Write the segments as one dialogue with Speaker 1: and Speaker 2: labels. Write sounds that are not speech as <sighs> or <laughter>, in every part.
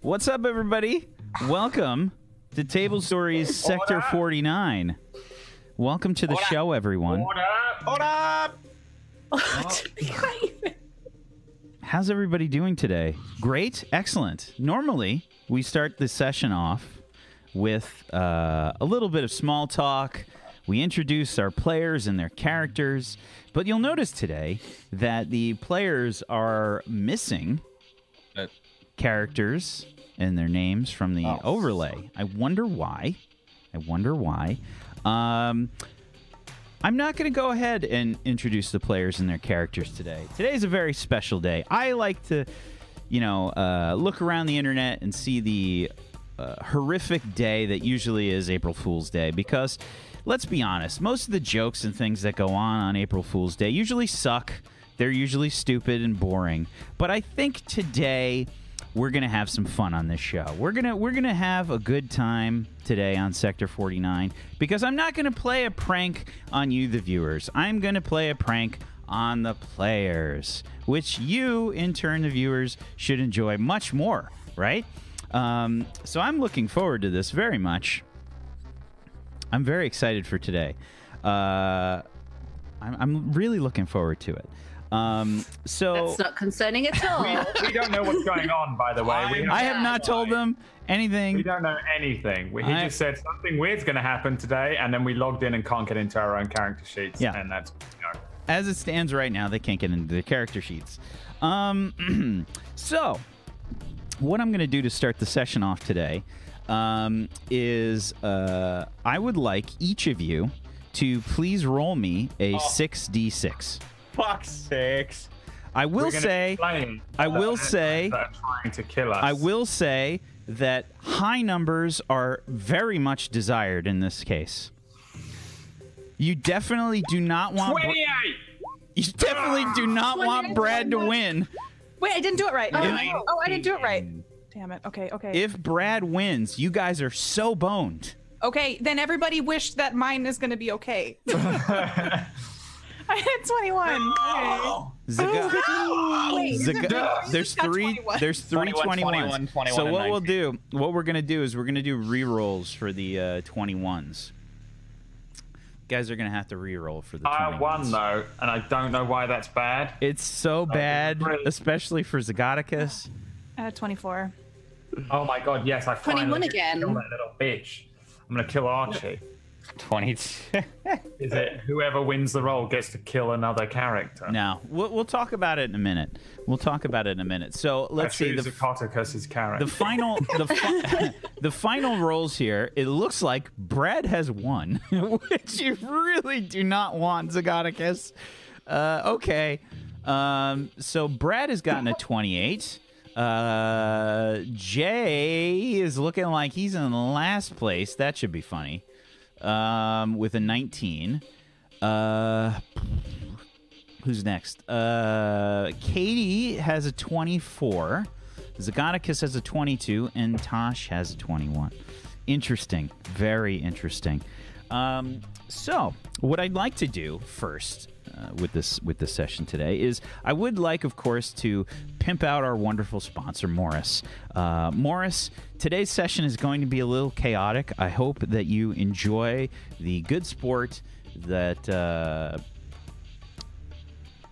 Speaker 1: What's up, everybody? Welcome to Table Stories Sector 49. Welcome to the show, everyone.
Speaker 2: Hold up!
Speaker 1: How's everybody doing today? Great, excellent. Normally, we start the session off with uh, a little bit of small talk. We introduce our players and their characters, but you'll notice today that the players are missing
Speaker 2: That-
Speaker 1: characters and their names from the
Speaker 2: Oh.
Speaker 1: overlay. I wonder why. I wonder why. Um, I'm not going to go ahead and introduce the players and their characters today. Today's a very special day. I like to, you know, uh, look around the internet and see the uh, horrific day that usually is April Fool's Day because, let's be honest, most of the jokes and things that go on on April Fool's Day usually suck. They're usually stupid and boring. But I think today we're gonna have some fun on this show. We're gonna we're gonna have a good time today on Sector 49 because I'm not gonna play a prank on you, the viewers. I'm gonna play a prank on the players, which you, in turn, the viewers, should enjoy much more, right? Um, so I'm looking forward to this very much. I'm very excited for today. Uh, I'm, I'm really looking forward to it. Um, so
Speaker 3: That's not concerning <laughs> at all.
Speaker 4: we don't know what's going on, by the way. We
Speaker 1: I
Speaker 4: have,
Speaker 1: have not told them
Speaker 4: we
Speaker 1: anything.
Speaker 4: don't know anything. We, he
Speaker 1: I-
Speaker 4: just said something weird's going to happen today, and then we logged in and can't get into our own character sheets.
Speaker 1: Yeah.
Speaker 4: And that's, you know,
Speaker 1: As it stands right now, they can't get into their character sheets. Um, <clears throat> so, what I'm going to do to start the session off today um, is uh, I would like each of you to please roll me a 6d6.
Speaker 2: Fuck six.
Speaker 1: I will
Speaker 4: we're gonna
Speaker 1: say.
Speaker 4: explain
Speaker 1: I
Speaker 4: that
Speaker 1: will
Speaker 4: they're
Speaker 1: say-
Speaker 4: trying to kill us.
Speaker 1: I will say that high numbers are very much desired in this case. You definitely do not want. Bra-
Speaker 4: 28!
Speaker 1: you definitely do not want Brad to win.
Speaker 5: Wait, I didn't do it right. Oh,
Speaker 1: Yeah.
Speaker 5: oh, I didn't do it right. Damn it. Okay, okay.
Speaker 1: If Brad wins, you guys are so boned.
Speaker 5: okay, then everybody wish that mine is going to
Speaker 1: <laughs>
Speaker 5: be okay. <laughs> I had 21.
Speaker 1: Zaga-
Speaker 4: Oh,
Speaker 5: Wait,
Speaker 1: Zaga- there's
Speaker 5: got
Speaker 1: three.
Speaker 5: 21.
Speaker 1: There's three
Speaker 2: 21,
Speaker 1: 21s.
Speaker 2: 21,
Speaker 1: so
Speaker 2: and
Speaker 1: what we'll do, what we're gonna do is we're gonna do re-rolls for the uh, 21s. Guys are gonna have to re-roll for the. 21s.
Speaker 4: I won, though, and I don't know why that's bad.
Speaker 1: It's so bad,
Speaker 4: great.
Speaker 1: especially for Zagoticus.
Speaker 5: I had 24.
Speaker 4: Oh my god, yes, I finally
Speaker 3: 21
Speaker 4: get to
Speaker 3: again.
Speaker 4: Kill that little bitch. I'm going to kill Archie.
Speaker 2: 22.
Speaker 4: Is it whoever wins the role gets to kill another character?
Speaker 1: No, we'll, we'll talk about it in a minute. We'll talk about it in a minute. So let's see the,
Speaker 4: Zacotacus' character.
Speaker 1: the final the, fi- <laughs> the final rolls here. It looks like Brad has won, <laughs> which you really do not want, Zagonicus. Uh, okay, um, so Brad has gotten a twenty-eight. Uh, Jay is looking like he's in last place. That should be funny. Um, with a nineteen. Uh, Who's next? Uh, Katie has a 24. Zagonicus has a 22, and Tosh has a 21. Interesting. Very interesting. Um, so, what I'd like to do first uh, with this with this session today is I would like, of course, to pimp out our wonderful sponsor, Morris. Uh, Morris, today's session is going to be a little chaotic. I hope that you enjoy the good sport that. Uh,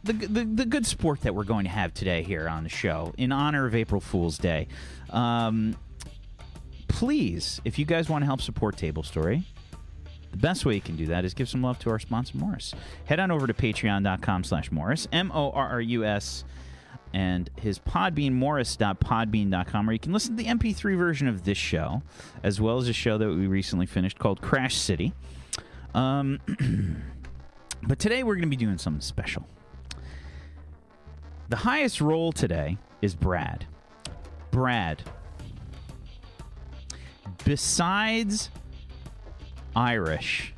Speaker 1: the, the, the good sport that we're going to have today here on the show in honor of April Fool's Day. Um, please, if you guys want to help support Table Story, the best way you can do that is give some love to our sponsor, Morris. Head on over to patreon.com slash Morris, M O R R U S, and his Podbean, morris.podbean.com, where you can listen to the MP3 version of this show, as well as a show that we recently finished called Crash City. Um, <clears throat> but today we're going to be doing something special. The highest roll today is Brad. Brad. Besides Irish,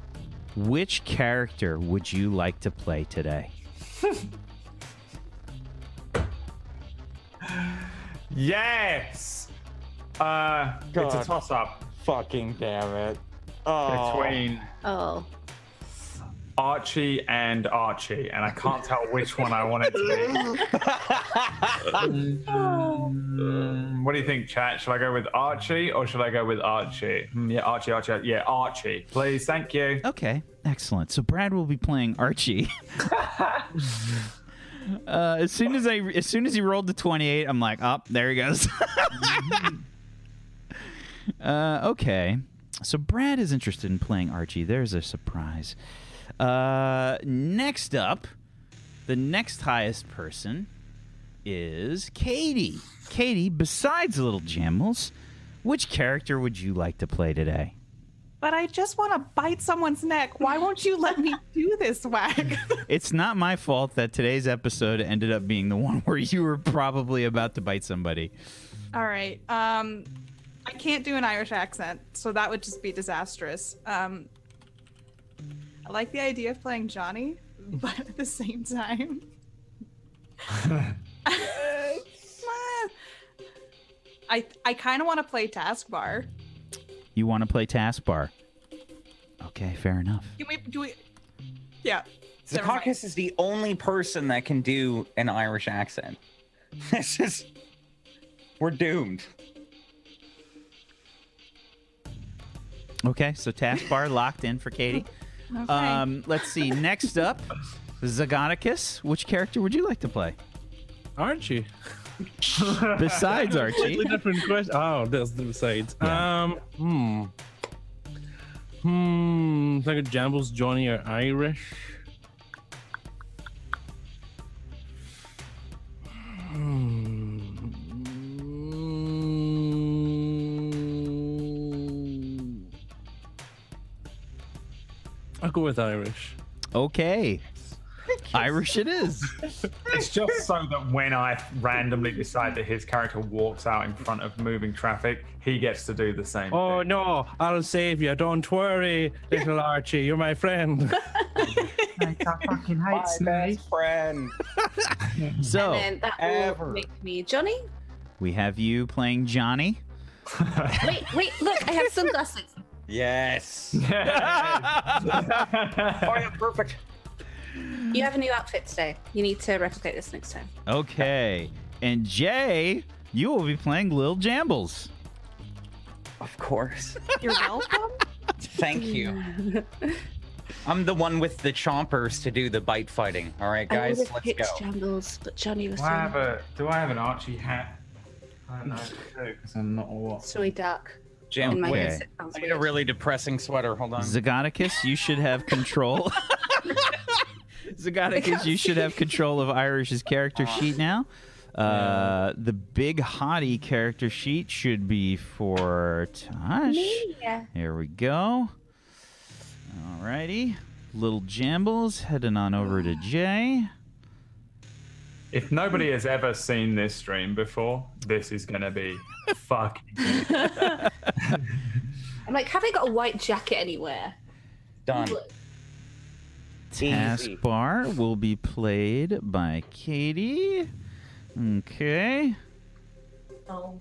Speaker 1: which character would you like to play today?
Speaker 4: Yes. Uh, it's a
Speaker 2: God.
Speaker 4: toss up
Speaker 2: Fucking damn it. Oh.
Speaker 4: between
Speaker 3: oh,
Speaker 4: Archie and Archie, and I can't tell which one I want it to be. Mm, What do you think, chat? Shall I go with Archie or shall I go with Archie? Hmm, yeah, Archie, Archie, Archie. yeah, Archie. Please, thank you.
Speaker 1: Okay, excellent. So Brad will be playing Archie. <laughs> uh, as soon as I, as soon as he rolled the twenty-eight, I'm like, up oh, there he goes. <laughs> uh, okay, so Brad is interested in playing Archie. There's a surprise. Uh, next up, the next highest person is Katie. Katie, besides Little Jamels, which character would you like to play today?
Speaker 5: But I just want to bite someone's neck. Why won't you let me do this, Wag? <laughs>
Speaker 1: It's not my fault that today's episode ended up being the one <laughs> where you were probably about to bite somebody.
Speaker 5: All right. Um, I can't do an Irish accent, so that would just be disastrous. Um, I like the idea of playing Johnny, <laughs> but at the same time, I I kind of want to play Taskbar.
Speaker 1: You want to play Taskbar? Okay, fair enough.
Speaker 5: Can we do we? Yeah. never mind.
Speaker 2: Secaucus is the only person that can do an Irish accent. This is. We're doomed.
Speaker 1: Okay, so Taskbar locked in for Katie.
Speaker 5: Okay.
Speaker 1: Um, let's see. Next up, Zagonicus. Which character would you like to play
Speaker 6: Aren't you?
Speaker 1: besides Archie?
Speaker 6: Slightly different question. Oh, that's the sides.
Speaker 1: Yeah.
Speaker 6: Um, hmm. Hmm. Like a Jambles, Johnny, or Irish. Hmm. I'll go with Irish.
Speaker 1: Okay, Irish it is.
Speaker 4: It's just so that when I randomly decide that his character walks out in front of moving traffic, he gets to do the same.
Speaker 6: Oh
Speaker 4: thing.
Speaker 6: no, I'll save you. Don't worry, little Archie. You're my
Speaker 4: <laughs>
Speaker 6: friend.
Speaker 2: My best friend.
Speaker 1: So
Speaker 3: and that
Speaker 2: Ever.
Speaker 3: will make me Johnny.
Speaker 1: we have you playing Johnny.
Speaker 3: Wait, wait, look, I have sunglasses. <laughs>
Speaker 2: Yes.
Speaker 4: no.
Speaker 2: Oh yeah, perfect.
Speaker 3: You have a new outfit today. You need to replicate this next time.
Speaker 1: Okay, and Jay, you will be playing Lil Jambles.
Speaker 2: Of course.
Speaker 5: You're welcome.
Speaker 2: Thank you. I'm the one with the chompers to do the bite fighting. All right, guys,
Speaker 3: I would have
Speaker 2: let's
Speaker 3: picked
Speaker 2: go.
Speaker 3: Jangles, but Johnny was
Speaker 4: <laughs> do, I have
Speaker 3: so,
Speaker 4: a, do I have an Archie hat? I don't know because I'm not a what.
Speaker 3: so dark. In
Speaker 7: <laughs>
Speaker 2: Jam,
Speaker 3: my
Speaker 1: Okay.
Speaker 3: head, it sounds
Speaker 2: I need a
Speaker 3: weird.
Speaker 2: really depressing sweater. Hold on.
Speaker 1: Zagonicus, you should have
Speaker 2: <laughs>
Speaker 1: control. Zagonicus, you should have control of Irish's character sheet now. Uh, the big hottie character sheet should be for Tosh.
Speaker 3: <laughs> Yeah.
Speaker 1: Here we go. Alrighty. Little Jambles heading on over to Jay.
Speaker 4: If nobody has ever seen this stream before, this is going to be fucking.
Speaker 3: I'm like, have I got a white jacket anywhere?
Speaker 2: Done.
Speaker 3: Look,
Speaker 1: Taskbar will be played by Katie. Okay.
Speaker 3: oh.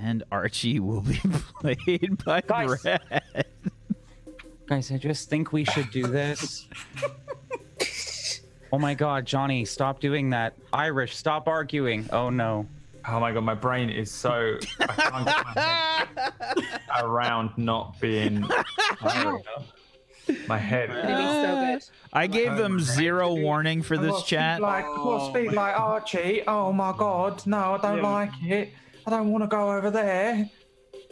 Speaker 1: And Archie will be <laughs> played by
Speaker 2: Guys.
Speaker 1: Brad.
Speaker 2: Guys, I just think we should do <laughs> this. oh my god, Johnny, stop doing that. Irish, stop arguing. Oh no.
Speaker 4: Oh my god, my brain is so. I can't get my head around not being. My head.
Speaker 3: It'd be so good.
Speaker 1: I gave them zero warning for this chat.
Speaker 8: Like, well, speak like Archie. Oh my God, no, I don't like it. I don't want to go over there.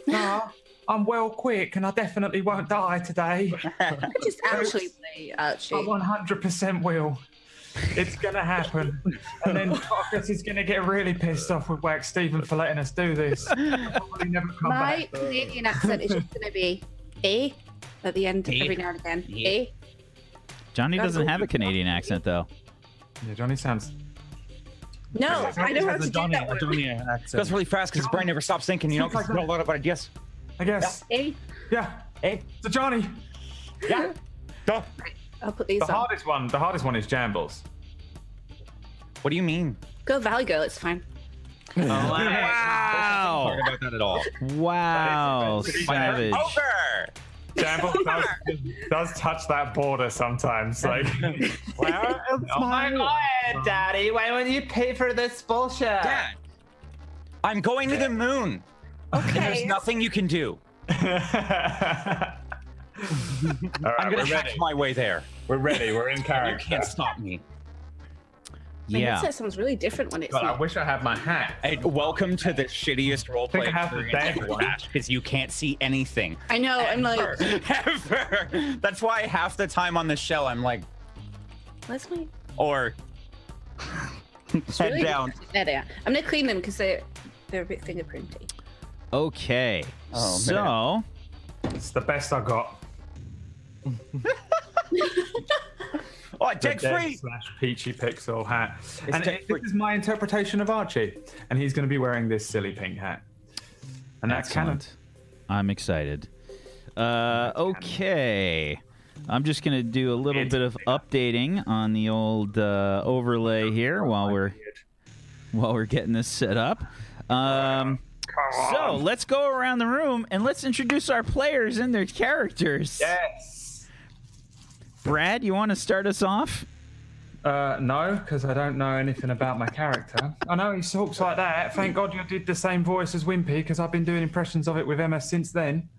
Speaker 8: No, I'm well quick, and I definitely won't die today.
Speaker 3: I just actually play
Speaker 8: I
Speaker 3: Archie.
Speaker 8: 100% will. It's gonna happen, and then Marcus is gonna get really pissed off with Wax Stephen for letting us do
Speaker 2: <laughs>
Speaker 8: this. He'll Probably never come
Speaker 3: My
Speaker 8: back.
Speaker 3: Canadian accent is just going to be A at the end every now and again. A.
Speaker 1: Johnny doesn't have a Canadian accent, though.
Speaker 4: Yeah, Johnny sounds.
Speaker 3: No, I know how to do that one.
Speaker 2: It goes really fast because his brain never stops thinking, you know, 'cause it's got a lot of ideas.
Speaker 8: I guess.
Speaker 3: A.
Speaker 8: Yeah.
Speaker 2: Hey,
Speaker 8: So Johnny,
Speaker 2: Eh?
Speaker 8: <laughs>
Speaker 2: yeah. Duh.
Speaker 3: I'll put these
Speaker 4: The
Speaker 3: on.
Speaker 4: hardest one. The hardest one is Jambles.
Speaker 2: What do you <laughs> mean? Oh,
Speaker 3: Go Valley Girl, it's fine.
Speaker 1: Wow!
Speaker 2: Talk about that at all.
Speaker 1: Wow, savage.
Speaker 2: Over. <laughs>
Speaker 4: Jambles does, does touch that border sometimes.
Speaker 2: <laughs>
Speaker 4: Like,
Speaker 2: Well,
Speaker 4: <laughs> oh my god,
Speaker 8: Daddy, why won't you pay for this bullshit?
Speaker 2: Dad, I'm going to the moon. <laughs> There's
Speaker 5: Okay.
Speaker 2: nothing you can do.
Speaker 9: All right,
Speaker 2: I'm
Speaker 9: we're
Speaker 2: gonna hack
Speaker 9: ready.
Speaker 2: my way there.
Speaker 9: We're ready. We're in
Speaker 2: You
Speaker 9: character.
Speaker 2: can't stop me.
Speaker 7: My
Speaker 1: Yeah.
Speaker 7: headset sounds really different when it's
Speaker 9: God, I
Speaker 7: not.
Speaker 9: wish I had my hat.
Speaker 2: Hey, welcome to the shittiest roleplay
Speaker 9: I have the
Speaker 2: experience
Speaker 9: bad
Speaker 2: ever,
Speaker 9: one.
Speaker 2: Ash, because you can't see anything.
Speaker 7: I know. I'm like,
Speaker 2: Ever. That's why half the time on the show I'm like,
Speaker 7: where's my
Speaker 2: or head
Speaker 7: really
Speaker 2: down.
Speaker 7: There they are. I'm gonna clean them because they they're a bit fingerprinty.
Speaker 1: Okay.
Speaker 2: Oh,
Speaker 1: so
Speaker 9: It's the best I got.
Speaker 2: Oh,
Speaker 9: The
Speaker 2: dead
Speaker 9: dead
Speaker 2: free.
Speaker 9: slash peachy pixel hat. and
Speaker 2: dead
Speaker 9: it-
Speaker 2: free.
Speaker 9: this is my interpretation of Archie. And he's going to be wearing this silly pink hat. And that's canon.
Speaker 1: excellent. I'm excited. Uh, okay. I'm just going to do a little bit of updating on the old uh, overlay here while we're while we're getting this set up. Um, so let's go around the room and let's introduce our players and their characters.
Speaker 9: Yes.
Speaker 1: Brad, you want to start us off?
Speaker 4: Uh, no, because I don't know anything about my character. I know he talks like that. Thank God you did the same voice as Wimpy, because I've been doing impressions of it with Emma since then.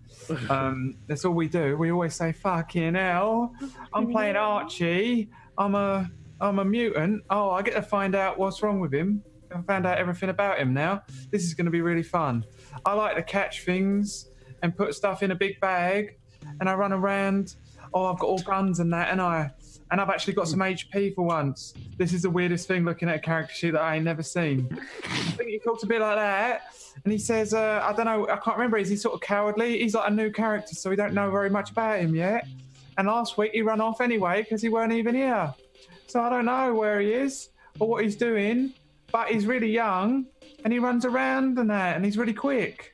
Speaker 4: Um, that's all we do. We always say "fucking hell." I'm playing Archie. I'm a I'm a mutant. Oh, I get to find out what's wrong with him. I found out everything about him now. This is going to be really fun. I like to catch things and put stuff in a big bag, and I run around. Oh, I've got all guns and that, and I and I've actually got some HP for once. This is the weirdest thing looking at a character sheet that I ain't never seen. I think he talks a bit like that, and he says, uh, I don't know, I can't remember. Is he sort of cowardly? He's like a new character, so we don't know very much about him yet. And last week he ran off anyway because he weren't even here. So I don't know where he is or what he's doing, but he's really young and he runs around and that, and he's really quick.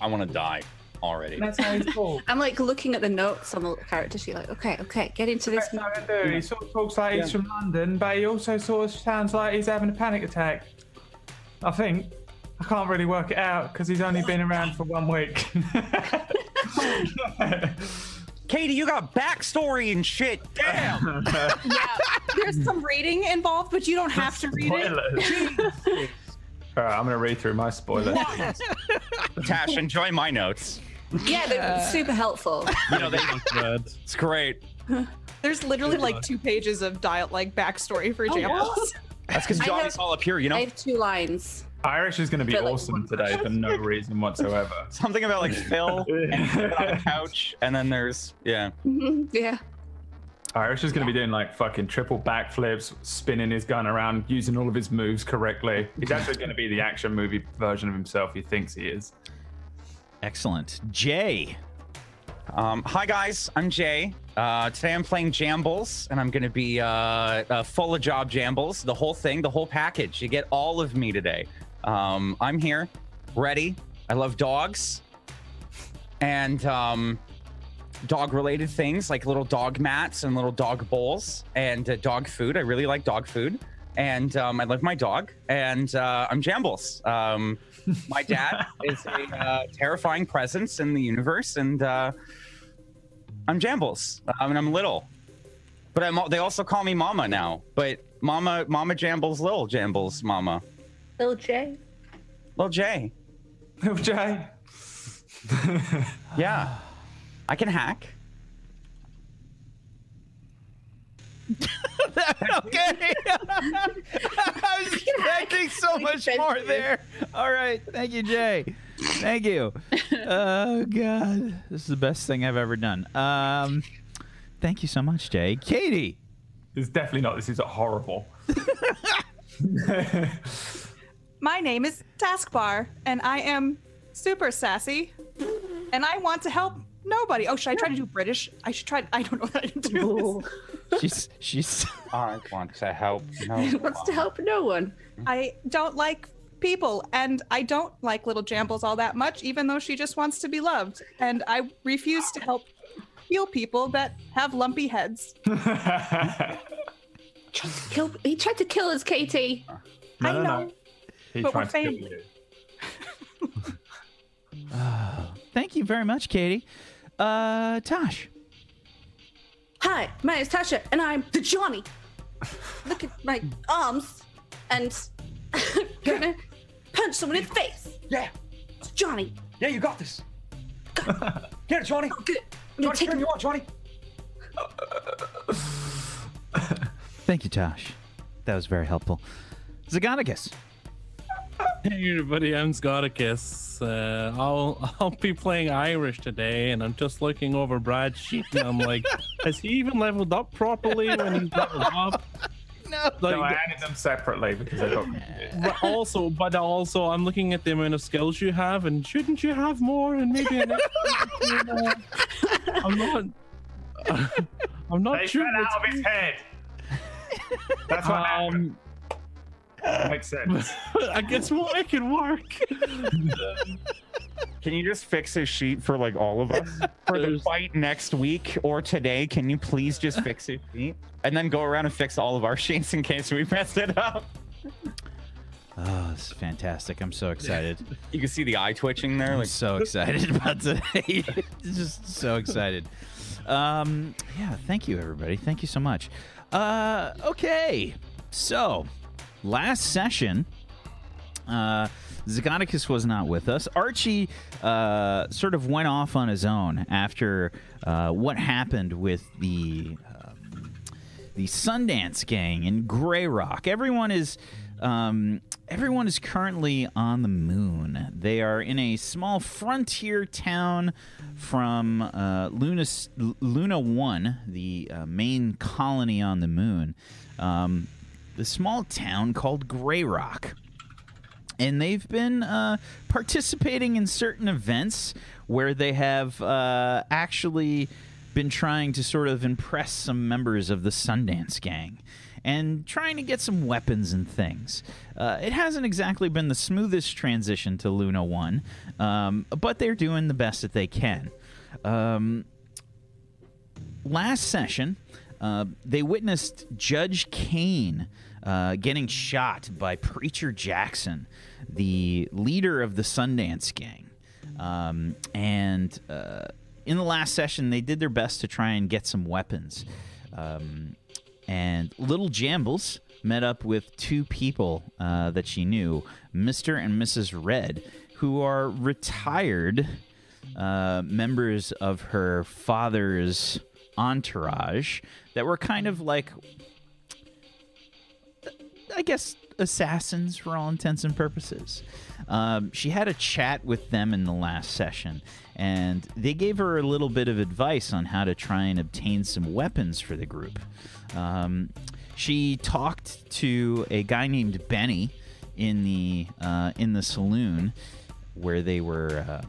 Speaker 2: I want to die already.
Speaker 4: And that's how he's cool.
Speaker 7: I'm like looking at the notes on the character sheet, like, okay, okay, get into this.
Speaker 4: That's how I do. He sort of talks like he's from London, but he also sort of sounds like he's having a panic attack. I think. I can't really work it out because he's only been around for one
Speaker 9: <laughs>
Speaker 4: week. <laughs>
Speaker 2: Katie, you got backstory and shit.
Speaker 9: <laughs>
Speaker 2: Damn.
Speaker 5: uh, There's some reading involved, but you don't have to read it.
Speaker 9: Spoilers. All right, I'm going to read through my spoilers.
Speaker 2: Tash, enjoy my notes.
Speaker 7: Yeah, they're super helpful.
Speaker 2: You know, they, it's great.
Speaker 5: There's literally like two pages of dial like backstory
Speaker 2: Oh,
Speaker 5: for JLS.
Speaker 2: That's because
Speaker 7: I
Speaker 2: Johnny's
Speaker 7: have-
Speaker 2: all up here, you know?
Speaker 7: I have two lines.
Speaker 9: Irish is going to be
Speaker 7: But, like,
Speaker 9: awesome
Speaker 7: one
Speaker 9: today for no reason
Speaker 7: <laughs>
Speaker 9: whatsoever.
Speaker 2: Something about
Speaker 9: <laughs>
Speaker 2: like Phil and he's on the couch, and then there's, yeah.
Speaker 7: Mhm, yeah. <laughs>
Speaker 9: Irish is going to be doing like fucking triple backflips, spinning his gun around, using all of his moves correctly. He's actually going to be the action movie version of himself he thinks he is.
Speaker 1: Excellent. Jay.
Speaker 2: Um, hi guys, I'm Jay. Uh, today I'm playing Jambles, and I'm gonna be uh, uh, full of job Jambles, the whole thing, the whole package. You get all of me today. Um, I'm here, ready. I love dogs, and um, dog-related things like little dog mats and little dog bowls and uh, dog food. I really like dog food, and um, I love my dog. And uh, I'm Jambles. Um, my dad is a uh, terrifying presence in the universe, and. Uh, I'm Jambles. I mean, I'm little, but I'm. al- They also call me Mama now. But Mama, Mama Jambles, little Jambles, Mama,
Speaker 7: Little J.
Speaker 2: little Jay.
Speaker 5: <laughs>
Speaker 4: Little Jay.
Speaker 2: Yeah, I can hack. <laughs> <laughs>
Speaker 1: okay. I was expecting so much more there. All right. Thank you, Jay. Thank you. Oh, God. This is the best thing I've ever done. Um, thank you so much, Jay. Katie.
Speaker 9: It's definitely not. This is horrible.
Speaker 5: My name is Taskbar, and I am super sassy, and I want to help nobody. Oh, should I try to do British? I should try. I don't know that I
Speaker 7: <laughs>
Speaker 5: can do this.
Speaker 1: She's, she's, <laughs>
Speaker 2: I want to help. No,
Speaker 7: Wants to help no one.
Speaker 5: I don't like people, and I don't like little Jambles all that much, even though she just wants to be loved. And I refuse to help heal people that have lumpy heads.
Speaker 7: Tried to kill. He tried to kill us, Katie.
Speaker 9: No,
Speaker 5: I
Speaker 9: no, no.
Speaker 5: know.
Speaker 9: He
Speaker 5: but we're
Speaker 9: tried to kill
Speaker 5: family.
Speaker 9: you.
Speaker 1: thank you very much, Katie. Uh, Tosh.
Speaker 7: Hi, my name's Tasha, and I'm the Johnny.
Speaker 3: <laughs>
Speaker 7: Look at my arms, and I'm gonna
Speaker 3: punch someone in the face.
Speaker 2: Yeah,
Speaker 3: It's Johnny.
Speaker 2: yeah, you got this. <laughs> Get it, Johnny.
Speaker 3: Oh, good. I'm gonna
Speaker 2: Johnny,
Speaker 3: take
Speaker 2: turn you on, Johnny.
Speaker 1: Thank you, Tosh. That was very helpful. Zagonicus.
Speaker 6: Hey everybody, I'm Zgodicus. Uh, I'll I'll be playing Irish today, and I'm just looking over Brad's sheet, and I'm like, has he even leveled up properly when he's leveled up? No.
Speaker 4: No, I added them separately because I got
Speaker 2: <laughs>
Speaker 4: confused.
Speaker 6: but also, but also, I'm looking at the amount of skills you have, and shouldn't you have more? And maybe an extra- I'm not. <laughs> I'm not
Speaker 4: They
Speaker 6: sure.
Speaker 4: fell out of his head.
Speaker 2: <laughs>
Speaker 4: That's what happened.
Speaker 6: Um,
Speaker 4: Makes sense.
Speaker 6: <laughs> I guess we'll make it work.
Speaker 2: Can you just fix his sheet for like all of us for the
Speaker 6: There's-
Speaker 2: <laughs> fight next week or today? Can you please just fix his sheet and then go around and fix all of our sheets in case we messed it up?
Speaker 1: Oh, this is fantastic. I'm so excited.
Speaker 2: You can see the eye twitching there.
Speaker 1: I'm
Speaker 2: Like,
Speaker 1: so excited about today. <laughs> Just so excited. Um, yeah, thank you, everybody. Thank you so much. Uh, okay, so last session, uh, Zagonicus was not with us. Archie uh, sort of went off on his own after uh, what happened with the the Sundance Gang in Grey Rock. Everyone is um, everyone is currently on the moon. They are in a small frontier town from uh, Luna s- L- Luna One, the uh, main colony on the moon. Um, the small town called Grey Rock and they've been uh, participating in certain events where they have uh, actually been trying to sort of impress some members of the Sundance Gang and trying to get some weapons and things. Uh, it hasn't exactly been the smoothest transition to Luna 1, um, but they're doing the best that they can. Um, last session, uh, they witnessed Judge Kane uh, getting shot by Preacher Jackson, the leader of the Sundance Gang. Um, and uh, in the last session, they did their best to try and get some weapons. Um, and Little Jambles met up with two people uh, that she knew, Mr. and Mrs. Red, who are retired uh, members of her father's entourage that were kind of like, I guess, assassins for all intents and purposes. Um, she had a chat with them in the last session, and they gave her a little bit of advice on how to try and obtain some weapons for the group. Um, she talked to a guy named Benny in the uh, in the saloon where they were. Uh,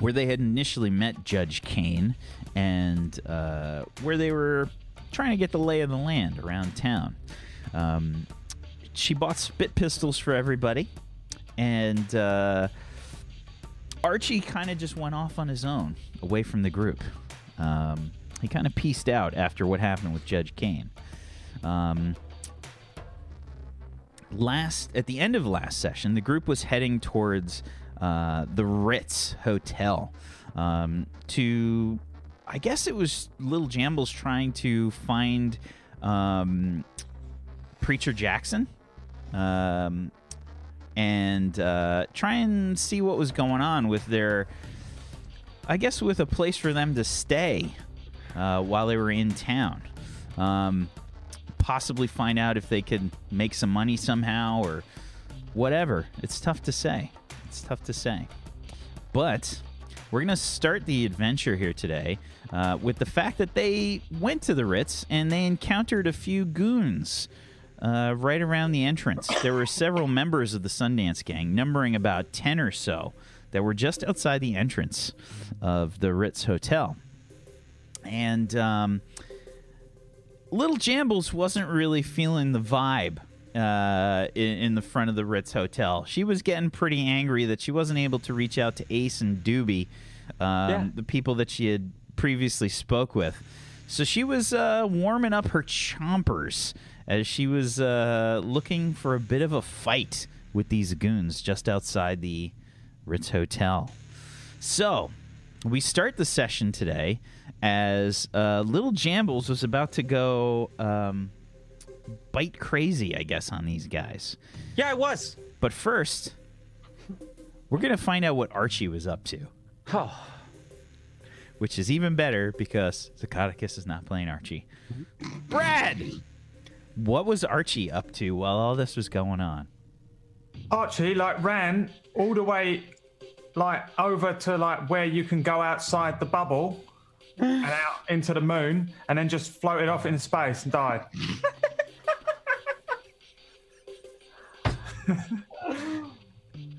Speaker 1: where they had initially met Judge Kane and uh, where they were trying to get the lay of the land around town. Um, she bought spit pistols for everybody, and uh, Archie kind of just went off on his own, away from the group. Um, he kind of pieced out after what happened with Judge Kane. Um, last at the end of last session, the group was heading towards uh, the Ritz Hotel um, to, I guess it was Little Jambles trying to find um, Preacher Jackson um, and uh, try and see what was going on with their, I guess, with a place for them to stay uh, while they were in town. Um, possibly find out if they could make some money somehow or whatever. It's tough to say. It's tough to say. But we're going to start the adventure here today uh, with the fact that they went to the Ritz and they encountered a few goons uh, right around the entrance. There were several members of the Sundance Gang, numbering about 10 or so, that were just outside the entrance of the Ritz Hotel. And um, Little Jambles wasn't really feeling the vibe uh, in, in the front of the Ritz Hotel. She was getting pretty angry that she wasn't able to reach out to Ace and Doobie, um, the people that she had previously spoke with. So she was uh, warming up her chompers as she was uh, looking for a bit of a fight with these goons just outside the Ritz Hotel. So, we start the session today as uh, Little Jambles was about to go um, bite crazy, I guess, on these guys.
Speaker 2: <laughs> yeah, I was.
Speaker 1: But first, We're going to find out what Archie was up to,
Speaker 2: Oh,
Speaker 1: which is even better because Zacatecus is not playing Archie. Brad! What was Archie up to while all this was going on?
Speaker 4: Archie like ran all the way like over to like where you can go outside the bubble and out into the moon and then just floated off into space and died.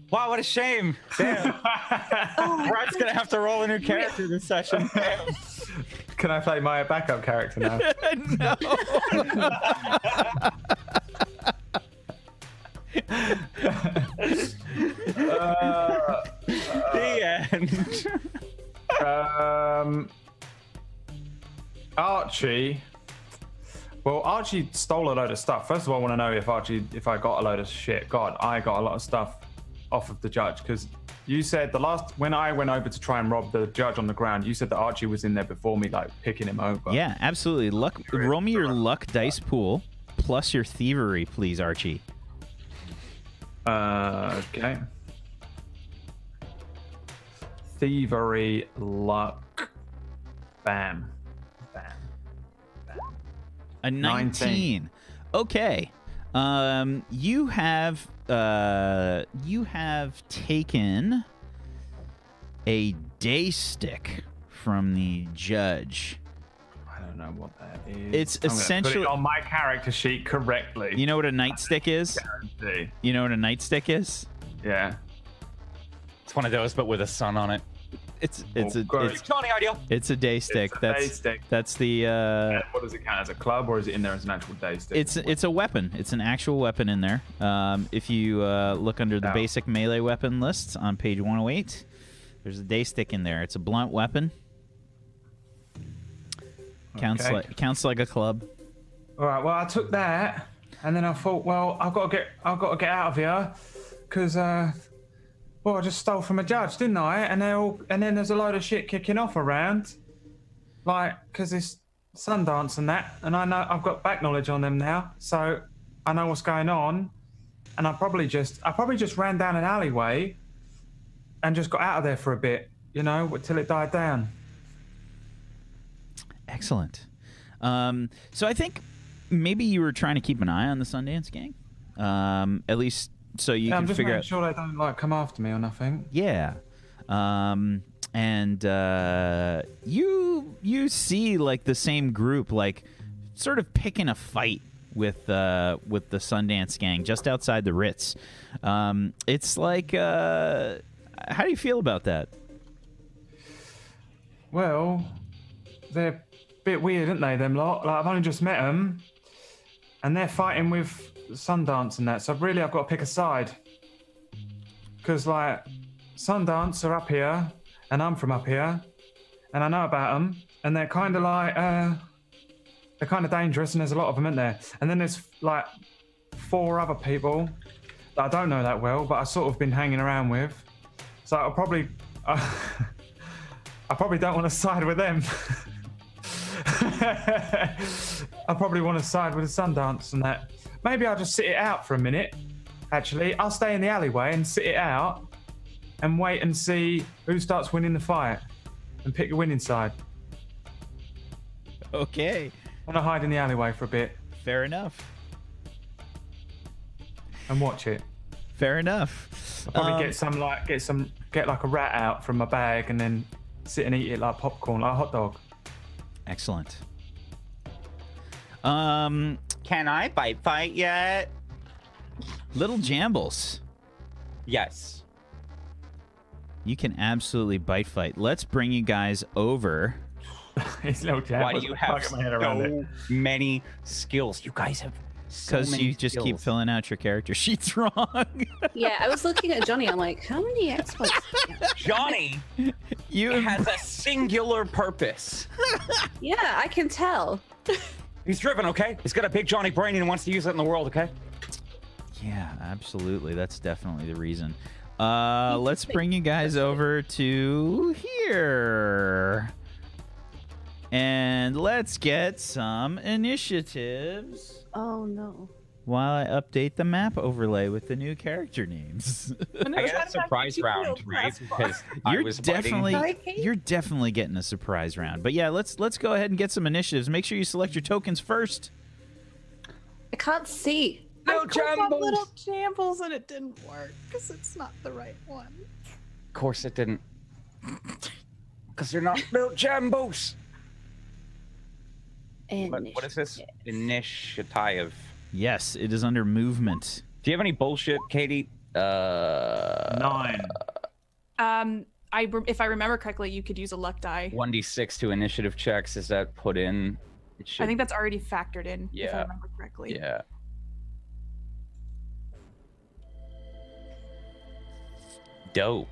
Speaker 2: wow, what a shame. <laughs> Damn. Brad's going to have to roll a new character this session. Damn.
Speaker 4: Can I play my backup character now? <laughs>
Speaker 1: Uh,
Speaker 2: the end.
Speaker 1: <laughs>
Speaker 4: Uh, Um, Archie. Well, Archie stole a load of stuff. First of all, I want to know if Archie, if I got a load of shit. God, I got a lot of stuff off of the judge because you said the last when I went over to try and rob the judge on the ground, you said that Archie was in there before me, like picking him over.
Speaker 1: Yeah, absolutely. Luck. Roll me your luck dice pool plus your thievery, please, Archie.
Speaker 4: Uh, okay. Thievery, luck, bam, bam.
Speaker 1: A 19. Okay. Um, you have uh, you have taken a day stick from the judge.
Speaker 4: I don't know what that is.
Speaker 1: It's
Speaker 4: I'm gonna
Speaker 1: essentially-
Speaker 4: put it on my character sheet correctly.
Speaker 1: You know what a nightstick is?
Speaker 4: See.
Speaker 1: You know what a nightstick is?
Speaker 4: yeah.
Speaker 2: It's one of those, but with a sun on it.
Speaker 1: It's it's a
Speaker 4: great.
Speaker 1: it's,
Speaker 2: Johnny ideal.
Speaker 1: it's a day stick.
Speaker 4: a
Speaker 1: that's
Speaker 4: daystick.
Speaker 1: that's the uh,
Speaker 4: What does it count as a club, or is it in there as an actual day stick?
Speaker 1: it's it's a weapon. It's an actual weapon in there. Um, if you uh, look under the
Speaker 4: Oh.
Speaker 1: basic melee weapon list on page 108, there's a day stick in there. It's a blunt weapon. Counts
Speaker 4: Okay.
Speaker 1: like counts like a club.
Speaker 4: all right. Well, I took that, and then I thought, well, I've got to get, I've got to get out of here, because, uh, well, I just stole from a judge, didn't I? And they all, and then there's a load of shit kicking off around, like, because it's Sundance and that, and I know I've got back knowledge on them now, so I know what's going on, and I probably just, I probably just ran down an alleyway, and just got out of there for a bit, you know, till it died down.
Speaker 1: Excellent. Um, so I think maybe you were trying to keep an eye on the Sundance Gang, um, at least so you
Speaker 4: Yeah, I'm
Speaker 1: can
Speaker 4: just
Speaker 1: figure
Speaker 4: making
Speaker 1: out.
Speaker 4: sure they don't like come after me or nothing.
Speaker 1: Yeah. Um, and uh, you you see like the same group like sort of picking a fight with uh, with the Sundance Gang just outside the Ritz. Um, it's like uh, how do you feel about that?
Speaker 4: Well, they're a bit weird, aren't they? Them lot. Like I've only just met them, and they're fighting with Sundance and that. So really, I've got to pick a side. Cause like Sundance are up here, and I'm from up here, and I know about them, and they're kind of like uh, they're kind of dangerous, and there's a lot of them, in there? And then there's like four other people that I don't know that well, but I've sort of been hanging around with. So I'll probably. <laughs> I probably don't want to side with them. <laughs> I probably want to side with the Sundance and that. Maybe I'll just sit it out for a minute. Actually, I'll stay in the alleyway and sit it out and wait and see who starts winning the fight and pick a winning side.
Speaker 1: Okay,
Speaker 4: I'm gonna hide in the alleyway for a bit
Speaker 1: fair enough.
Speaker 4: and watch it.
Speaker 1: Fair enough.
Speaker 4: Probably
Speaker 1: Um,
Speaker 4: get some like get some get like a rat out from my bag and then sit and eat it like popcorn, like a hot dog. <laughs>
Speaker 1: Excellent. Um,
Speaker 2: Can I bite fight yet?
Speaker 1: little jambles.
Speaker 2: Yes.
Speaker 1: You can absolutely bite fight. Let's bring you guys over.
Speaker 4: It's no jam.
Speaker 2: Why do you have
Speaker 4: my head around it?
Speaker 2: so many skills? You guys have so
Speaker 1: Because
Speaker 2: many
Speaker 1: you just keep
Speaker 2: skills.
Speaker 1: filling out your character sheets <laughs> wrong.
Speaker 7: Yeah, I was looking at Johnny. I'm like, how many Xbox?
Speaker 3: <laughs>
Speaker 2: Johnny
Speaker 1: you
Speaker 2: has a singular purpose.
Speaker 7: yeah, I can tell.
Speaker 2: He's driven, okay? He's got a big Johnny brain and wants to use it in the world, okay?
Speaker 1: Yeah, absolutely. That's definitely the reason. Uh, let's bring you guys over to here. And let's get some initiatives.
Speaker 7: Oh no.
Speaker 1: while I update the map overlay with the new character names. <laughs>
Speaker 2: I got a surprise round, right? <laughs> Because I
Speaker 1: you're
Speaker 2: was biting-
Speaker 1: definitely
Speaker 5: Sorry, Kate?
Speaker 1: you're definitely getting a surprise round. But yeah, let's let's go ahead and get some initiatives. Make sure you select your tokens first.
Speaker 3: I can't see.
Speaker 5: No
Speaker 2: Jambles.
Speaker 5: little jambles and it didn't work because it's not the right one.
Speaker 2: Of course it didn't. Because they're not built jambos. What, what is this initiative?
Speaker 1: Yes, it is under movement.
Speaker 2: Do you have any bullshit, Katie? Uh,
Speaker 4: Nine.
Speaker 5: Um, I rem- if I remember correctly, you could use a luck die.
Speaker 2: one d six to initiative checks. Is that put in? It
Speaker 5: I
Speaker 2: should-
Speaker 5: think that's already factored in. If I
Speaker 2: Yeah.
Speaker 5: remember correctly.
Speaker 2: Yeah. Dope.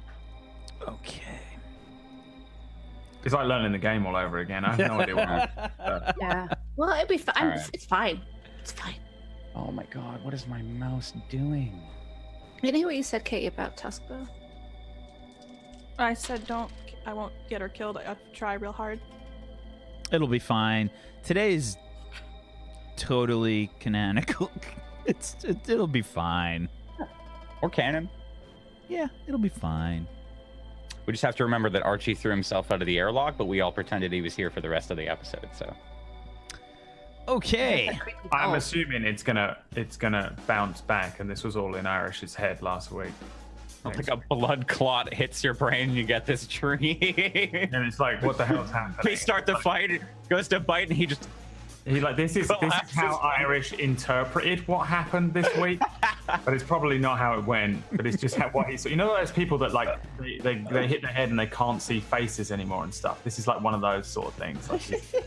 Speaker 1: Okay.
Speaker 4: It's like learning the game all over again. I have
Speaker 2: <laughs>
Speaker 4: no idea what I'm
Speaker 3: Yeah. Well, it'll be fine.
Speaker 2: All right.
Speaker 3: It's fine. It's fine.
Speaker 2: Oh my god, what is my mouse doing?
Speaker 3: I know what you said, Katie, about Tuskbow.
Speaker 5: I said don't. I won't get her killed. I'll try real hard.
Speaker 1: It'll be fine. Today's totally canonical. <laughs> It's it, it'll be fine.
Speaker 2: Or cannon.
Speaker 1: Yeah, it'll be
Speaker 2: <laughs>
Speaker 1: fine.
Speaker 2: We just have to remember that Archie threw himself out of the airlock, but we all pretended he was here for the rest of the episode, so.
Speaker 1: Okay.
Speaker 2: Oh.
Speaker 4: I'm assuming it's gonna it's gonna bounce back, and this was all in Irish's head last week.
Speaker 2: Like <laughs> a blood clot hits your brain, you get this tree. <laughs>
Speaker 4: And it's like, what the hell's happening?
Speaker 2: they start the fight, it goes to bite, and he just.
Speaker 4: He like this is this is
Speaker 2: Collapses.
Speaker 4: how Irish interpreted what happened this
Speaker 2: <laughs>
Speaker 4: week, but it's probably not how it went. But it's just how, what he saw. You know, those people that like they, they, they hit their head and they can't see faces anymore and stuff. This is like one of those sort of things. Like,
Speaker 2: <laughs>
Speaker 4: it's-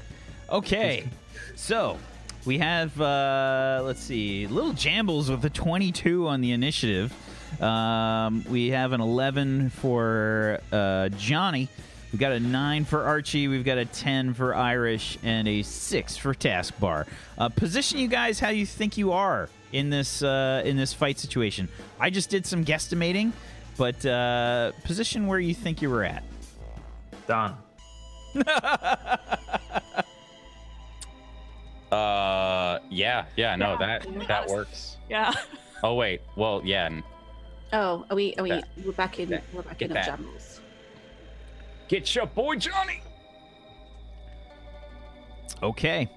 Speaker 1: Okay. So we have uh let's see, little jambles with a twenty-two on the initiative. Um, we have an eleven for uh, Johnny. We've got a nine for Archie. We've got a ten for Irish and a six for Taskbar. Uh, position you guys how you think you are in this uh, in this fight situation. I just did some guesstimating, but uh, position where you think you were at. <laughs>
Speaker 4: done.
Speaker 2: Uh, yeah, yeah, no,
Speaker 3: Yeah,
Speaker 2: that
Speaker 3: yeah.
Speaker 2: that works.
Speaker 5: Yeah.
Speaker 2: <laughs> Oh wait, well, yeah, and
Speaker 3: Oh, are we? Are we?
Speaker 2: That-
Speaker 3: we're back in.
Speaker 2: that-
Speaker 3: we're back
Speaker 2: get
Speaker 3: in
Speaker 2: that.
Speaker 3: of jambles.
Speaker 2: get your boy Johnny.
Speaker 1: Okay,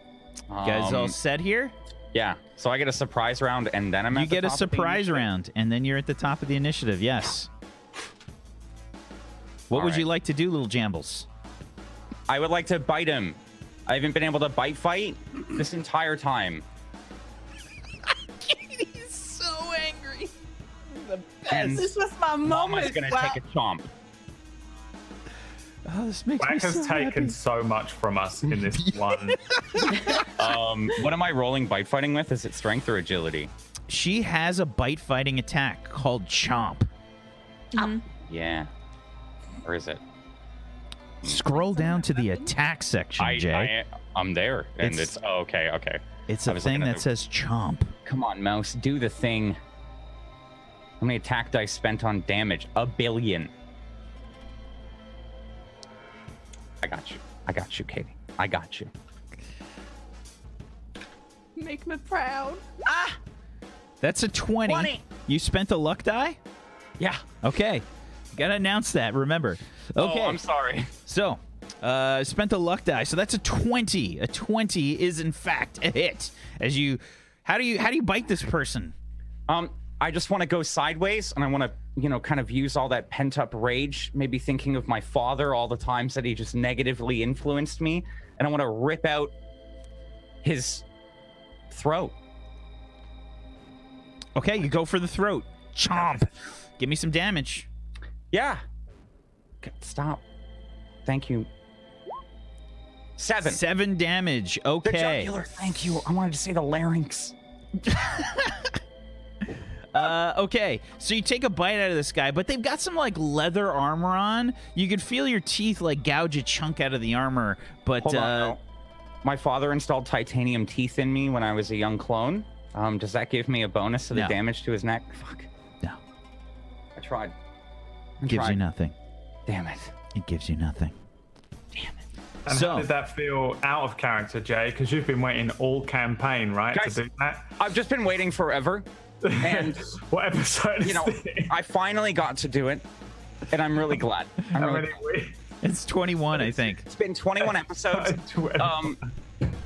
Speaker 1: you guys all
Speaker 2: Um,
Speaker 1: set here?
Speaker 2: Yeah, so I get a surprise round, and then I'm.
Speaker 1: You
Speaker 2: at the
Speaker 1: get a
Speaker 2: top of the-
Speaker 1: surprise round, and then you're at the top of the initiative. Yes. What
Speaker 2: All
Speaker 1: would you
Speaker 2: right.
Speaker 1: like to do, little jambles?
Speaker 2: I would like to bite him. I haven't been able to bite fight this entire time.
Speaker 5: He's so angry. <laughs>
Speaker 2: And
Speaker 5: This was my
Speaker 2: Mama's
Speaker 5: moment.
Speaker 2: gonna
Speaker 5: Wow.
Speaker 2: take a chomp.
Speaker 1: Oh, this makes
Speaker 4: Mac has taken so much from us in
Speaker 2: <laughs>
Speaker 4: this one.
Speaker 2: Um, what am I rolling bite fighting with? Is it strength or agility?
Speaker 1: She has a bite fighting attack called Chomp.
Speaker 2: Yeah. Or is it?
Speaker 1: Scroll down to the attack section,
Speaker 2: I,
Speaker 1: Jay.
Speaker 2: I I'm there, and
Speaker 1: It's-
Speaker 2: it's, oh, okay, okay.
Speaker 1: it's
Speaker 2: I
Speaker 1: a
Speaker 2: was
Speaker 1: thing
Speaker 2: looking at
Speaker 1: that
Speaker 2: the-
Speaker 1: says Chomp.
Speaker 2: Come on, mouse, do the thing. How many attack dice spent on damage? A billion. I got you. I got you, Katie. I got you.
Speaker 5: Make me proud.
Speaker 1: That's a 20.
Speaker 2: 20.
Speaker 1: You spent a luck die?
Speaker 2: Yeah.
Speaker 1: Okay. Gotta announce that, remember. Okay.
Speaker 2: Oh, I'm sorry.
Speaker 1: So, uh, spent a luck die. So that's a twenty. A twenty is in fact a hit. As you, how do you how do you bite this person?
Speaker 2: Um, I just want to go sideways, and I want to, you know, kind of use all that pent up rage, maybe thinking of my father, all the times that he just negatively influenced me, and I want to rip out his throat.
Speaker 1: Okay, you go for the throat. Chomp. Give me some damage.
Speaker 2: Yeah. C- Stop. Thank you. Seven.
Speaker 1: Seven damage.
Speaker 2: The
Speaker 1: Okay.
Speaker 2: jugular. Thank you. I wanted to say the larynx.
Speaker 1: Uh, okay. So you take a bite out of this guy, but they've got some like leather armor on. You could feel your teeth like gouge a chunk out of the armor, but
Speaker 2: Hold
Speaker 1: uh,
Speaker 2: on. no. My father installed titanium teeth in me when I was a young clone. Um, does that give me a bonus to the
Speaker 1: No.
Speaker 2: damage to his neck? Fuck.
Speaker 1: No.
Speaker 2: I tried. I
Speaker 1: gives
Speaker 2: tried.
Speaker 1: you nothing.
Speaker 2: Damn it.
Speaker 1: It gives you nothing.
Speaker 2: Damn it.
Speaker 4: And
Speaker 1: So-
Speaker 4: how did that feel out of character, Jay? Because you've been waiting all campaign, right,
Speaker 2: Guys-
Speaker 4: to do that?
Speaker 2: I've just been waiting forever, and
Speaker 4: What episode is
Speaker 2: you know,
Speaker 4: this?
Speaker 2: I finally got to do it, and I'm really glad. I'm
Speaker 4: How
Speaker 2: really
Speaker 4: many
Speaker 2: glad.
Speaker 4: we-
Speaker 1: It's 21, I think.
Speaker 2: It's been
Speaker 4: <laughs>
Speaker 2: 21 episodes, um,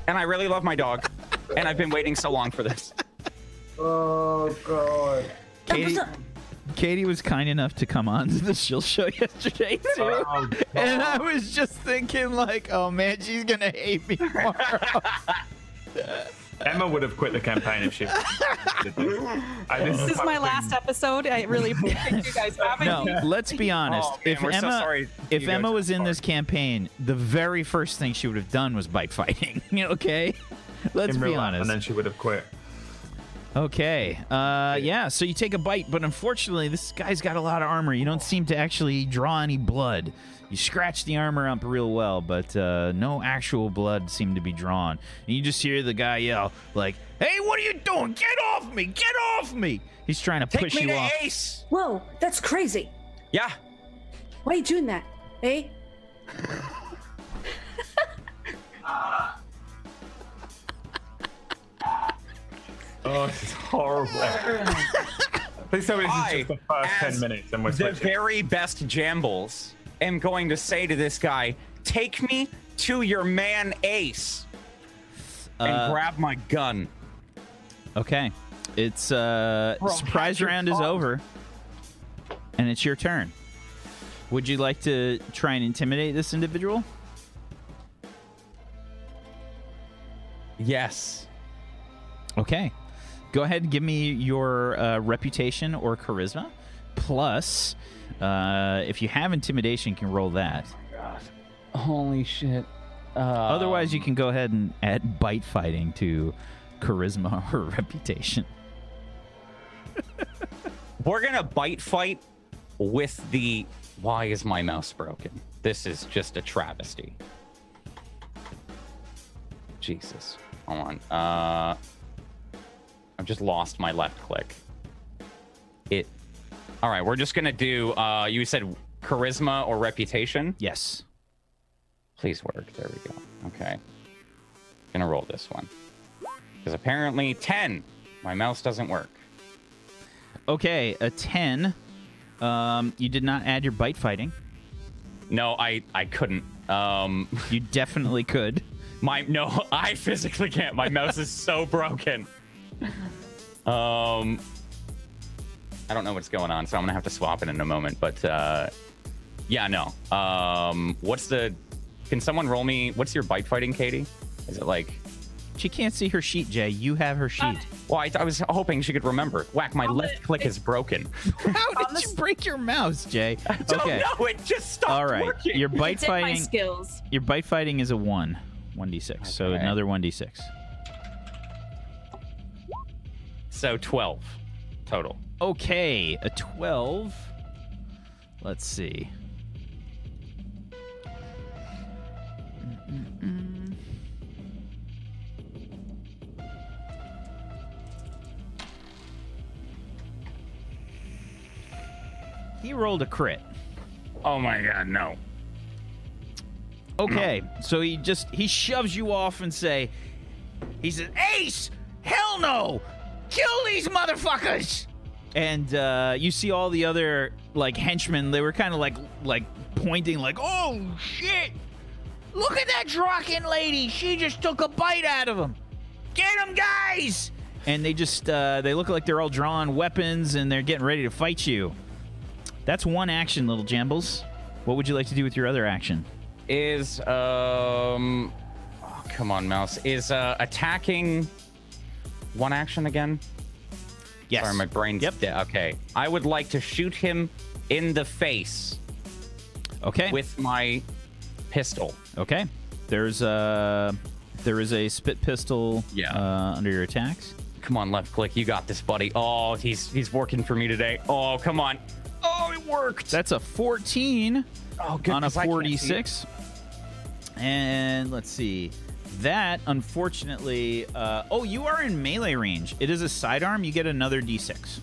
Speaker 2: and I really love my dog, and I've been waiting so long for this.
Speaker 8: Oh god.
Speaker 1: Katie, Katie was kind enough to come on to the Shill Show <laughs> yesterday, too.
Speaker 4: Oh, God.
Speaker 1: and I was just thinking, like, oh man, she's going to hate me
Speaker 2: <laughs>
Speaker 1: more.
Speaker 4: Emma would have quit the campaign if she. I,
Speaker 5: This is my last episode. I
Speaker 2: <laughs>
Speaker 5: really appreciate you guys having
Speaker 1: no,
Speaker 5: me.
Speaker 1: let's be honest.
Speaker 2: Oh, man,
Speaker 1: if
Speaker 2: we're
Speaker 1: Emma,
Speaker 2: so sorry
Speaker 1: if
Speaker 2: you guys
Speaker 1: Emma
Speaker 2: are
Speaker 1: was in
Speaker 2: sorry.
Speaker 1: this campaign, the very first thing she would have done was bike fighting. <laughs> okay, let's
Speaker 4: in
Speaker 1: be
Speaker 4: real life,
Speaker 1: honest.
Speaker 4: and then she would have quit.
Speaker 1: Okay. Uh, yeah. So you take a bite, but unfortunately, this guy's got a lot of armor. You don't seem to actually draw any blood. You scratch the armor up real well, but uh, no actual blood seemed to be drawn. And you just hear the guy yell, like, "Hey, what are you doing? Get off me! Get off me!" He's trying to
Speaker 2: <laughs> Take
Speaker 1: push
Speaker 2: me
Speaker 1: you
Speaker 2: to
Speaker 1: off.
Speaker 2: Ace.
Speaker 3: Whoa, that's crazy.
Speaker 2: Yeah,
Speaker 3: Why are you doing that? Eh?
Speaker 4: Oh, this is horrible. Please tell me this
Speaker 2: I,
Speaker 4: is just the first
Speaker 2: as
Speaker 4: ten minutes, and we're
Speaker 2: the
Speaker 4: switching.
Speaker 2: very best jambles am going to say to this guy, "Take me to your man Ace." And
Speaker 1: Uh,
Speaker 2: grab my gun.
Speaker 1: Okay. It's uh
Speaker 2: Bro,
Speaker 1: surprise
Speaker 2: hide your
Speaker 1: round is
Speaker 2: phone.
Speaker 1: over. And it's your turn. Would you like to try and intimidate this individual?
Speaker 2: Yes.
Speaker 1: Okay. Go ahead and give me your uh, reputation or charisma. Plus, uh, if you have intimidation, you can roll that.
Speaker 2: Holy shit.
Speaker 1: Otherwise, you can go ahead and add bite fighting to charisma <laughs> or reputation.
Speaker 2: We're gonna bite fight with the why is my mouse broken? This is just a travesty. Jesus. Hold on. Uh I've just lost my left click. It Alright, we're just gonna do uh you said charisma or reputation.
Speaker 1: Yes.
Speaker 2: Please work. There we go. Okay. Gonna roll this one. Because apparently 10. My mouse doesn't work.
Speaker 1: Okay, a 10. Um, you did not add your bite fighting.
Speaker 2: No, I I couldn't. Um
Speaker 1: You definitely could.
Speaker 2: My no, <laughs> I physically can't. My mouse is so broken. Um, I don't know what's going on, so I'm gonna have to swap it in a moment. But uh, yeah, no. Um, what's the? Can someone roll me? What's your bite fighting, Katie? Is it like?
Speaker 1: She can't see her sheet, Jay. You have her sheet.
Speaker 2: Well, I, I was hoping she could remember. Whack! My left
Speaker 5: it.
Speaker 2: click is broken.
Speaker 1: <laughs> How did you break your mouse, Jay? Okay.
Speaker 2: Oh <laughs> no! It just stopped
Speaker 1: All right.
Speaker 2: working.
Speaker 1: Your bite
Speaker 10: It's in my
Speaker 1: fighting.
Speaker 10: skills.
Speaker 1: Your bite fighting is a one, one d six. So
Speaker 2: Okay.
Speaker 1: another one d six.
Speaker 2: so twelve total.
Speaker 1: Okay, a twelve. Let's see. He rolled a crit.
Speaker 2: Oh my god! No.
Speaker 1: Okay, so he just he shoves you off and say, he says, "Ace, hell no, kill these motherfuckers!" And uh, you see all the other like henchmen. They were kind of like like pointing, like, "Oh shit, look at that Draken lady! She just took a bite out of him. Get him, guys!" And they just uh, they look like they're all drawing weapons and they're getting ready to fight you. That's one action, little jambles. What would you like to do with your other action?
Speaker 2: is um oh, come on mouse is uh attacking one action again
Speaker 1: Yes.
Speaker 2: sorry my brain's
Speaker 1: Yep.
Speaker 2: dead okay i would like to shoot him in the face
Speaker 1: Okay.
Speaker 2: with my pistol
Speaker 1: okay. There's a there is a spit pistol.
Speaker 2: Yeah.
Speaker 1: Uh, under your attacks.
Speaker 2: come on left click you got this buddy oh he's he's working for me today oh come on oh it worked
Speaker 1: That's a 14
Speaker 2: oh, good,
Speaker 1: on a
Speaker 2: 'cause I can't see it.
Speaker 1: 46. And let's see. That unfortunately. Uh, oh, you are in melee range. It is a sidearm. You get another d6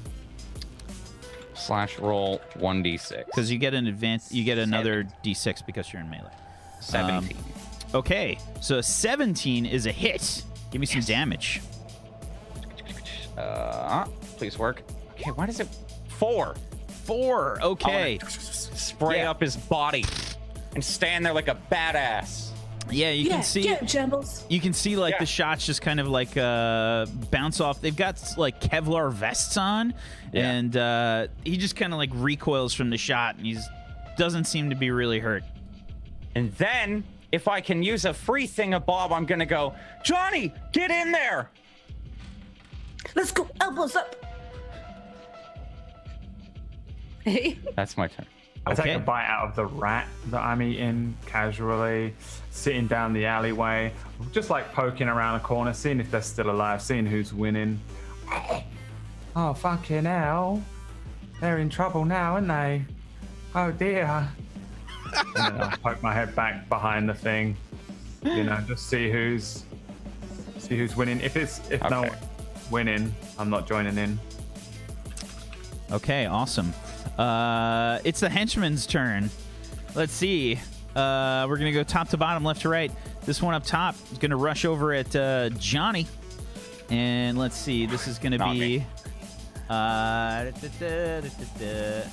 Speaker 2: slash roll 1d6
Speaker 1: Um. because you get an advance. You get another d6 because you're in melee.
Speaker 2: 17
Speaker 1: Okay, so 17 is a hit. Give me some damage.
Speaker 2: Uh, please work. Okay, why does it four?
Speaker 1: Four.
Speaker 2: Oh,
Speaker 1: Okay.
Speaker 2: Spray
Speaker 1: Yeah.
Speaker 2: up his body and stand there like a badass.
Speaker 1: Yeah, you
Speaker 3: yeah,
Speaker 1: can see.
Speaker 3: yeah, Jumbles.
Speaker 1: You can see like
Speaker 2: Yeah.
Speaker 1: the shots just kind of like uh, bounce off. They've got like Kevlar vests on,
Speaker 2: Yeah.
Speaker 1: and uh, he just kind of like recoils from the shot, and he's doesn't seem to be really hurt.
Speaker 2: And then, if I can use a free thing of Bob, I'm gonna go, Johnny, get in there.
Speaker 3: Let's go. Elbows up. <laughs> Hey,
Speaker 2: That's my turn.
Speaker 4: I take
Speaker 1: Okay.
Speaker 4: a bite out of the rat that I'm eating casually, sitting down the alleyway, just like poking around a corner, seeing if they're still alive, seeing who's winning. Oh, fucking hell. They're in trouble now, aren't they? Oh, dear. and then I poke my head back behind the thing, you know, just see who's see who's winning. If it's if no
Speaker 2: Okay.
Speaker 4: one's winning, I'm not joining in.
Speaker 1: Okay, awesome. Uh, it's the henchman's turn. Let's see. Uh, we're gonna go top to bottom, left to right. This one up top is gonna rush over at uh, Johnny, and let's see. This is gonna
Speaker 2: Not
Speaker 1: be.
Speaker 2: me.
Speaker 1: Uh, da- da- da- da- da- da.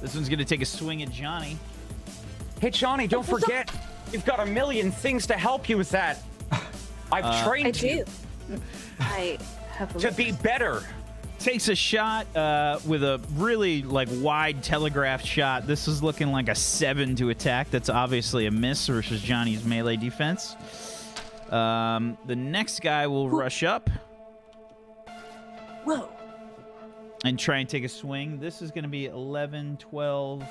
Speaker 1: This one's gonna take a swing at Johnny.
Speaker 2: Hey, Johnny, don't forget, you've got a million things to help you with that. I've
Speaker 3: I
Speaker 2: trained you
Speaker 3: do. <laughs> I have a
Speaker 2: to be better.
Speaker 1: Takes a shot uh, with a really like wide telegraphed shot. This is looking like a seven to attack. That's obviously a miss versus Johnny's melee defense. Um, the next guy will rush up
Speaker 3: Whoa.
Speaker 1: and try and take a swing. This is going to be 11, 12,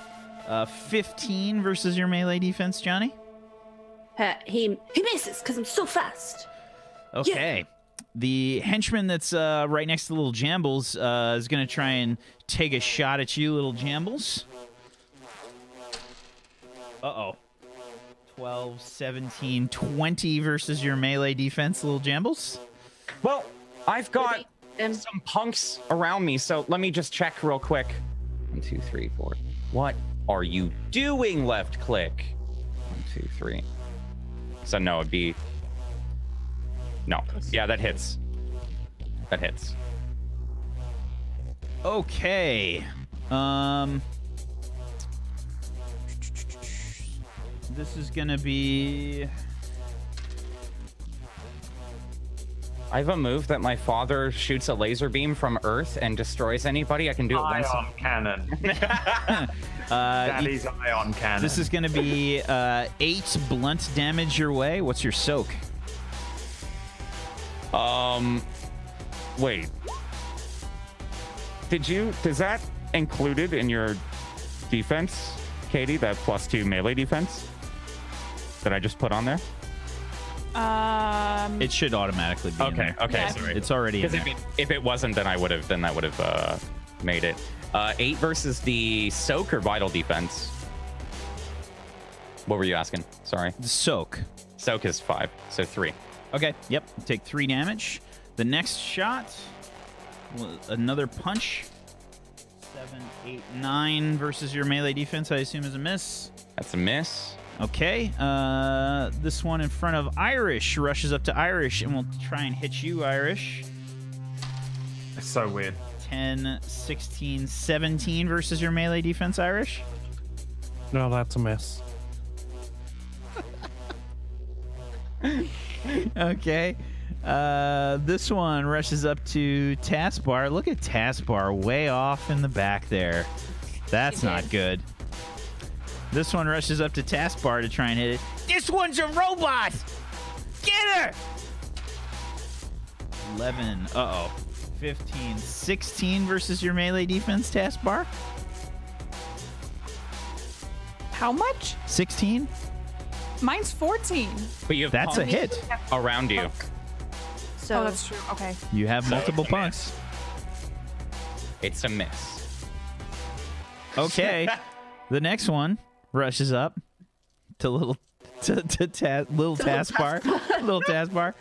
Speaker 1: uh, 15 versus your melee defense, Johnny.
Speaker 3: Uh, he he misses because I'm so fast.
Speaker 1: Okay. The henchman that's uh, right next to Little Jambles uh, is going to try and take a shot at you, Little Jambles. Uh oh. 12, 17, 20 versus your melee defense, Little Jambles.
Speaker 2: Well, I've got
Speaker 3: Um,
Speaker 2: some punks around me, so let me just check real quick. One, two, three, four. What are you doing? Left click. One, two, three. So no, it'd be no. Yeah, that hits. That hits.
Speaker 1: Okay. Um. This is gonna be.
Speaker 2: I have a move that my father shoots a laser beam from Earth and destroys anybody. I can do it once.
Speaker 4: Ion <laughs> cannon. Uh, Daddy's ion cannon.
Speaker 1: This is gonna be uh, eight blunt damage your way. What's your soak?
Speaker 2: Um, wait. Did you? Is that included in your defense, Katie? That plus two melee defense that I just put on there?
Speaker 5: Um,
Speaker 1: It should automatically be. in there.
Speaker 2: Okay.
Speaker 5: Yeah.
Speaker 2: Sorry.
Speaker 1: It's already in
Speaker 2: Because
Speaker 1: there.
Speaker 2: if it, if it wasn't, then I would have. Then that would have uh, made it. Uh, eight versus the soak or vital defense. What were you asking? Sorry.
Speaker 1: soak.
Speaker 2: Soak is five, so three.
Speaker 1: Okay. Yep. Take three damage. The next shot, w- another punch. Seven, eight, nine versus your melee defense. I assume is a miss.
Speaker 2: That's a miss.
Speaker 1: Okay. Uh, this one in front of Irish rushes up to Irish and will try and hit you, Irish.
Speaker 4: It's so weird.
Speaker 1: 10, 16, 17 versus your melee defense, Irish.
Speaker 6: No, that's a miss.
Speaker 1: Okay. Uh, this one rushes up to Taskbar. Look at Taskbar way off in the back there. That's not good. This one rushes up to Taskbar to try and hit it. This one's a robot! Get her! 11. Uh oh. 15. 16 versus your melee defense, Taskbar?
Speaker 5: how much?
Speaker 1: 16?
Speaker 5: Mine's 14.
Speaker 2: But you have
Speaker 1: That's a
Speaker 2: punk
Speaker 1: hit.
Speaker 2: around you.
Speaker 3: so
Speaker 5: oh, that's true. Okay.
Speaker 1: You have multiple punks.
Speaker 2: It's a miss.
Speaker 1: <laughs> Okay. the next one rushes up to little to, to ta- little taskbar, little <laughs> taskbar.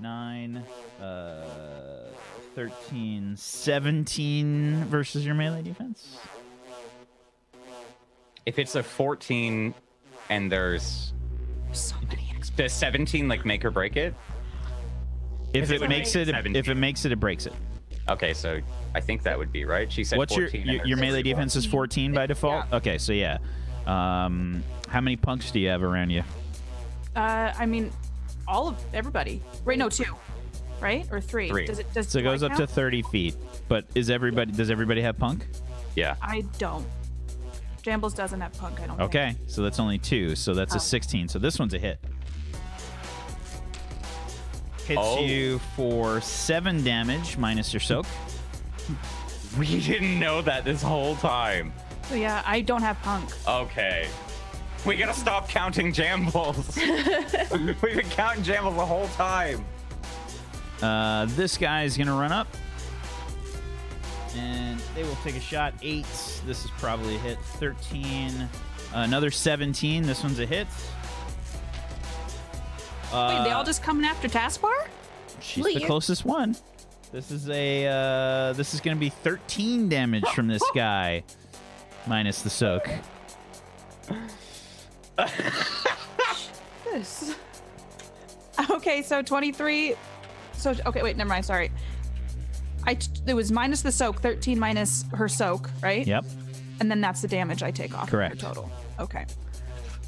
Speaker 1: Nine, uh, 13, 17 versus your melee defense.
Speaker 2: If it's a 14 and there's does 17 like make or break it?
Speaker 1: If it makes it, if it
Speaker 2: 17.
Speaker 1: makes it, it breaks it.
Speaker 2: Okay, so I think that would be right. She said
Speaker 1: What's your
Speaker 2: 14 and
Speaker 1: your,
Speaker 2: there's
Speaker 1: your melee
Speaker 2: 61.
Speaker 1: defense is 14 by default?
Speaker 5: Yeah.
Speaker 1: Okay, so yeah. Um, how many punks do you have around you?
Speaker 5: Uh, I mean, all of everybody. Right? No, two. Right or three?
Speaker 2: Three.
Speaker 5: Does it? Does
Speaker 1: So it
Speaker 5: do I
Speaker 1: goes up to
Speaker 5: count?
Speaker 1: 30 feet. But is everybody? Does everybody have punk?
Speaker 2: Yeah. <laughs>
Speaker 5: I don't. Jambles doesn't have punk. I don't. think.
Speaker 1: Okay, so that's only two. So that's
Speaker 5: Oh.
Speaker 1: a 16. So this one's a hit. Hits
Speaker 2: Oh.
Speaker 1: you for seven damage minus your soak.
Speaker 2: We didn't know that this whole time.
Speaker 5: So yeah, I don't have punk.
Speaker 2: Okay. We gotta stop counting jambles. <laughs> We've been counting jambles the whole time.
Speaker 1: Uh, this guy's gonna run up, and they will take a shot. Eight. This is probably a hit. Thirteen. another seventeen. This one's a hit.
Speaker 5: Wait, they
Speaker 1: Uh,
Speaker 5: all just coming after Taskbar?
Speaker 1: She's the
Speaker 7: Please.
Speaker 1: closest one. This is a uh, this is gonna be 13 damage from this guy, minus the soak.
Speaker 5: This. <laughs> Okay, so 23. So okay, wait, never mind. Sorry. I t- it was minus the soak, 13 minus her soak, right?
Speaker 1: Yep.
Speaker 5: And then that's the damage I take off. her
Speaker 1: Correct.
Speaker 5: Total. Okay.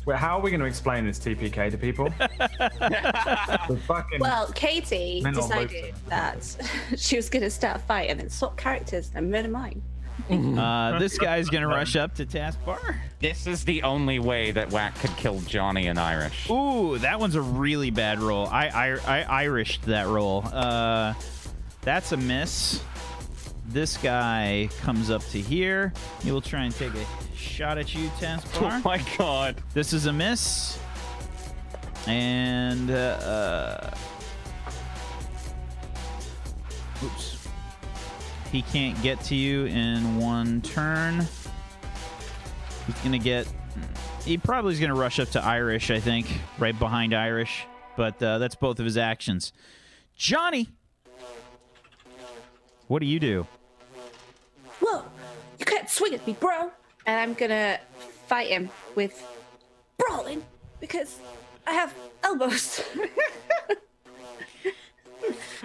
Speaker 4: Well, how are we going to explain this TPK to <laughs> people? the fucking
Speaker 7: Well, Katie
Speaker 4: Men on both
Speaker 7: decided
Speaker 3: <laughs>
Speaker 7: that she was going to start a fight and then swap characters and murder mine.
Speaker 1: Uh, this guy's gonna rush up to taskbar.
Speaker 2: This is the only way that Whack could kill Johnny and Irish.
Speaker 1: Ooh, that one's a really bad roll. I I, I Irished that roll. Uh, that's a miss. This guy comes up to here. He will try and take a shot at you,
Speaker 2: Oh
Speaker 1: Taskbar.
Speaker 2: my god.
Speaker 1: This is a miss. And, uh, oops. He can't get to you in one turn. He's going to get. He probably is going to rush up to Irish, I think, right behind Irish. But uh, that's both of his actions. Johnny! What do you do?
Speaker 7: Whoa, you can't swing at me, bro. And I'm going to fight him with brawling because I have <laughs> elbows.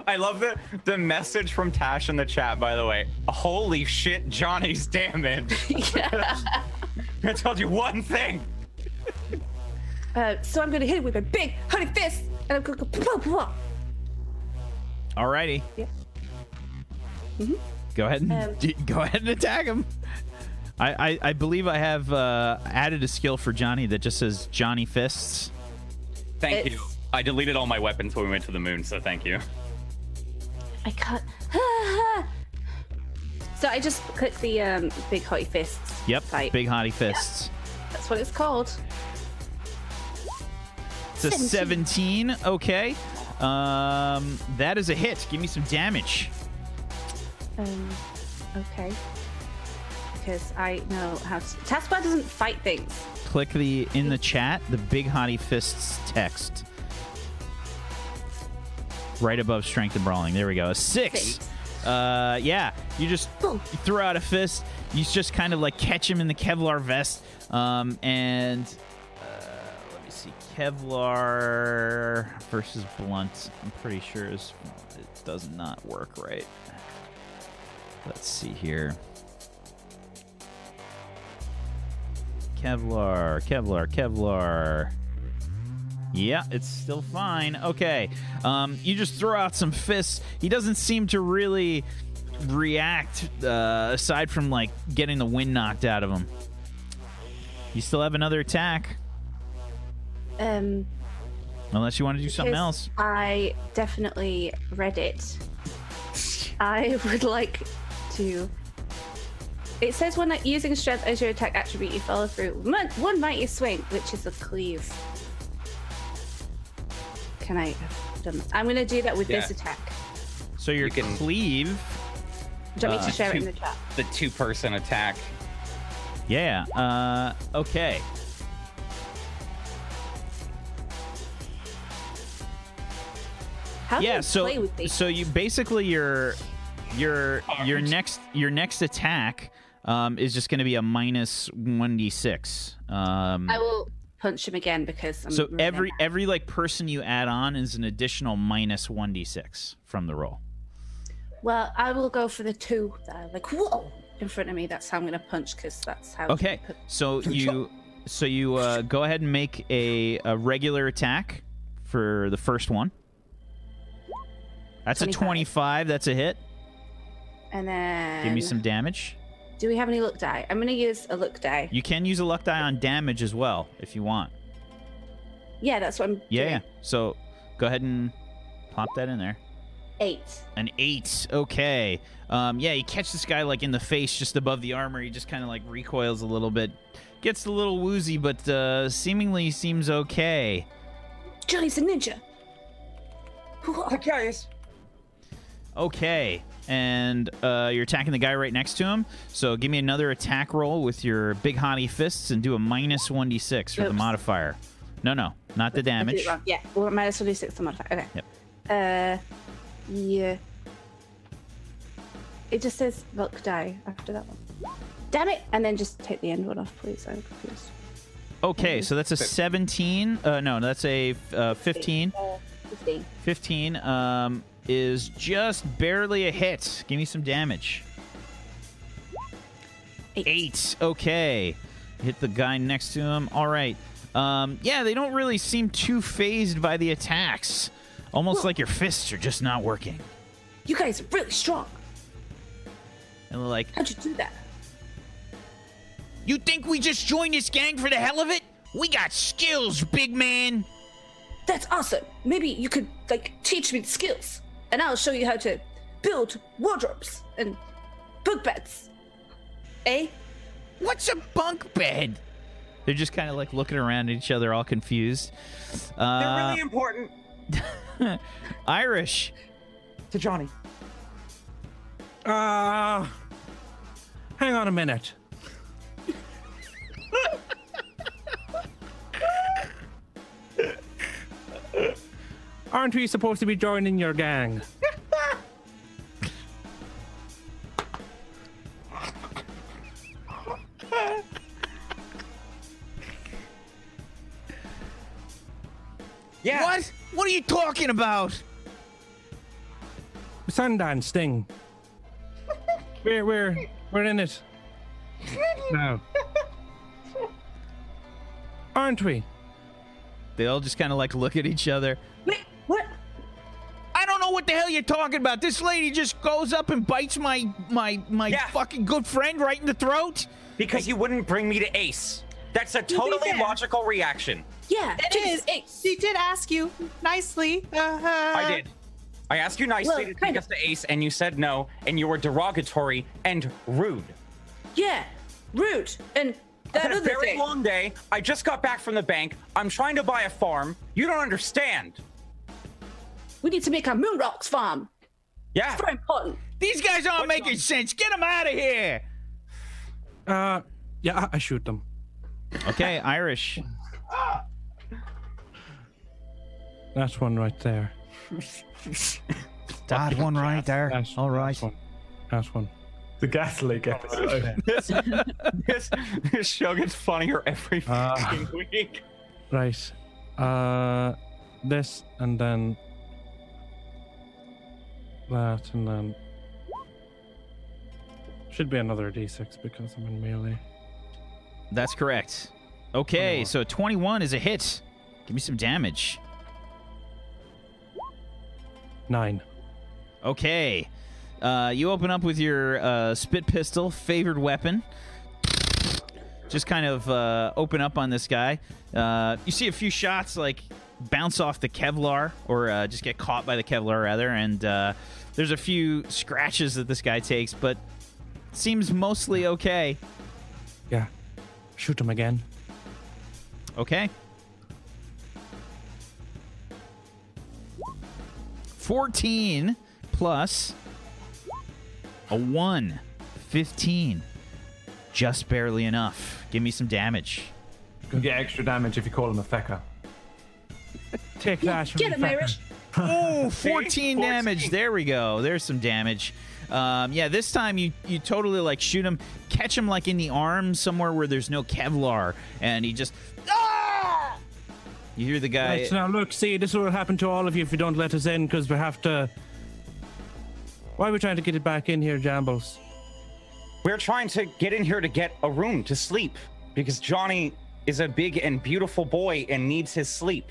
Speaker 2: I love the the message from Tash in the chat, by the way. Holy shit, Johnny's damaged. <laughs> I told you one thing.
Speaker 7: uh, so I'm going to hit him with my big honey fist and I'm going to go. Pwah, pwah, pwah.
Speaker 1: Alrighty.
Speaker 7: Yeah.
Speaker 1: Mm-hmm. Go ahead and
Speaker 7: Um,
Speaker 1: d- <laughs> go ahead and attack him. I, I, I believe I have uh, added a skill for Johnny that just says Johnny fists.
Speaker 2: Thank
Speaker 7: It's-
Speaker 2: you. I deleted all my weapons when we went to the moon, so thank you.
Speaker 7: I can't. so I just click the um, big hottie fists.
Speaker 1: Yep,
Speaker 7: Fight.
Speaker 1: big hottie fists.
Speaker 7: That's what it's called.
Speaker 1: It's a 17. Okay, um, that is a hit. Give me some damage.
Speaker 7: Um, okay. Because I know how to. Taskbar doesn't fight things.
Speaker 1: Click the in the chat the big hottie fists text. Right above strength and brawling. There we go. A six.
Speaker 7: Six.
Speaker 1: Uh, yeah, you just
Speaker 7: Boom.
Speaker 1: you throw out a fist. You just kind of like catch him in the Kevlar vest. Um, and uh, let me see, Kevlar versus blunt. I'm pretty sure is it does not work right. Let's see here. Kevlar, Kevlar, Kevlar. Yeah, it's still fine. Okay. Um, you just throw out some fists. He doesn't seem to really react uh, aside from like getting the wind knocked out of him. You still have another attack
Speaker 7: Um,
Speaker 1: unless you want to do something
Speaker 7: because
Speaker 1: else.
Speaker 7: I definitely read it. I <laughs> would like to. It says when like, using strength as your attack attribute, you follow through one, one mighty swing, which is a cleave. Can I? have done that? I'm going to do that with this
Speaker 2: Yeah.
Speaker 7: attack.
Speaker 1: So your
Speaker 2: You can-
Speaker 1: cleave.
Speaker 7: Do you want me
Speaker 2: Uh,
Speaker 7: to share it in
Speaker 2: two-
Speaker 7: the chat?
Speaker 2: The two person attack.
Speaker 1: Yeah. Uh, okay.
Speaker 7: How do
Speaker 1: yeah
Speaker 7: you
Speaker 1: so
Speaker 7: play with these?
Speaker 1: so you basically your your your next your next attack um, is just going to be a minus 1d6. Um,
Speaker 3: I will punch him again because I'm
Speaker 1: so
Speaker 3: really
Speaker 1: every
Speaker 3: mad.
Speaker 1: every like person you add on is an additional minus 1d6 from the roll.
Speaker 3: Well, I will go for the two that are like whoa in front of me. That's how I'm gonna punch because that's how.
Speaker 1: Okay. So you so you uh, go ahead and make a, a regular attack for the first one. That's
Speaker 3: 25.
Speaker 1: a 25. That's a hit.
Speaker 3: And then.
Speaker 1: Give me some damage.
Speaker 3: Do we have any luck die? I'm gonna use a luck die.
Speaker 1: You can use a luck die on damage as well if you want.
Speaker 3: Yeah, that's what I'm.
Speaker 1: Yeah. yeah.
Speaker 3: doing.
Speaker 1: So go ahead and pop that in there.
Speaker 3: Eight.
Speaker 1: An eight. Okay. Um, yeah, you catch this guy like in the face, just above the armor. He just kind of like recoils a little bit, gets a little woozy, but uh, seemingly seems okay.
Speaker 3: Johnny's a ninja. Whoa.
Speaker 2: guys.
Speaker 1: Okay. And uh, you're attacking the guy right next to him. So give me another attack roll with your big hottie fists and do a minus 1d6 for the
Speaker 3: Oops.
Speaker 1: modifier. No, no, not the
Speaker 3: I did it
Speaker 1: damage.
Speaker 3: wrong. Yeah. Well, minus one d six to modify. Okay. Yep. Uh, yeah. It just says luck die after that one. Damn it! And then just take the end one off, please. I'm confused.
Speaker 1: Okay, so that's a 17. Uh, no, that's a uh, 15.
Speaker 3: Uh, Fifteen.
Speaker 1: 15 um, is just barely a hit. Give me some damage.
Speaker 3: Eight.
Speaker 1: Eight. Okay. Hit the guy next to him. All right. Um, yeah, they don't really seem too phased by the attacks. Almost like your fists are just not working.
Speaker 3: You guys are really strong.
Speaker 1: And they're like,
Speaker 3: How'd you do that?
Speaker 1: You think we just joined this gang for the hell of it? We got skills, big man.
Speaker 3: That's awesome. Maybe you could like teach me the skills, and I'll show you how to build wardrobes and bunk beds. Eh?
Speaker 1: What's a bunk bed? They're just kind of like looking around at each other, all confused.
Speaker 2: They're
Speaker 1: Uh,
Speaker 2: really important
Speaker 1: <laughs> Irish.
Speaker 2: to Johnny.
Speaker 6: Ah, hang on a minute. Aren't we supposed to be joining your gang?
Speaker 2: Yeah.
Speaker 1: What? What are you talking about?
Speaker 6: Sundance thing. We're we're we're in it. No. Aren't we?
Speaker 1: They all just kind of like look at each other.
Speaker 3: Wait, what?
Speaker 1: I don't know what the hell you're talking about. This lady just goes up and bites my my my
Speaker 2: Yeah.
Speaker 1: fucking good friend right in the throat.
Speaker 2: Because you wouldn't bring me to Ace. That's a
Speaker 5: be
Speaker 2: totally
Speaker 5: fair-
Speaker 2: logical reaction.
Speaker 3: Yeah,
Speaker 5: It
Speaker 3: Jesus,
Speaker 5: is.
Speaker 3: eh,
Speaker 5: She did ask you nicely. Uh,
Speaker 2: I did. I asked you nicely to
Speaker 3: well, kind
Speaker 2: take us to Ace, and you said no, and you were derogatory and rude.
Speaker 3: Yeah, rude. And
Speaker 2: I've
Speaker 3: that
Speaker 2: had a
Speaker 3: other
Speaker 2: <laughs> very
Speaker 3: thing.
Speaker 2: long day. I just got back from the bank. I'm trying to buy a farm. You don't understand.
Speaker 3: we need to make our moon rocks farm.
Speaker 2: Yeah.
Speaker 3: Very important.
Speaker 1: These guys aren't making sense. Get them out of here.
Speaker 6: Uh, yeah, I, I shoot them.
Speaker 1: Okay, Irish.
Speaker 6: That's one right there.
Speaker 1: That one right there.
Speaker 6: That's,
Speaker 1: All right.
Speaker 6: That's one. That's one.
Speaker 4: The gas leak <laughs> episode.
Speaker 2: this, this, <laughs> this show gets funnier every
Speaker 1: Uh,
Speaker 6: Ah.
Speaker 2: fucking week.
Speaker 6: Right. Uh, this and then that and then should be another d6 because I'm in melee.
Speaker 1: That's correct. Okay,
Speaker 6: 21.
Speaker 1: so 21 is a hit. Give me some damage.
Speaker 6: Nine.
Speaker 1: Okay. Uh, you open up with your uh, spit pistol, favored weapon. Just kind of uh, open up on this guy. Uh, you see a few shots like bounce off the Kevlar or uh, just get caught by the Kevlar, rather. And uh, there's a few scratches that this guy takes, but seems mostly okay.
Speaker 6: Yeah. Shoot him again.
Speaker 1: Okay. 14 plus a 1. 15. Just barely enough. Give me some damage.
Speaker 4: You get extra damage if you call him a fecker.
Speaker 6: Take that.
Speaker 3: Get him, Irish.
Speaker 1: Oh, 14 damage.
Speaker 2: 14.
Speaker 1: There we go. There's some damage. Um, yeah, this time you you totally like shoot him, catch him like in the arm somewhere where there's no Kevlar, and he just ah! You hear the guy.
Speaker 6: Right, now look, see, this will happen to all of you if you don't let us in, because we have to. Why are we trying to get it back in here, Jambles?
Speaker 2: We're trying to get in here to get a room to sleep because Johnny is a big and beautiful boy and needs his sleep.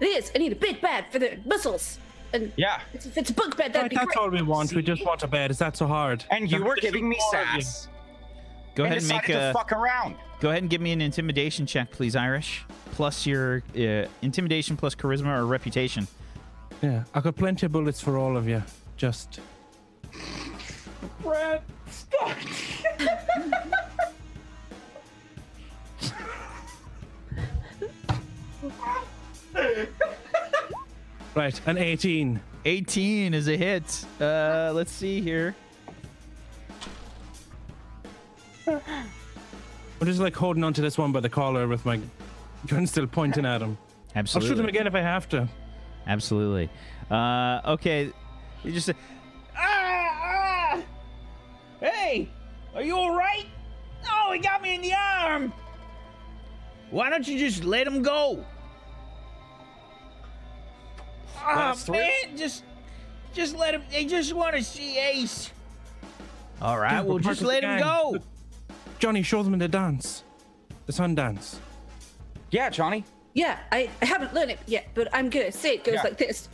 Speaker 3: This, I need a big bed for the muscles. And
Speaker 2: Yeah.
Speaker 3: if it's a bunk bed, that'd
Speaker 6: Right,
Speaker 3: be
Speaker 6: that's
Speaker 3: great.
Speaker 6: all we want. We just want a bed. Is that so hard?
Speaker 2: And you were giving me
Speaker 6: all of you.
Speaker 2: sass.
Speaker 1: go
Speaker 2: and
Speaker 1: ahead and
Speaker 2: decided
Speaker 1: make a
Speaker 2: to fuck around.
Speaker 1: go ahead and give me an intimidation check, please, Irish. Plus your uh, intimidation plus charisma or reputation.
Speaker 6: Yeah, I got plenty of bullets for all of you. Just
Speaker 2: Brad, stop.
Speaker 6: right, an 18.
Speaker 1: 18 is a hit. Uh, let's see here.
Speaker 6: I'm just like holding on to this one by the collar with my gun still pointing at him. I'll shoot him
Speaker 1: Absolutely.
Speaker 6: again if I have to.
Speaker 1: Absolutely. Uh, okay. You just. Ah, ah! Hey, are you all right? Oh, he got me in the arm. Why don't you just let him go? Ah,
Speaker 2: us through.
Speaker 1: man, just, just let him. They just want to see Ace. All right,
Speaker 6: Dude,
Speaker 1: well,
Speaker 6: we're part
Speaker 1: just
Speaker 6: of the
Speaker 1: let him
Speaker 6: gang.
Speaker 1: go.
Speaker 6: <laughs> Johnny, show them the dance. The sun dance.
Speaker 2: Yeah, Johnny.
Speaker 3: Yeah, I, I haven't learned it yet, but I'm gonna say it goes
Speaker 2: Yeah.
Speaker 3: like this.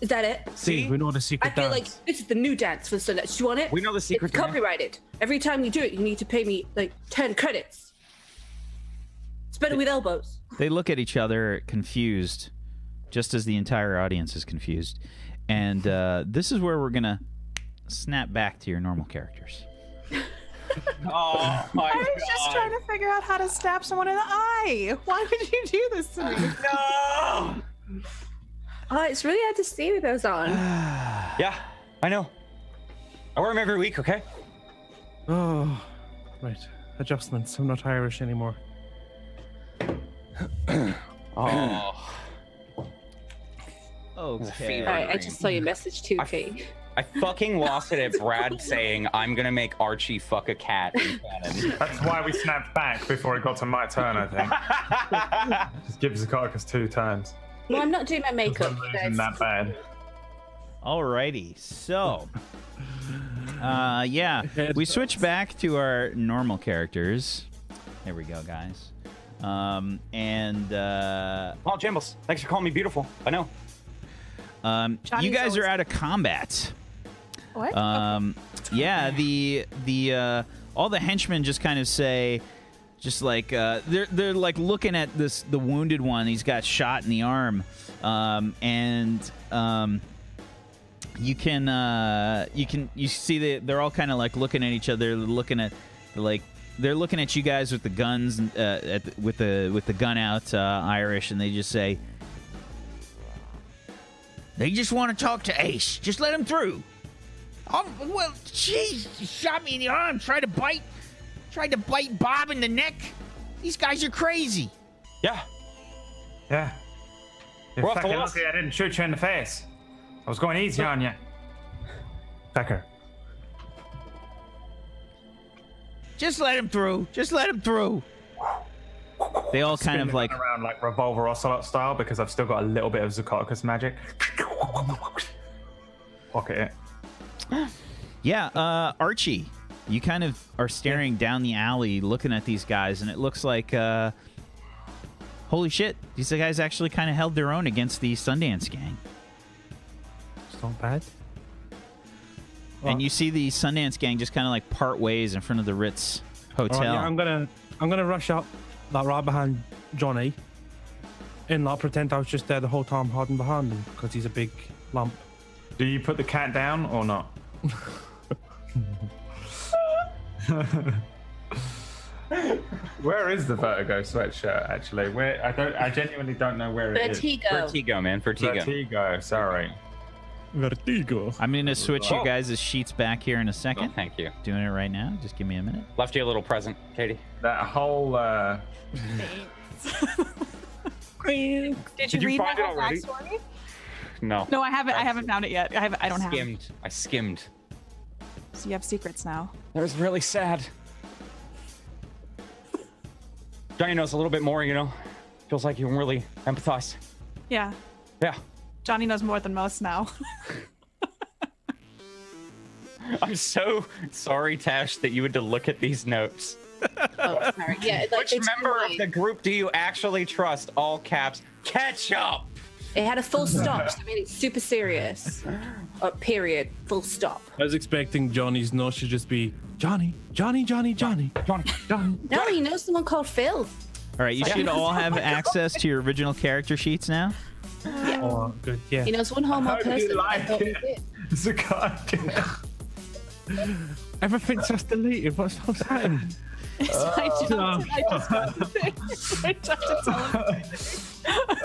Speaker 3: Is that it?
Speaker 2: See,
Speaker 6: we know the
Speaker 3: I
Speaker 6: secret
Speaker 3: feel
Speaker 6: dance.
Speaker 3: like this is the new dance for Sunnet. You want it?
Speaker 2: We know the secret
Speaker 3: It's
Speaker 2: dance.
Speaker 3: copyrighted. Every time you do it, you need to pay me like ten credits. It's better with elbows.
Speaker 1: They look at each other confused, just as the entire audience is confused. And uh, this is where we're going to snap back to your normal characters.
Speaker 2: <laughs> Oh my
Speaker 5: I was just trying to figure out how to stab someone in the eye. Why would you do this to me?
Speaker 2: No.
Speaker 3: Oh, it's really hard to see with
Speaker 2: <sighs>
Speaker 3: those on.
Speaker 2: Yeah, I know. I wear them every week. Okay.
Speaker 6: Oh, right. Adjustments. I'm not Irish anymore.
Speaker 2: Oh,
Speaker 1: Okay.
Speaker 3: All right, I just saw your message too,
Speaker 2: I-
Speaker 3: Kate.
Speaker 2: I fucking lost it at Brad saying I'm gonna make Archie fuck a cat in <laughs> canon.
Speaker 4: That's why we snapped back before it got to my turn, I think. Just gives the carcass two turns.
Speaker 3: Well, I'm not doing my makeup.
Speaker 4: I'm losing
Speaker 3: guys.
Speaker 4: that bad.
Speaker 1: Alrighty. So, uh, yeah, we switch back to our normal characters. There we go, guys. Um, and uh,
Speaker 2: Paul Oh, Jimbles, thanks for calling me beautiful. I know.
Speaker 1: um, you
Speaker 5: Johnny's
Speaker 1: guys are
Speaker 5: always-
Speaker 1: out of combat.
Speaker 5: What?
Speaker 1: Um, yeah, the the uh, all the henchmen just kind of say, just like uh, they're they're like looking at this the wounded one. He's got shot in the arm, um, and um, you can uh, you can you see that they're all kind of like looking at each other, looking at like they're looking at you guys with the guns uh, at the, with the with the gun out uh, Irish, and they just say. They just want to talk to Ace. Just let him through. Oh well, jeez, he shot me in the arm. Tried to bite, tried to bite Bob in the neck. These guys are crazy.
Speaker 2: Yeah.
Speaker 4: Yeah. You're
Speaker 2: We're off the
Speaker 4: fucking
Speaker 2: loss.
Speaker 4: lucky I didn't shoot you in the face. I was going easy on you. Becker.
Speaker 1: Just let him through. Just let him through. They all kind of
Speaker 4: Spinning
Speaker 1: like
Speaker 4: around like revolver ocelot style because I've still got a little bit of Zukoticus magic. Pocket it.
Speaker 1: Yeah, uh, Archie, you kind of are staring down the alley looking at these guys, and it looks like, uh, holy shit, these guys actually kind of held their own against the Sundance gang.
Speaker 6: It's not bad.
Speaker 1: and you see the Sundance gang just kind of like part ways in front of the Ritz
Speaker 6: All
Speaker 1: Hotel.
Speaker 6: right, Oh, yeah, I'm gonna, I'm gonna rush out that right behind Johnny, and not pretend I was just there the whole time hiding behind him because he's a big lump.
Speaker 4: Do you put the cat down or not? where is the vertigo sweatshirt actually? Where I don't I genuinely don't know where it is.
Speaker 5: Oh.
Speaker 3: Vertigo.
Speaker 2: Vertigo, man. Vertigo.
Speaker 4: Vertigo, sorry.
Speaker 6: Vertigo.
Speaker 1: I'm going to switch
Speaker 2: Oh.
Speaker 1: you guys' sheets back here in a
Speaker 2: Oh,
Speaker 1: second.
Speaker 2: thank you.
Speaker 1: Doing it right now. Just give me a minute.
Speaker 2: Left you a little present, Katie.
Speaker 4: That whole uh <laughs>
Speaker 5: Did you,
Speaker 2: you
Speaker 5: read
Speaker 2: find
Speaker 5: my
Speaker 2: it
Speaker 5: whole
Speaker 2: already?
Speaker 5: backstory?
Speaker 2: No.
Speaker 5: No, I haven't. I haven't found it yet. I have. I don't have.
Speaker 2: skimmed. I skimmed.
Speaker 5: So you have secrets now.
Speaker 2: That was really sad. Johnny knows a little bit more, you know. Feels like you can really empathize.
Speaker 5: Yeah,
Speaker 2: Yeah. <laughs>
Speaker 5: Johnny knows more than most now. <laughs>
Speaker 2: I'm so sorry, Tash, that you had to look at these notes.
Speaker 3: Oh, sorry. Yeah, like,
Speaker 2: Which
Speaker 3: it's
Speaker 2: member of
Speaker 3: really-
Speaker 2: the group do you actually trust? All caps. Catch up.
Speaker 3: It had a full stop. so I mean, it's
Speaker 2: <laughs>
Speaker 3: super serious. Uh, period. Full stop.
Speaker 6: I was expecting Johnny's notes to just be Johnny, Johnny, Johnny, Johnny, Johnny, Johnny.
Speaker 3: No, you know someone called Phil.
Speaker 1: All right, you should all
Speaker 2: <laughs> Oh
Speaker 1: have access to your original character sheets now.
Speaker 6: Oh, good. Yeah.
Speaker 3: He knows one whole more
Speaker 4: hope you
Speaker 3: person.
Speaker 4: like
Speaker 3: thought we
Speaker 4: it.
Speaker 3: did.
Speaker 4: Zakai.
Speaker 6: Everything's just deleted. What's what's happening?
Speaker 5: I just,
Speaker 6: no.
Speaker 5: I
Speaker 1: <laughs>
Speaker 5: just got the thing. <laughs> I just have to tell him.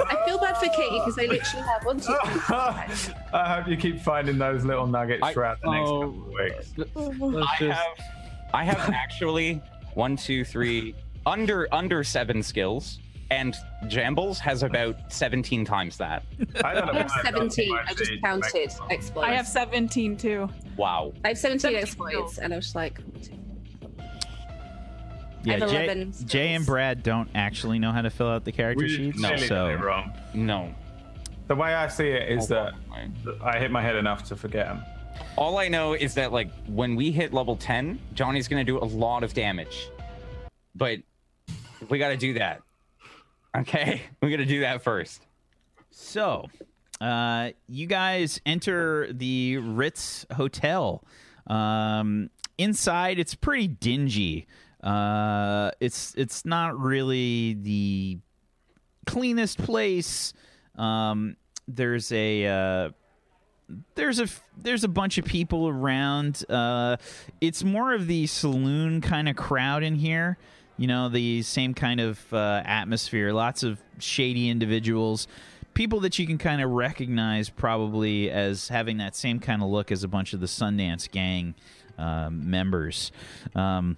Speaker 3: I feel bad for Katie because they literally have one, two, three,
Speaker 4: I hope you keep finding those little nuggets
Speaker 2: I-
Speaker 4: throughout the next couple
Speaker 6: oh.
Speaker 4: of weeks.
Speaker 6: Let's
Speaker 2: I
Speaker 6: just-
Speaker 2: have,
Speaker 5: <laughs>
Speaker 2: I have actually one, two, three, under under seven skills, and Jambles has about seventeen times that.
Speaker 1: Oh.
Speaker 4: I don't know.
Speaker 3: I have
Speaker 4: why I've got
Speaker 3: 17. I just
Speaker 4: PhD.
Speaker 3: counted exploits.
Speaker 5: I have 17 too. <laughs>
Speaker 2: Wow.
Speaker 3: I have 17
Speaker 5: 17
Speaker 3: exploits,
Speaker 5: skills.
Speaker 3: and I was like,
Speaker 1: Yeah,
Speaker 3: have
Speaker 1: Jay,
Speaker 3: 11 skills.
Speaker 1: Jay and Brad don't actually know how to fill out the character
Speaker 4: We
Speaker 1: sheets,
Speaker 4: clearly did it
Speaker 1: so
Speaker 4: wrong.
Speaker 2: No.
Speaker 4: The way I see it is that
Speaker 2: Right.
Speaker 4: I hit my head enough to forget them.
Speaker 2: All I know is that like when we hit level ten, Johnny's gonna do a lot of damage, but we gotta do that. Okay, <laughs> we gotta do that first.
Speaker 1: so uh, you guys enter the Ritz Hotel. Um, inside, it's pretty dingy. Uh, it's it's not really the cleanest place. Um, there's a uh, there's a f- there's a bunch of people around. Uh, it's more of the saloon kind of crowd in here. You know, the same kind of uh, atmosphere. Lots of shady individuals, people that you can kind of recognize probably as having that same kind of look as a bunch of the Sundance Gang uh, members. Um,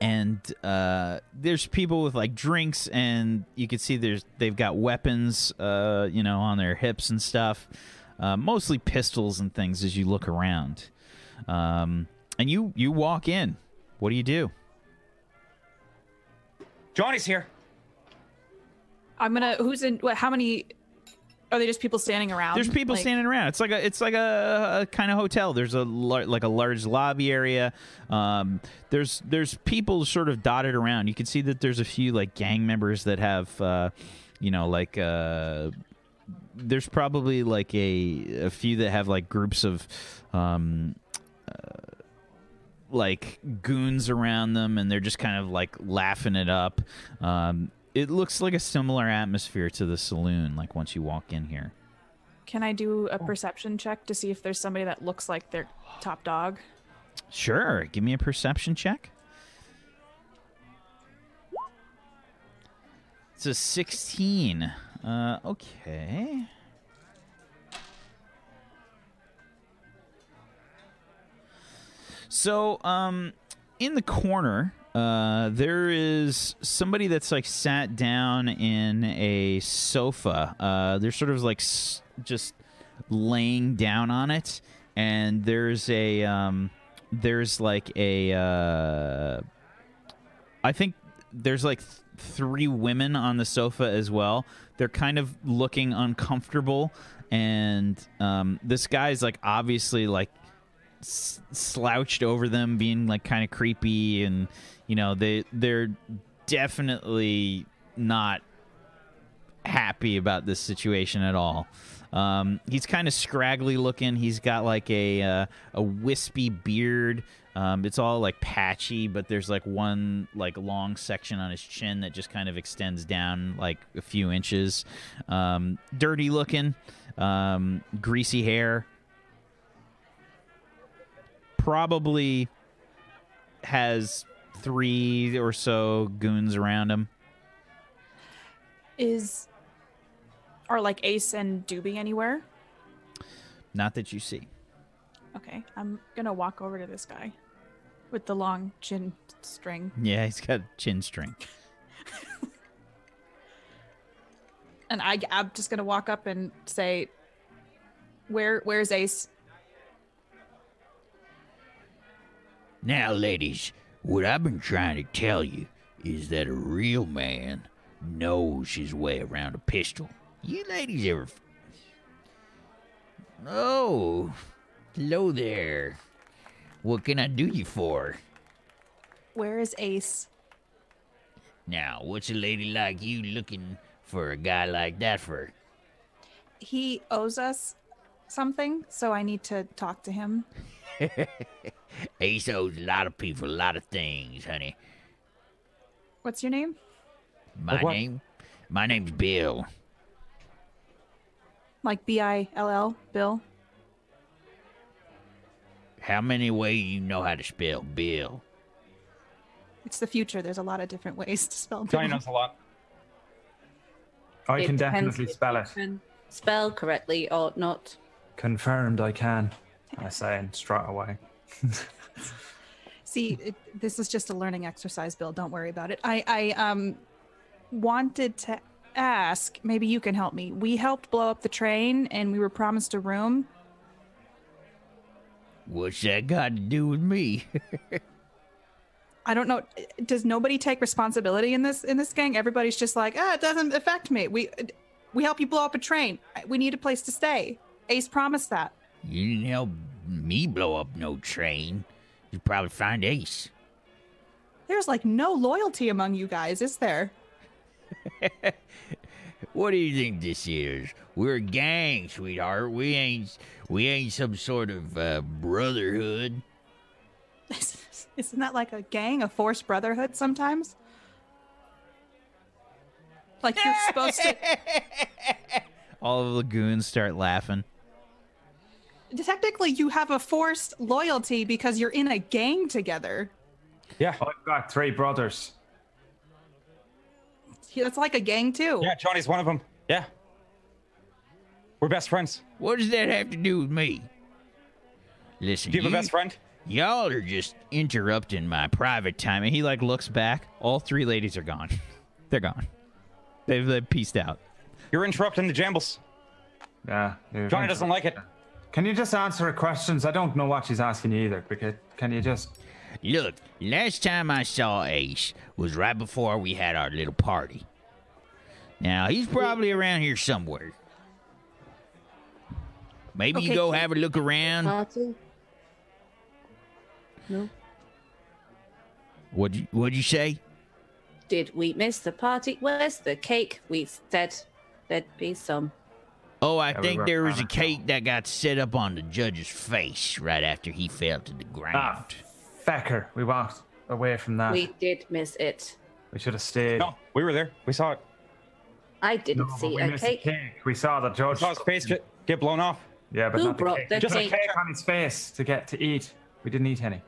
Speaker 1: and uh, there's people with like drinks, and you can see there's they've got weapons, uh, you know, on their hips and stuff, uh, mostly pistols and things. As you look around, um, and you you walk in, what do you do?
Speaker 2: Johnny's here.
Speaker 5: I'm gonna. Who's in? What? How many? Are they just people standing around?
Speaker 1: There's people
Speaker 5: Like-
Speaker 1: standing around. It's like a it's like a, a kind of hotel. There's a lar- like a large lobby area. Um, there's there's people sort of dotted around. You can see that there's a few like gang members that have, uh, you know, like uh, there's probably like a a few that have like groups of. Um, like goons around them and they're just kind of like laughing it up. Um, it looks like a similar atmosphere to the saloon, like once you walk in here.
Speaker 5: Can I do a perception check to see if there's somebody that looks like their top dog?
Speaker 1: Sure. Give me a perception check. It's a 16. Uh, okay. So, um, in the corner, uh, there is somebody that's like sat down in a sofa. Uh, they're sort of like s- just laying down on it, and there's a um, there's like a uh, I think there's like th- three women on the sofa as well. They're kind of looking uncomfortable, and um, this guy's like obviously like s- slouched over them, being like kind of creepy, and you know they they're definitely not happy about this situation at all. Um, he's kind of scraggly looking. He's got like a uh, a wispy beard. Um, it's all like patchy, but there's like one like long section on his chin that just kind of extends down like a few inches. Um, dirty looking, um, greasy hair. Probably has three or so goons around him.
Speaker 5: Is are like Ace and Doobie anywhere?
Speaker 1: Not that you see.
Speaker 5: Okay, I'm gonna walk over to this guy with the long chin string,
Speaker 1: Yeah, he's got chin string.
Speaker 5: and I I'm just gonna walk up and say, Where where's Ace?
Speaker 1: Now, ladies, what I've been trying to tell you is that a real man knows his way around a pistol. You ladies ever. f- Oh, hello there. What can I do you for?
Speaker 5: Where is Ace?
Speaker 1: Now, what's a lady like you looking for a guy like that for?
Speaker 5: He owes us something, so I need to talk to him.
Speaker 1: Ace owes a lot of people a lot of things, honey.
Speaker 5: What's your name?
Speaker 1: My
Speaker 4: what?
Speaker 1: name? My name's Bill.
Speaker 5: Like B I L L Bill.
Speaker 1: How many ways you know how to spell Bill?
Speaker 5: It's the future. There's a lot of different ways to spell Bill.
Speaker 2: Johnny knows a lot.
Speaker 4: I can
Speaker 3: depends
Speaker 4: definitely
Speaker 3: if
Speaker 4: spell
Speaker 3: you
Speaker 4: it.
Speaker 3: can Spell correctly or not.
Speaker 4: Confirmed, I can. I say and straight away.
Speaker 5: See, it, this is just a learning exercise, Bill. Don't worry about it. I, I um, wanted to ask. Maybe you can help me. We helped blow up the train, and we were promised a room.
Speaker 1: What's that got to do with me? <laughs>
Speaker 5: I don't know. Does nobody take responsibility in this in this gang? Everybody's just like, ah, it doesn't affect me. We we help you blow up a train. We need a place to stay. Ace promised that.
Speaker 1: you didn't help me blow up no train. You'd probably find Ace.
Speaker 5: There's like no loyalty among you guys, is there? <laughs>
Speaker 1: What do you think this is? We're a gang, sweetheart. We ain't we ain't some sort of uh, brotherhood.
Speaker 5: Isn't that like a gang, a forced brotherhood sometimes? Like you're supposed to.
Speaker 11: All of the goons start laughing.
Speaker 5: Technically, you have a forced loyalty because you're in a gang together.
Speaker 2: Yeah.
Speaker 10: Oh,
Speaker 4: I've got three brothers.
Speaker 5: It's like a gang too.
Speaker 2: Yeah, Johnny's one of them. Yeah. We're best friends.
Speaker 1: What does that have to do with me? Listen,
Speaker 2: Do you have a best friend?
Speaker 1: y'all are just
Speaker 11: Interrupting my private time, and he like looks back. All three ladies are
Speaker 1: <laughs>
Speaker 11: gone. They're gone. They've, they pieced out.
Speaker 2: You're interrupting the jambles.
Speaker 4: Yeah. you've
Speaker 2: Johnny doesn't like it.
Speaker 4: Can you just answer her questions? I don't know what she's asking you either. Because can you just?
Speaker 1: Look, last time I saw Ace was right before we had our little party. Now, he's probably around here somewhere. Maybe you
Speaker 5: Okay,
Speaker 1: go
Speaker 5: can-
Speaker 1: have a look around.
Speaker 3: Party? No.
Speaker 1: What'd you, what'd you say?
Speaker 3: Did we miss the party? Where's the cake? We said there'd be some.
Speaker 1: Oh, I
Speaker 4: we
Speaker 1: think
Speaker 4: were
Speaker 1: there was a
Speaker 4: around.
Speaker 1: cake that got set up on the judge's face right after he fell to the
Speaker 4: Ah,
Speaker 1: ground.
Speaker 4: fecker. We walked away from that.
Speaker 3: We
Speaker 4: We,
Speaker 3: did miss it.
Speaker 4: should have stayed.
Speaker 2: No, we were there. We saw it.
Speaker 3: I
Speaker 4: No,
Speaker 3: didn't
Speaker 4: but
Speaker 3: see
Speaker 4: we
Speaker 3: a
Speaker 4: missed the
Speaker 3: cake.
Speaker 4: cake. We saw the judge.
Speaker 2: We saw his face get, get blown off.
Speaker 4: Yeah, but
Speaker 3: Who
Speaker 4: not the
Speaker 3: brought
Speaker 4: cake.
Speaker 3: the
Speaker 4: Just
Speaker 3: cake?
Speaker 4: a cake on his face to get to eat. We didn't eat any.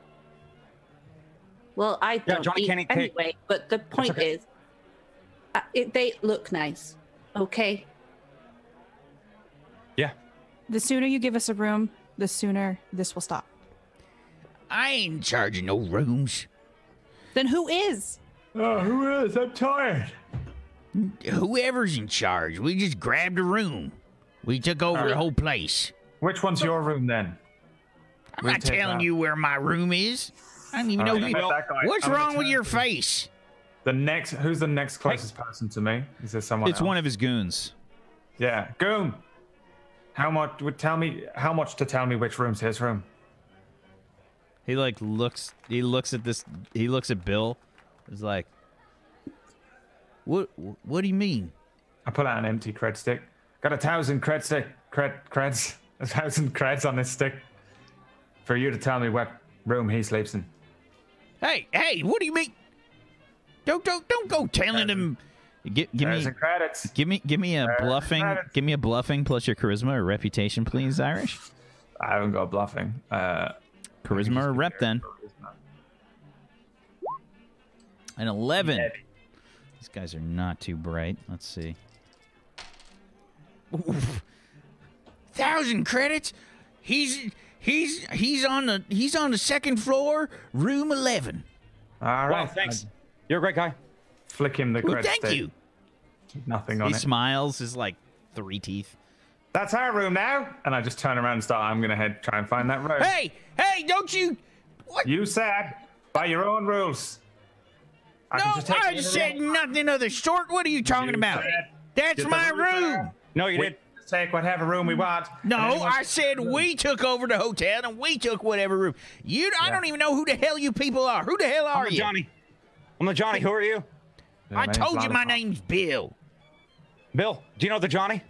Speaker 3: Well, I don't
Speaker 2: Johnny
Speaker 3: eat
Speaker 2: can't eat cake.
Speaker 3: anyway. But the point
Speaker 2: okay.
Speaker 3: is, uh, it, they look nice. Okay.
Speaker 2: Yeah.
Speaker 10: Oh,
Speaker 5: The sooner you give us a room, the sooner this will stop.
Speaker 1: I ain't in charge of no rooms.
Speaker 5: Then who is?
Speaker 4: Oh, who is? I'm tired.
Speaker 1: Whoever's in charge, we just grabbed a room. We took over the whole place.
Speaker 4: Which one's your room then?
Speaker 1: I'm not
Speaker 4: take
Speaker 1: telling
Speaker 4: that.
Speaker 1: you where my room is. I don't even know
Speaker 4: Alright,
Speaker 1: you.
Speaker 4: let that guy-
Speaker 1: What's
Speaker 4: I'm gonna
Speaker 1: wrong with
Speaker 4: turn
Speaker 1: your
Speaker 4: to-
Speaker 1: face?
Speaker 4: The next, who's the next closest person to me? Is there someone?
Speaker 11: It's
Speaker 4: else?
Speaker 11: one of his goons.
Speaker 4: Yeah, Goom. How much would tell me? How much to tell me which room's his room?
Speaker 11: He like looks. He looks at this. He looks at Bill. He's like,
Speaker 1: What What do you mean?
Speaker 4: I pull out an empty cred stick. Got a thousand cred stick, cred creds, <laughs> a thousand creds on this stick, for you to tell me what room he sleeps in.
Speaker 1: Hey, hey, what do you mean? Don't don't don't go telling him.
Speaker 11: give, give me,
Speaker 4: Thousand credits.
Speaker 11: give me, give me a bluffing. Give me a bluffing plus your charisma or reputation, please, Irish.
Speaker 4: I haven't got bluffing. Uh,
Speaker 11: Charisma or rep then. An 11. These guys are not too bright. Let's see.
Speaker 1: Thousand credits. He's he's he's on the he's on the second floor, room eleven.
Speaker 4: All
Speaker 2: Wow,
Speaker 4: right.
Speaker 2: thanks. You're a great guy.
Speaker 4: I flick him the cred
Speaker 1: Well, thank
Speaker 4: stick.
Speaker 1: you.
Speaker 4: Nothing
Speaker 11: He
Speaker 4: on it.
Speaker 11: smiles, his like three teeth.
Speaker 4: That's our room now. And I just turn around and start. I'm gonna head try and find that room.
Speaker 10: Hey, hey, don't you? What?
Speaker 4: You said by your own rules. I
Speaker 10: no,
Speaker 4: can just take
Speaker 10: I
Speaker 4: you to the
Speaker 10: said
Speaker 4: room.
Speaker 10: nothing of the sort. What are you talking
Speaker 4: You
Speaker 10: about?
Speaker 4: said
Speaker 10: That's
Speaker 4: get the
Speaker 10: my
Speaker 4: room.
Speaker 10: room.
Speaker 2: No, you
Speaker 4: We
Speaker 2: did.
Speaker 4: just take whatever room we want.
Speaker 10: No,
Speaker 4: And anyone-
Speaker 10: I said we took over the hotel and we took whatever room. You, I don't even know who the hell you people are. Who the hell are
Speaker 2: I'm the
Speaker 10: you?
Speaker 2: Johnny. I'm the Johnny. Who are you?
Speaker 4: Yeah,
Speaker 10: I
Speaker 4: man,
Speaker 10: told you my
Speaker 4: lollipop.
Speaker 10: name's Bill.
Speaker 2: Bill. Do you know the Johnny?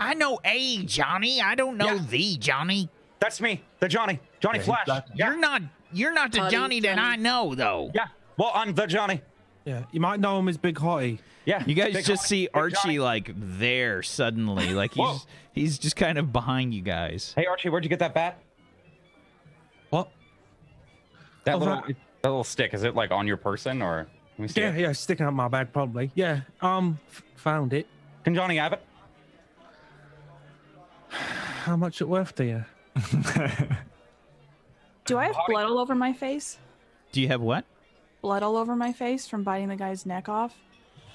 Speaker 10: I know a Johnny. I don't know
Speaker 2: Yeah.
Speaker 10: the Johnny.
Speaker 2: That's me. The Johnny.
Speaker 4: Yeah,
Speaker 2: Johnny
Speaker 4: he's
Speaker 2: Flash.
Speaker 4: black.
Speaker 2: Yeah.
Speaker 10: You're not. You're not the
Speaker 3: Johnny,
Speaker 10: Johnny that
Speaker 3: Johnny.
Speaker 10: I know, though.
Speaker 2: yeah. Well, I'm the Johnny.
Speaker 6: Yeah, you might know him as Big Hottie.
Speaker 2: Yeah.
Speaker 1: You guys
Speaker 2: Big
Speaker 1: just
Speaker 2: Johnny,
Speaker 1: see
Speaker 2: Big
Speaker 1: Archie
Speaker 2: Johnny.
Speaker 1: like there
Speaker 2: <laughs>
Speaker 1: suddenly, like
Speaker 2: Whoa.
Speaker 1: he's he's just kind of behind you guys.
Speaker 2: Hey Archie, where'd you get that bat?
Speaker 6: What?
Speaker 2: That
Speaker 6: Oh,
Speaker 2: little
Speaker 6: that-
Speaker 2: that little stick. Is it like on your person or? Let me see
Speaker 6: Yeah,
Speaker 2: it.
Speaker 6: yeah, sticking out my bag probably. Yeah, um, f- found it.
Speaker 2: Can Johnny have it?
Speaker 6: How much it worth to you?
Speaker 5: Do I have blood all over my face?
Speaker 1: Do you have what?
Speaker 5: Blood all over my face from biting the guy's neck off?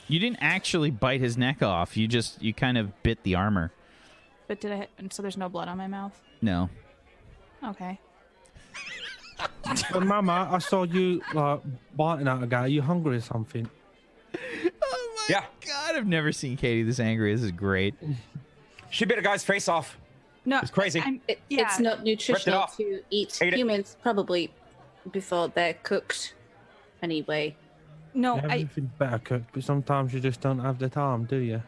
Speaker 1: You didn't actually bite his neck off. You just you kind of bit the armor.
Speaker 5: But did I? hit- And so there's no blood on my mouth.
Speaker 1: No.
Speaker 5: Okay.
Speaker 6: But Mama, I saw you like biting at a guy. Are you hungry or something?
Speaker 1: Oh my
Speaker 2: Yeah.
Speaker 1: god, I've never seen Katie this angry. This is great.
Speaker 2: She bit a guy's face off.
Speaker 5: No,
Speaker 2: It's crazy.
Speaker 5: I'm,
Speaker 3: It,
Speaker 5: Yeah.
Speaker 3: It's not nutritional
Speaker 2: off.
Speaker 3: to eat
Speaker 2: Ate it.
Speaker 3: humans, probably before they're cooked. Anyway,
Speaker 5: no, Oh, I,
Speaker 6: Everything's better cooked, but sometimes you just don't have the time, do you?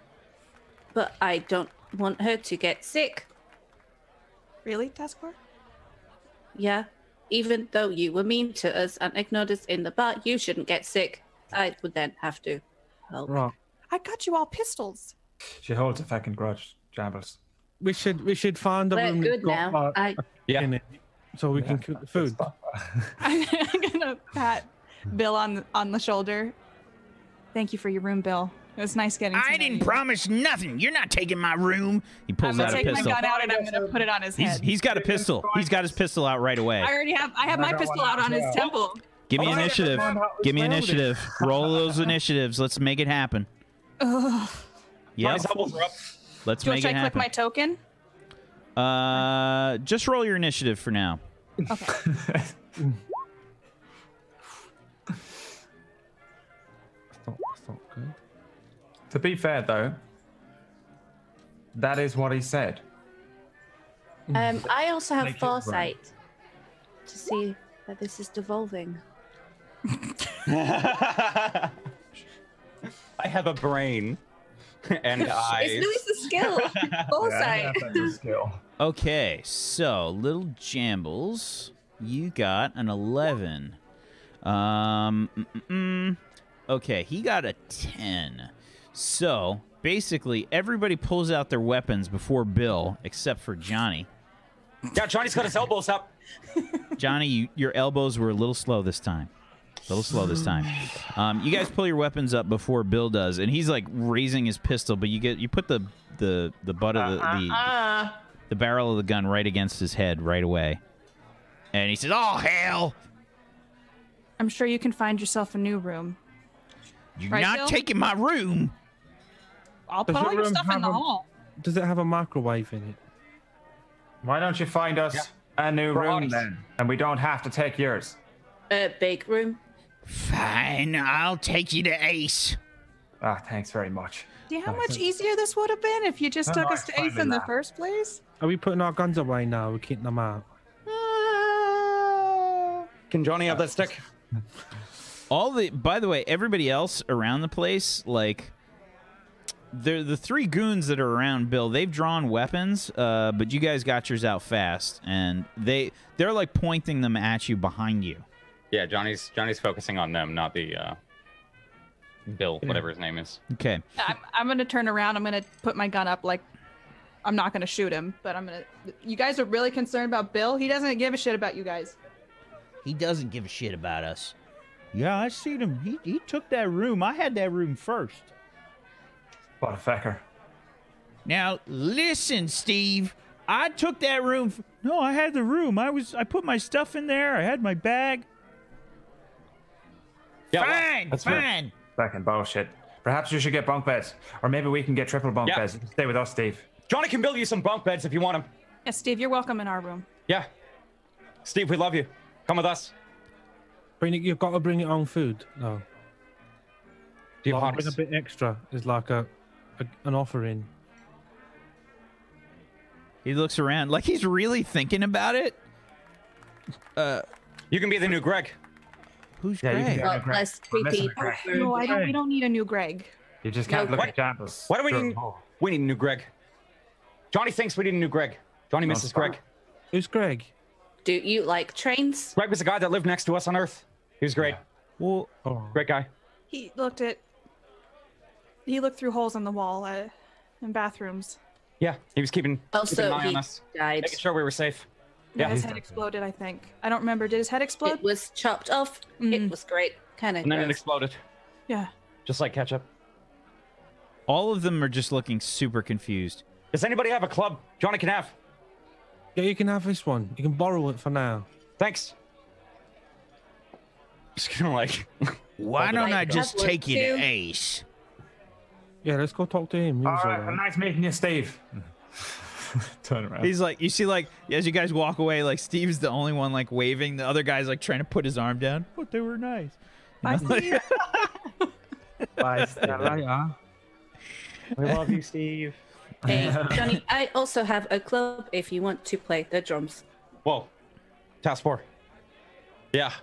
Speaker 3: but I don't want her to get sick.
Speaker 5: really, Taskbar?
Speaker 3: Yeah, even though you were mean to us and ignored us in the bar, you shouldn't get sick. I would then have to help.
Speaker 6: Right.
Speaker 5: I got you all pistols. <laughs>
Speaker 4: She holds a fucking grudge, Jabbles.
Speaker 6: We should we should find a
Speaker 3: We're
Speaker 6: room
Speaker 3: good
Speaker 6: that's got,
Speaker 3: now.
Speaker 6: like,
Speaker 3: I,
Speaker 2: Yeah.
Speaker 6: in it, so we can cook the food.
Speaker 5: I'm gonna pat Bill on the, on the shoulder. Thank you for your room, Bill. It was nice getting. to
Speaker 10: I
Speaker 5: know
Speaker 10: didn't
Speaker 5: you.
Speaker 10: promise nothing. You're not taking my room.
Speaker 1: He
Speaker 5: I'm
Speaker 1: pulls
Speaker 5: gonna
Speaker 1: out a
Speaker 5: take my
Speaker 1: pistol.
Speaker 5: gun out and I'm gonna put it on his
Speaker 1: He's
Speaker 5: head.
Speaker 1: he's got a pistol. He's got his pistol out right away.
Speaker 5: I already have. I have
Speaker 4: I
Speaker 5: my
Speaker 4: got
Speaker 5: pistol
Speaker 4: one
Speaker 5: out
Speaker 4: as
Speaker 5: on his
Speaker 4: well.
Speaker 5: temple.
Speaker 1: Give me
Speaker 4: Oh, yeah,
Speaker 1: initiative.
Speaker 4: come on,
Speaker 1: Give me
Speaker 4: let's roll
Speaker 1: initiative. Roll
Speaker 5: <laughs>
Speaker 1: those initiatives. Let's make it happen.
Speaker 5: Ugh.
Speaker 1: Yeah.
Speaker 2: His elbows are up.
Speaker 1: Let's
Speaker 5: Do I
Speaker 1: make
Speaker 5: should I
Speaker 1: it
Speaker 5: click
Speaker 1: happen.
Speaker 5: my token?
Speaker 1: Uh, just roll your initiative for now.
Speaker 6: That's not, that's not good.
Speaker 4: To be fair, though, that is what he said.
Speaker 3: um, I also have
Speaker 4: Make it right.
Speaker 3: foresight to see that this is devolving.
Speaker 2: I have a brain <laughs> and eyes.
Speaker 3: It's Louis the
Speaker 2: <laughs>
Speaker 3: skill. foresight.
Speaker 5: <laughs>
Speaker 1: Okay, so little jambles, you got an eleven. Um, mm, mm, mm. okay, he got a ten. So basically, everybody pulls out their weapons before Bill, except for Johnny.
Speaker 2: Yeah, Johnny's got his elbows up.
Speaker 1: Johnny, you, your elbows were a little slow this time. A little slow this time. Um, you guys pull your weapons up before Bill does, and he's like raising his pistol, but you get you put the the the butt of the the, the barrel of the gun right against his head right away, and he says, "Oh hell,
Speaker 5: I'm sure you can find yourself a new room.
Speaker 10: You're
Speaker 5: Right,
Speaker 10: not
Speaker 5: Bill?
Speaker 10: taking my room.
Speaker 5: I'll put
Speaker 6: Does
Speaker 5: all your
Speaker 6: your room
Speaker 5: stuff in
Speaker 6: have
Speaker 5: the
Speaker 6: a-
Speaker 5: hall.
Speaker 6: Does it have a microwave in it?
Speaker 4: Why don't you find us a new
Speaker 2: For
Speaker 4: room
Speaker 2: honest.
Speaker 4: then? And we don't have to take yours.
Speaker 3: A big room.
Speaker 10: Fine, I'll take you to Ace.
Speaker 4: Ah, thanks very much.
Speaker 5: Do you know how much easier this would have been if you just
Speaker 4: No,
Speaker 5: took
Speaker 4: no,
Speaker 5: us
Speaker 4: I
Speaker 5: to Ace
Speaker 4: finally
Speaker 5: in the
Speaker 4: laughed.
Speaker 5: first place?
Speaker 6: Are we putting our guns away now? We're keeping them out.
Speaker 5: Ah.
Speaker 2: Can Johnny have that stick?
Speaker 1: All the by the way, everybody else around the place, like they're the three goons that are around Bill, they've drawn weapons, uh, but you guys got yours out fast, and they they're like pointing them at you behind you.
Speaker 2: Yeah, Johnny's Johnny's focusing on them, not the uh, Bill, whatever his name is.
Speaker 1: Okay.
Speaker 5: I'm, I'm gonna turn around. I'm gonna put my gun up. Like, I'm not gonna shoot him, but I'm gonna. You guys are really concerned about Bill. He doesn't give a shit about you guys.
Speaker 10: He doesn't give a shit about us.
Speaker 1: Yeah, I seen him. He he took that room. I had that room first.
Speaker 4: What a fecker.
Speaker 10: Now, listen, Steve.
Speaker 1: I took that room. F- no, I had the room. I was I put my stuff in there. I had my bag.
Speaker 2: Yeah, well,
Speaker 10: Fine,
Speaker 4: That's fair.
Speaker 10: fine.
Speaker 4: Fucking bullshit. Perhaps you should get bunk beds. Or maybe we can get triple bunk
Speaker 2: Yeah.
Speaker 4: beds. Stay with us, Steve.
Speaker 2: Johnny can build you some bunk beds if you want them.
Speaker 5: Yeah, Steve, you're welcome in our room.
Speaker 2: Yeah. Steve, we love you. Come with us.
Speaker 6: Bring it, you've got to bring it on food. No.
Speaker 2: Do you
Speaker 6: Like,
Speaker 2: want
Speaker 6: bring a
Speaker 2: us?
Speaker 6: bit extra is like a, a an offering.
Speaker 1: He looks around like he's really thinking about it.
Speaker 2: You can be the new Greg.
Speaker 1: Who's
Speaker 4: Yeah, you can
Speaker 1: Greg?
Speaker 4: go.
Speaker 3: Well,
Speaker 4: Greg.
Speaker 3: less creepy.
Speaker 4: Listen, Greg.
Speaker 3: awkward.
Speaker 5: No, I don't. We don't need a new Greg.
Speaker 4: You just can't
Speaker 3: No,
Speaker 4: look
Speaker 2: why-
Speaker 4: at Jabba's.
Speaker 2: Why do we
Speaker 4: through a
Speaker 2: need?
Speaker 4: hole.
Speaker 2: We need a new Greg. Johnny thinks we need a new Greg. Johnny misses
Speaker 4: sorry.
Speaker 2: Greg.
Speaker 6: Who's Greg?
Speaker 3: Do you like trains?
Speaker 2: Greg was the guy that lived next to us on Earth. He was great.
Speaker 1: Well,
Speaker 6: Oh,
Speaker 2: Great guy.
Speaker 5: He looked at. He looked through holes in the wall uh, in bathrooms.
Speaker 2: Yeah, he was keeping, keeping an
Speaker 3: Also,
Speaker 2: eye
Speaker 3: he
Speaker 2: on us,
Speaker 3: died.
Speaker 2: making sure we were safe.
Speaker 5: Yeah,
Speaker 2: Yeah.
Speaker 5: his head exploded. I think. I don't remember. Did his head explode?
Speaker 3: It was chopped off.
Speaker 5: Mm.
Speaker 3: It was great. Kind of.
Speaker 2: And then it exploded,
Speaker 5: yeah.
Speaker 2: just like ketchup.
Speaker 1: all of them are just looking super confused.
Speaker 2: Does anybody have a club? Johnny can have.
Speaker 6: yeah, you can have this one. You can borrow it for now.
Speaker 2: Thanks. <laughs> Just gonna like. <laughs>
Speaker 10: Why don't I
Speaker 3: Like,
Speaker 10: just
Speaker 3: Pablo
Speaker 10: take you to
Speaker 3: too?
Speaker 10: Ace?
Speaker 6: Yeah, let's go talk to him. He
Speaker 4: All
Speaker 6: was
Speaker 4: right,
Speaker 6: alright.
Speaker 4: nice meeting you, Steve. <laughs> Turn around.
Speaker 1: He's like, you see, like as you guys walk away, like Steve's the only one like waving. The other guy's like trying to put his arm down, but they were nice.
Speaker 5: I see.
Speaker 4: Bye, see you later.
Speaker 2: We love you, Steve.
Speaker 3: Johnny, I also have a club if you want to play the drums.
Speaker 2: Whoa. Task four. Yeah.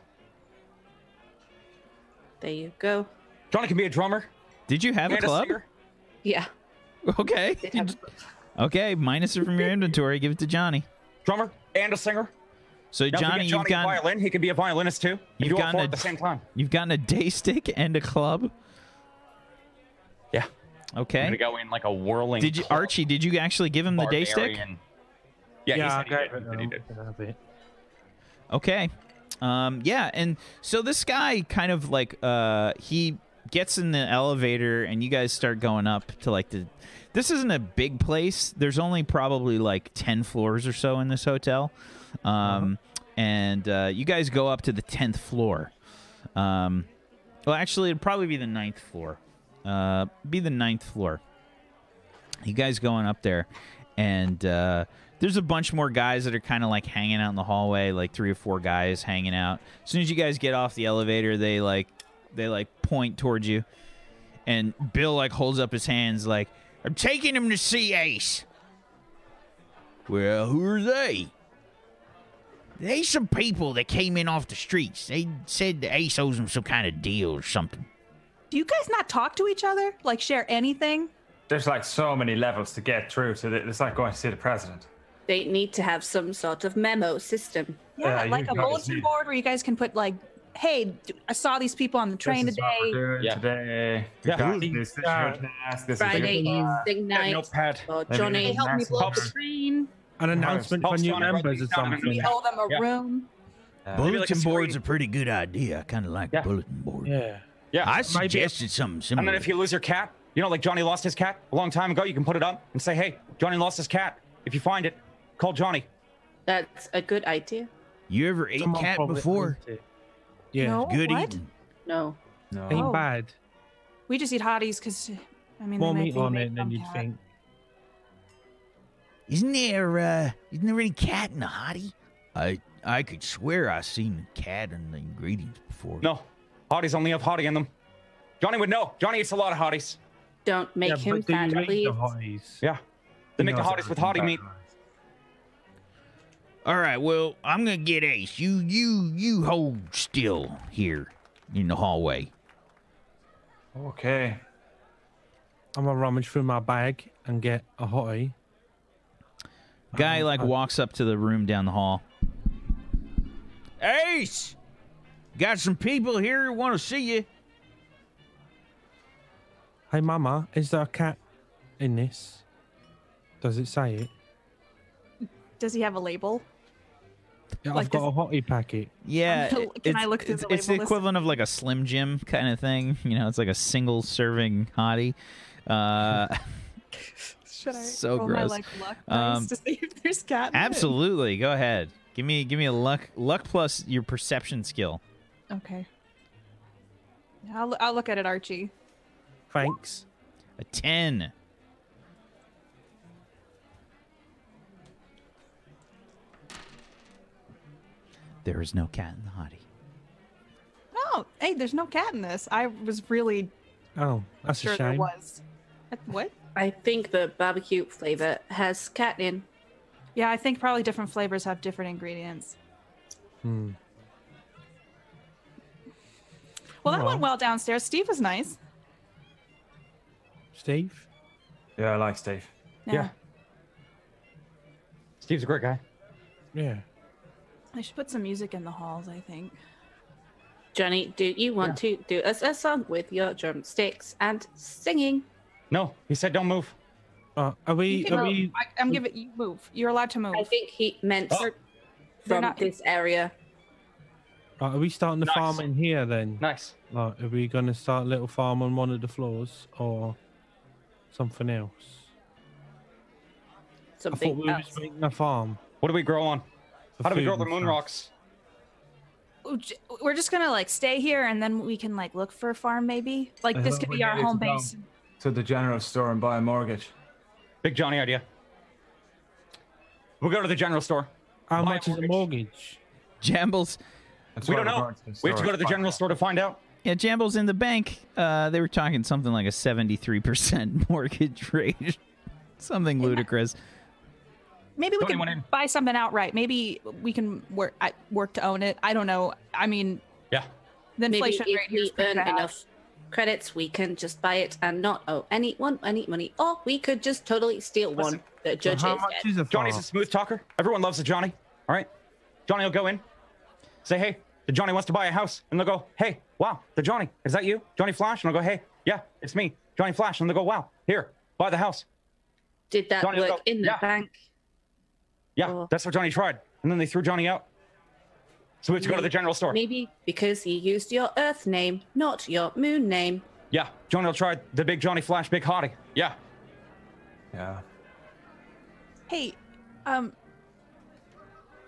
Speaker 3: There you go.
Speaker 2: Johnny can be a drummer.
Speaker 1: Did you have a
Speaker 2: and
Speaker 1: club?
Speaker 2: singer.
Speaker 3: Yeah.
Speaker 1: <laughs> Okay.
Speaker 3: Did have a
Speaker 1: okay, minus it from your inventory. Give it to Johnny.
Speaker 2: Drummer and a singer.
Speaker 1: So
Speaker 2: Don't forget
Speaker 1: Johnny,
Speaker 2: Johnny
Speaker 1: you've gotten
Speaker 2: violin. He can be a violinist too.
Speaker 1: You've
Speaker 2: You do all
Speaker 1: gotten
Speaker 2: four
Speaker 1: a-
Speaker 2: at the same time.
Speaker 1: you've gotten a day stick and a club.
Speaker 2: Yeah. I'm gonna
Speaker 1: Okay.
Speaker 2: go in like a whirling.
Speaker 1: Did you
Speaker 2: club
Speaker 1: Archie? Did you actually give him the day stick?
Speaker 2: barbarian. Yeah,
Speaker 6: Yeah,
Speaker 2: yeah
Speaker 6: I
Speaker 2: he
Speaker 6: got
Speaker 2: said
Speaker 6: it.
Speaker 2: he did. He said he did.
Speaker 6: I'm gonna have it.
Speaker 1: Okay. Um, yeah, and so this guy kind of like uh, he gets in the elevator, and you guys start going up to like the. This isn't a big place. There's only probably like ten floors or so in this hotel, um, and uh, you guys go up to the tenth floor. Um, well, actually, it'd probably be the ninth floor. Uh, be the ninth floor you guys going up there and uh, there's a bunch more guys that are kind of like hanging out in the hallway like three or four guys hanging out as soon as you guys get off the elevator they like they like point towards you and bill like holds up his hands like
Speaker 10: I'm taking him to see Ace. Well, who are they? They some people that came in off the streets. They said the Ace owes them some kind of deal or something.
Speaker 5: Do you guys not talk to each other? Like share anything?
Speaker 4: There's like so many levels to get through to the, it's like going to see the president.
Speaker 3: They need to have some sort of memo system.
Speaker 5: Yeah,
Speaker 4: Yeah,
Speaker 5: like
Speaker 4: you
Speaker 5: a
Speaker 4: guys
Speaker 5: bulletin
Speaker 4: need-
Speaker 5: board where you guys can put like, "Hey, d- I saw these people on the train
Speaker 4: This is what
Speaker 5: today."
Speaker 4: we're doing
Speaker 2: Yeah.
Speaker 4: today.
Speaker 2: Yeah.
Speaker 4: We got
Speaker 2: Who-
Speaker 4: this, this is your task, this is
Speaker 3: Friday
Speaker 4: your-
Speaker 3: is the
Speaker 2: Yeah,
Speaker 3: night.
Speaker 2: Notepad.
Speaker 3: Oh,
Speaker 4: Maybe
Speaker 5: They
Speaker 3: Johnny,
Speaker 4: it's
Speaker 5: helped me
Speaker 4: massive
Speaker 5: blow up the
Speaker 4: numbers.
Speaker 5: train.
Speaker 6: An announcement for
Speaker 2: Post
Speaker 6: new
Speaker 2: on it, write
Speaker 6: members or
Speaker 2: these down and
Speaker 6: something.
Speaker 5: We owe them a
Speaker 2: Yeah.
Speaker 5: room.
Speaker 10: bulletin
Speaker 2: like a
Speaker 10: board's a
Speaker 2: screen.
Speaker 10: pretty good idea. I kind of like
Speaker 2: Yeah.
Speaker 10: bulletin board.
Speaker 6: Yeah.
Speaker 2: Yeah.
Speaker 10: I
Speaker 6: might be a-
Speaker 10: suggested something
Speaker 2: and
Speaker 10: similar.
Speaker 2: then if you lose your cat, you know, like Johnny lost his cat a long time ago, you can put it up and say, "Hey, Johnny lost his cat. If you find it, call Johnny."
Speaker 3: That's a good idea.
Speaker 10: You ever ate
Speaker 6: Someone
Speaker 10: cat
Speaker 6: probably
Speaker 10: before?
Speaker 6: owns it. Yeah.
Speaker 5: No,
Speaker 10: Good
Speaker 5: what?
Speaker 10: eating.
Speaker 3: No.
Speaker 6: Ain't
Speaker 5: Oh.
Speaker 6: bad.
Speaker 5: We just eat hotties because, I mean,
Speaker 6: More
Speaker 5: they make
Speaker 6: meat
Speaker 5: me
Speaker 6: on
Speaker 5: make
Speaker 6: it, and then
Speaker 5: them
Speaker 6: you'd
Speaker 5: cat.
Speaker 6: think.
Speaker 10: Isn't there uh isn't there any cat in the hottie? I I could swear I seen a cat in the ingredients before.
Speaker 2: No, hotties only have hottie in them. Johnny would know. Johnny eats a lot of hotties.
Speaker 3: Don't make
Speaker 6: yeah,
Speaker 3: him
Speaker 6: but do you
Speaker 3: sad,
Speaker 6: make the
Speaker 3: please.
Speaker 6: hotties?
Speaker 2: Yeah, they make the hotties with hottie meat.
Speaker 10: All right, well, I'm gonna get Ace. You you you hold still here in the hallway.
Speaker 8: Oh,
Speaker 4: Okay.
Speaker 6: I'm gonna rummage through my bag and get a hottie.
Speaker 1: guy like walks up to the room down the hall
Speaker 10: Ace, got some people here who want to see you.
Speaker 6: Hey, Mama, is there a cat in this? Does it say it?
Speaker 5: Does he have a label?
Speaker 6: Yeah,
Speaker 5: Like
Speaker 6: I've got
Speaker 5: this-
Speaker 6: a hottie packet.
Speaker 1: yeah
Speaker 5: Um, Can
Speaker 1: it-
Speaker 5: I
Speaker 1: it's-
Speaker 5: look through
Speaker 1: it's,
Speaker 5: the
Speaker 1: it's the
Speaker 5: label list?
Speaker 1: equivalent of like a slim jim kind of thing you know it's like a single serving hottie
Speaker 5: <laughs>
Speaker 1: uh
Speaker 5: Should I
Speaker 1: So
Speaker 5: roll my
Speaker 1: gross.
Speaker 5: like luck dice
Speaker 1: Um,
Speaker 5: to see if there's cat? in it?
Speaker 1: Absolutely. Go ahead. Give me give me a luck luck plus your perception skill.
Speaker 5: Okay. I'll, I'll look at it, Archie.
Speaker 6: Thanks.
Speaker 1: A 10. There is no cat in the hottie.
Speaker 5: Oh, hey, there's no cat in this. I was really
Speaker 6: Oh, that's
Speaker 5: sure
Speaker 6: a
Speaker 5: there
Speaker 6: shame.
Speaker 5: was. Uh, What?
Speaker 3: I think the barbecue flavor has cat in.
Speaker 5: Yeah, I think probably different flavors have different ingredients.
Speaker 6: Hmm.
Speaker 5: Well, that
Speaker 6: Well.
Speaker 5: went well downstairs. Steve was nice.
Speaker 6: Steve?
Speaker 8: Yeah, I like Steve.
Speaker 5: Yeah.
Speaker 2: Steve's a great guy.
Speaker 6: Yeah.
Speaker 5: I should put some music in the halls, I think.
Speaker 3: Johnny, do you want to do us a song with your drumsticks and singing?
Speaker 2: No, he said don't move.
Speaker 6: Uh, are
Speaker 5: You
Speaker 6: we?
Speaker 5: can
Speaker 6: Are
Speaker 5: move.
Speaker 6: we?
Speaker 5: I, I'm giving you move. You're allowed to move.
Speaker 3: I think he meant
Speaker 2: Oh.
Speaker 5: They're
Speaker 3: from
Speaker 5: not-
Speaker 3: this area.
Speaker 6: uh, Are we starting the
Speaker 2: Nice.
Speaker 6: farm in here then?
Speaker 2: Nice.
Speaker 6: Like, are we gonna start a little farm on one of the floors or something else? I thought
Speaker 3: Something
Speaker 6: we were
Speaker 3: else.
Speaker 6: just making a farm.
Speaker 2: What do we grow on?
Speaker 6: for
Speaker 2: How do we
Speaker 6: food
Speaker 2: grow the
Speaker 6: and
Speaker 2: moon
Speaker 6: stuff.
Speaker 2: rocks?
Speaker 5: Ooh, j- We're just gonna like stay here, and then we can like look for a farm, maybe. Like
Speaker 8: I
Speaker 5: this
Speaker 8: thought
Speaker 5: could
Speaker 8: we
Speaker 5: be our
Speaker 8: needed
Speaker 5: home
Speaker 8: to go.
Speaker 5: base.
Speaker 8: To the general store and buy a mortgage.
Speaker 2: Big Johnny idea. We'll go to the general store.
Speaker 6: How
Speaker 2: Buy a
Speaker 6: much is a mortgage?
Speaker 1: Jambles,
Speaker 8: That's
Speaker 2: We
Speaker 8: why
Speaker 2: don't
Speaker 8: we're
Speaker 2: know.
Speaker 8: going the
Speaker 2: We have to
Speaker 8: store.
Speaker 2: go to the
Speaker 8: Fuck
Speaker 2: general
Speaker 8: that.
Speaker 2: store to find out.
Speaker 1: yeah, Jambles in the bank. Uh, they were talking something like a seventy-three percent <laughs> mortgage rate, something ludicrous.
Speaker 5: Maybe we
Speaker 2: Don't anyone in.
Speaker 5: can buy something outright. Maybe we can work I, work to own it. I don't know. I mean,
Speaker 2: Yeah.
Speaker 5: the
Speaker 3: Maybe
Speaker 5: inflation rate
Speaker 3: if
Speaker 5: here's
Speaker 3: we
Speaker 5: pretty
Speaker 3: earn
Speaker 5: bad.
Speaker 3: enough credits, we can just buy it and not owe anyone any money. Or we could just totally steal one. The
Speaker 6: So
Speaker 3: judge
Speaker 6: how
Speaker 3: is
Speaker 6: much
Speaker 3: dead.
Speaker 6: is a farm?
Speaker 2: Johnny's a smooth talker. Everyone loves a Johnny. All right. Johnny will go in, say, hey, the Johnny wants to buy a house. And they'll go, hey, wow, the Johnny, is that you? Johnny Flash? And I'll go, hey, yeah, it's me, Johnny Flash. And they'll go, wow, here, buy the house.
Speaker 3: Did that
Speaker 2: Johnny,
Speaker 3: work
Speaker 2: go-
Speaker 3: in the
Speaker 2: yeah.
Speaker 3: bank?
Speaker 2: Yeah,
Speaker 3: Oh.
Speaker 2: that's what Johnny tried. And then they threw Johnny out. So we have to go to the general store.
Speaker 3: Maybe because you used your Earth name, not your Moon name.
Speaker 2: Yeah, Johnny will try the big Johnny Flash, big hottie. Yeah.
Speaker 8: Yeah.
Speaker 5: Hey, um,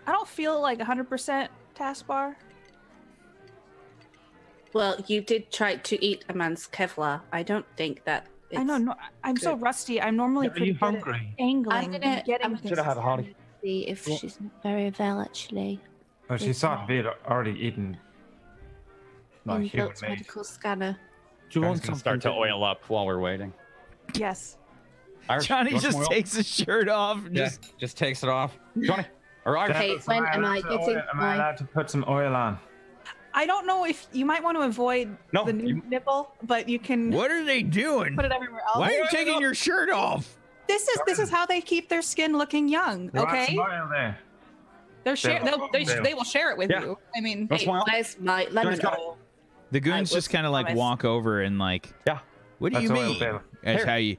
Speaker 5: I don't feel like 100% taskbar.
Speaker 3: Well, you did try to eat a man's Kevlar. I don't think that. It's...
Speaker 5: I know. No, I'm so rusty. I'm normally
Speaker 6: Are
Speaker 5: pretty
Speaker 6: you
Speaker 5: good at
Speaker 6: hungry?
Speaker 5: angling.
Speaker 3: I'm gonna.
Speaker 5: and getting
Speaker 3: I'm
Speaker 5: things.
Speaker 2: Should I have a hottie?
Speaker 3: See if she's not very well, actually.
Speaker 8: Well, she started to be already eaten. Like
Speaker 3: in
Speaker 8: human
Speaker 3: Built
Speaker 8: meat.
Speaker 3: medical scanner.
Speaker 6: Do you want
Speaker 2: gonna
Speaker 6: something?
Speaker 2: start to oil up while we're waiting.
Speaker 5: Yes.
Speaker 2: Irish,
Speaker 1: Johnny
Speaker 2: you want some
Speaker 1: just
Speaker 2: oil?
Speaker 1: takes his shirt off. And
Speaker 2: Yeah,
Speaker 1: Just
Speaker 2: just, takes it off. <laughs> Johnny, or Irish.
Speaker 3: Okay,
Speaker 8: Dennis, am
Speaker 3: when
Speaker 8: I
Speaker 3: am I
Speaker 8: allowed to oil-
Speaker 3: getting
Speaker 8: Am I
Speaker 3: my-
Speaker 8: allowed to put some oil on?
Speaker 5: I don't know if you might want to avoid
Speaker 2: No,
Speaker 5: the new
Speaker 2: you-
Speaker 5: nipple, but you can
Speaker 10: What are they doing?
Speaker 5: put it everywhere else.
Speaker 10: Why are you taking your shirt off?
Speaker 5: This is this is how they keep their skin looking young.
Speaker 8: You want
Speaker 5: Okay,
Speaker 8: some oil there?
Speaker 5: they're share
Speaker 8: Yeah.
Speaker 5: they'll, they, sh-
Speaker 8: Yeah.
Speaker 5: they will share it with
Speaker 2: Yeah.
Speaker 5: you. I mean,
Speaker 10: Oh.
Speaker 2: That's
Speaker 3: Hey,
Speaker 2: why-
Speaker 3: where's my lemon
Speaker 2: got it.
Speaker 3: oil?
Speaker 1: the goons
Speaker 3: I was
Speaker 1: just kind of like
Speaker 5: promised.
Speaker 1: walk over and like,
Speaker 2: Yeah,
Speaker 10: What do
Speaker 8: That's
Speaker 10: you
Speaker 8: oil,
Speaker 10: mean?
Speaker 8: Bill.
Speaker 10: That's
Speaker 2: Here.
Speaker 10: how you.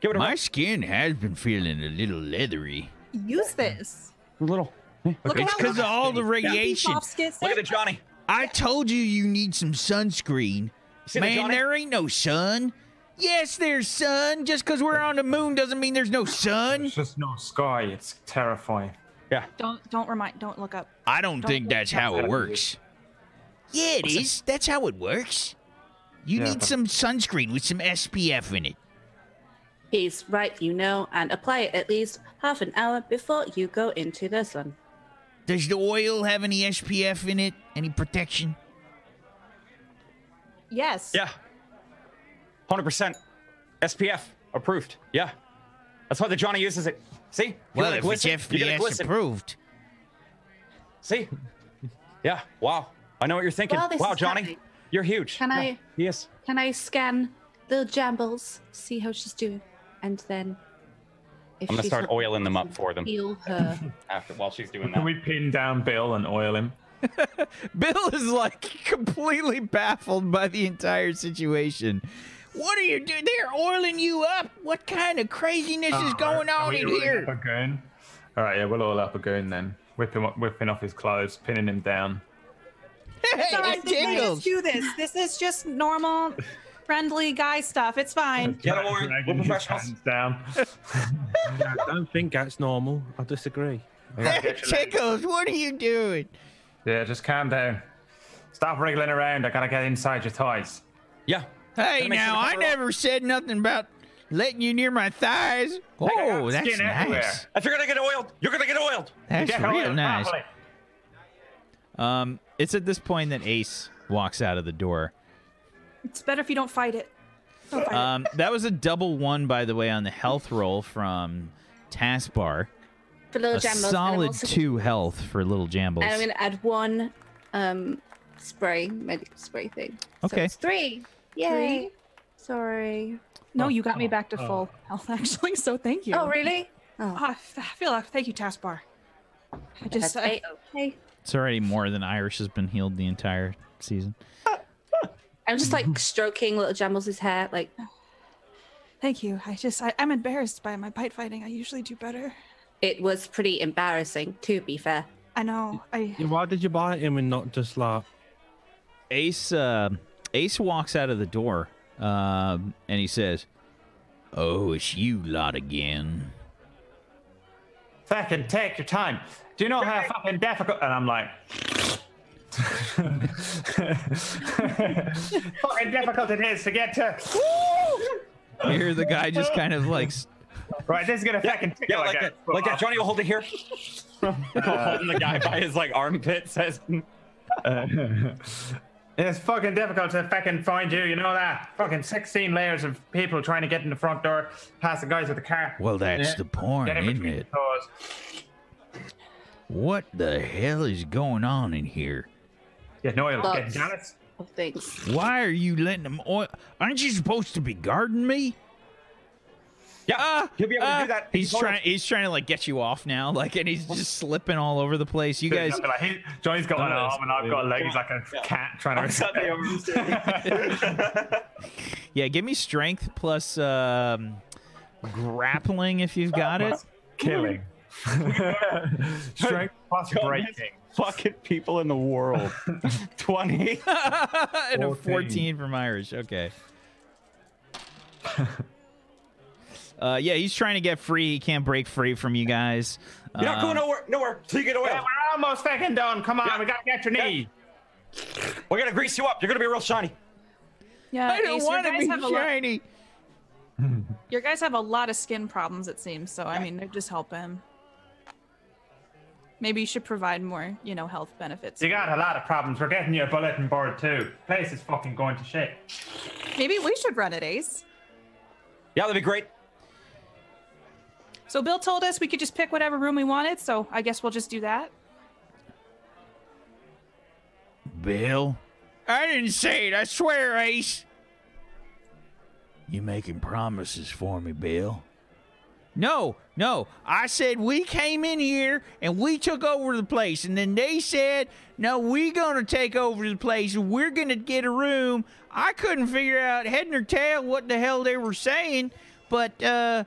Speaker 2: give it a
Speaker 10: My
Speaker 2: rub.
Speaker 10: skin has been feeling a little leathery.
Speaker 5: use this.
Speaker 2: A little.
Speaker 5: Look
Speaker 10: It's
Speaker 5: at
Speaker 10: because of
Speaker 5: how
Speaker 10: all the radiation.
Speaker 5: soft skin.
Speaker 2: Look at the Johnny.
Speaker 10: I told you you need some sunscreen.
Speaker 2: See the
Speaker 10: Man,
Speaker 2: Johnny?
Speaker 10: there ain't no sun. Yes, there's sun. Just because we're on the moon doesn't mean there's no sun.
Speaker 8: It's just no sky. It's terrifying.
Speaker 5: Don't don't remind. Don't look up.
Speaker 10: I don't
Speaker 5: Don't
Speaker 10: think
Speaker 5: look
Speaker 10: that's
Speaker 5: up.
Speaker 10: how it works. Yeah, it is. That's how it works. You
Speaker 8: Yeah,
Speaker 10: need
Speaker 8: but-
Speaker 10: some sunscreen with some SPF in it.
Speaker 3: He's right, you know, and apply it at least half an hour before you go into the sun.
Speaker 10: Does the oil have any SPF in it? Any protection?
Speaker 5: Yes.
Speaker 2: Yeah. 100% SPF approved. Yeah. That's why the Johnny uses it. See? You
Speaker 10: Well,
Speaker 2: gotta
Speaker 10: if it's
Speaker 2: glisten, you gotta
Speaker 10: FPS
Speaker 2: glisten.
Speaker 10: approved,
Speaker 2: See? Yeah. Wow. I know what you're thinking.
Speaker 3: Well, this
Speaker 2: wow,
Speaker 3: is
Speaker 2: Johnny.
Speaker 3: happening.
Speaker 2: You're huge.
Speaker 3: Can I-
Speaker 2: Yes.
Speaker 3: Can I scan little Jambles, see how she's doing, and then if
Speaker 2: I'm gonna
Speaker 3: she's
Speaker 2: start
Speaker 3: not-
Speaker 2: oiling them up for them
Speaker 3: heal
Speaker 1: <laughs>
Speaker 3: her?
Speaker 2: after while she's doing
Speaker 4: Can
Speaker 2: that.
Speaker 4: we pin down Bill and oil him?
Speaker 1: <laughs> Bill is like <laughs> completely baffled by the entire situation.
Speaker 10: what are you doing? They're oiling you up. What kind of craziness is going
Speaker 4: Are
Speaker 10: on
Speaker 4: we
Speaker 10: in
Speaker 4: oiling
Speaker 10: here?
Speaker 4: up a goon? All right, yeah, we'll oil up a goon then. Whip him, whipping off his clothes, pinning him down.
Speaker 10: <laughs>
Speaker 5: Guys,
Speaker 10: Hey,
Speaker 5: they made us
Speaker 10: tingles.
Speaker 5: do this. This is just normal, friendly guy stuff. It's fine.
Speaker 2: Yeah, don't worry.
Speaker 4: Dragging
Speaker 2: We're
Speaker 4: his
Speaker 2: professionals.
Speaker 4: hands down.
Speaker 6: I don't think that's normal. I disagree.
Speaker 10: <laughs> Hey, tingles. What are you doing?
Speaker 8: Yeah, just calm down. Stop wriggling around. I gotta get inside your thighs.
Speaker 2: Yeah.
Speaker 10: Hey,
Speaker 2: Gotta make sure
Speaker 10: now
Speaker 2: to
Speaker 10: I
Speaker 2: cover up.
Speaker 10: never said nothing about letting you near my thighs. Oh, that's
Speaker 8: skin everywhere.
Speaker 10: nice.
Speaker 2: If you're gonna get oiled, you're gonna get oiled.
Speaker 10: That's
Speaker 8: Yeah,
Speaker 10: real
Speaker 8: oil,
Speaker 10: nice.
Speaker 8: properly.
Speaker 1: Um, it's at this point that Ace walks out of the door.
Speaker 5: It's better if you don't fight it. Don't fight
Speaker 1: Um, that was a double one, by the way, on the health roll from Taskbar.
Speaker 3: For little
Speaker 1: A
Speaker 3: jambles.
Speaker 1: solid
Speaker 3: and I'm also gonna-
Speaker 1: two health for Little Jambles.
Speaker 3: And I'm gonna add one um spray, medic spray thing.
Speaker 1: Okay.
Speaker 3: So it's three. Yay. Sorry.
Speaker 5: it. No, you got me back to full health <laughs> actually, so thank you.
Speaker 3: Oh really? Oh.
Speaker 5: Ah, I f- I feel like thank you, Taskbar. I just
Speaker 3: That's
Speaker 5: I,
Speaker 3: eight. Okay.
Speaker 1: It's already more than Irish has been healed the entire season.
Speaker 3: I'm
Speaker 1: <laughs>
Speaker 3: just like stroking little Jambles' hair, like
Speaker 5: thank you. I just I, I'm embarrassed by my bite fighting. I usually do better.
Speaker 3: it was pretty embarrassing, to be fair.
Speaker 5: I know. I
Speaker 6: Yeah, Why did you buy him and not just like
Speaker 1: Ace uh, Ace walks out of the door um, and he says, "Oh, it's you lot again."
Speaker 4: Fucking take your time. Do you know how fucking difficult? And I'm
Speaker 2: <laughs>
Speaker 4: like, <laughs> fucking difficult it is to get to.
Speaker 1: You hear the guy just kind of like s-
Speaker 4: Right, this is gonna fucking tickle
Speaker 2: Yeah, like that. Like that. Johnny will hold it
Speaker 4: <laughs>
Speaker 2: here. <laughs> holding the guy by his like armpit says,
Speaker 4: Uh, <laughs> It's fucking difficult to fucking find you. You know that fucking sixteen layers of people trying to get in the front door, past the guys with the car.
Speaker 10: Well, that's
Speaker 4: Yeah.
Speaker 10: the point,
Speaker 4: Get in
Speaker 10: isn't
Speaker 4: between
Speaker 10: it?
Speaker 4: the doors.
Speaker 10: What the hell is going on in here?
Speaker 4: Getting oil,
Speaker 3: Lots.
Speaker 4: getting jealous.
Speaker 3: Of things.
Speaker 10: Why are you letting them oil? Aren't you supposed to be guarding me?
Speaker 2: "Yeah, you'll be able to
Speaker 1: Ah,
Speaker 2: do that."
Speaker 1: He's
Speaker 2: Hold
Speaker 1: trying. He's trying to like get you off now, like, and he's just slipping all over the place. You guys,
Speaker 4: Like, he- Johnny's got an
Speaker 6: Nice.
Speaker 4: arm and I've got a leg. He's like a cat trying to.
Speaker 2: on.
Speaker 1: yeah, give me strength plus um, grappling if you've got it.
Speaker 4: <laughs> killing.
Speaker 2: <laughs>
Speaker 4: Strength plus breaking.
Speaker 2: fucking people in the world. Twenty.
Speaker 1: and a
Speaker 4: 14
Speaker 1: fourteen from Irish. Okay. Uh, yeah, he's trying to get free. He can't break free from you guys.
Speaker 2: You're not going
Speaker 1: Um,
Speaker 2: nowhere, nowhere till you get
Speaker 4: Yeah,
Speaker 2: away.
Speaker 4: we're almost fucking done. Come on,
Speaker 2: Yeah.
Speaker 4: we gotta get your
Speaker 2: Yeah.
Speaker 4: knee.
Speaker 2: We're gonna grease you up. You're gonna be real shiny.
Speaker 5: yeah.
Speaker 1: I
Speaker 5: Ace,
Speaker 1: don't
Speaker 5: your
Speaker 1: want to
Speaker 5: guys
Speaker 1: be
Speaker 5: have a lot-
Speaker 1: shiny.
Speaker 5: Your guys have a lot of skin problems, it seems. So I mean, they're just helping. Maybe you should provide more, you know, health benefits.
Speaker 4: You got a lot of problems. We're getting you a bulletin board too. Place is fucking going to shit.
Speaker 5: Maybe we should run it, Ace.
Speaker 2: Yeah, that'd be great.
Speaker 5: So Bill told us we could just pick whatever room we wanted. So I guess we'll just do that.
Speaker 10: Bill? I didn't say it. I swear, Ace. You making promises for me, Bill? No, no. I said we came in here and we took over the place, and then they said, "No, we gonna take over the place. and We're gonna get a room." I couldn't figure out head or tail what the hell they were saying, but uh,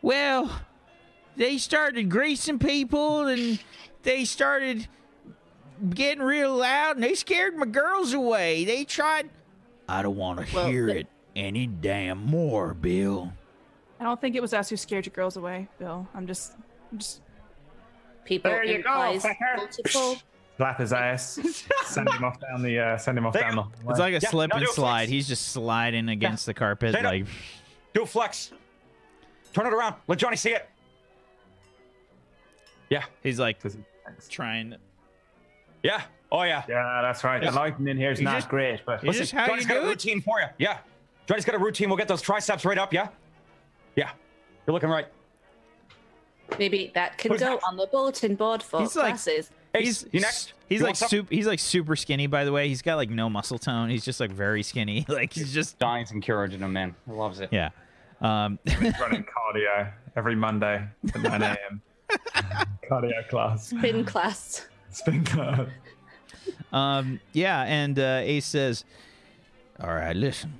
Speaker 10: well, they started greasing people and they started getting real loud and they scared my girls away. They tried. I don't want to
Speaker 3: Well,
Speaker 10: hear
Speaker 3: the-
Speaker 10: it any damn more, Bill.
Speaker 5: I don't think it was us who scared your girls away, Bill. I'm just, I'm just.
Speaker 3: People
Speaker 4: There you go,
Speaker 3: implies
Speaker 4: fucker. <laughs>
Speaker 3: multiple.
Speaker 4: Slap his ass. send him off down the. Uh, send him off
Speaker 2: There
Speaker 4: down
Speaker 2: you
Speaker 4: the.
Speaker 2: go.
Speaker 1: It's like a
Speaker 2: Yeah,
Speaker 1: slip
Speaker 2: no,
Speaker 1: and
Speaker 2: do a flex.
Speaker 1: slide. He's just sliding against the carpet,
Speaker 2: Straight up.
Speaker 1: like
Speaker 2: Do a flex. Turn it around. Let Johnny see it. Yeah,
Speaker 1: he's like
Speaker 4: Does he-
Speaker 1: trying.
Speaker 2: yeah. Oh yeah.
Speaker 4: yeah, that's right. The lighting in here is
Speaker 1: You
Speaker 4: not
Speaker 1: just-
Speaker 4: great, but
Speaker 1: Is this how you
Speaker 2: Johnny's got
Speaker 1: do
Speaker 2: a
Speaker 1: it?
Speaker 2: routine for you. Yeah. Johnny's got a routine. We'll get those triceps right up. Yeah. Yeah. You're looking right.
Speaker 3: Maybe that can
Speaker 2: What is
Speaker 3: go
Speaker 2: that?
Speaker 3: on the bulletin board for
Speaker 1: He's like-
Speaker 3: classes.
Speaker 2: Ace, you next.
Speaker 1: He's
Speaker 2: You
Speaker 1: like
Speaker 2: want some?
Speaker 1: super. He's like super skinny. By the way, he's got like no muscle tone. He's just like very skinny. <laughs> Like he's just
Speaker 2: Johnny's encouraging him, man. He loves it.
Speaker 1: yeah. Um,
Speaker 4: running cardio every Monday
Speaker 1: <laughs>
Speaker 4: at 9 a.m. cardio class,
Speaker 1: <sighs>
Speaker 3: Spin class.
Speaker 4: spin class.
Speaker 1: um, yeah. And uh, Ace says,
Speaker 10: All right, listen.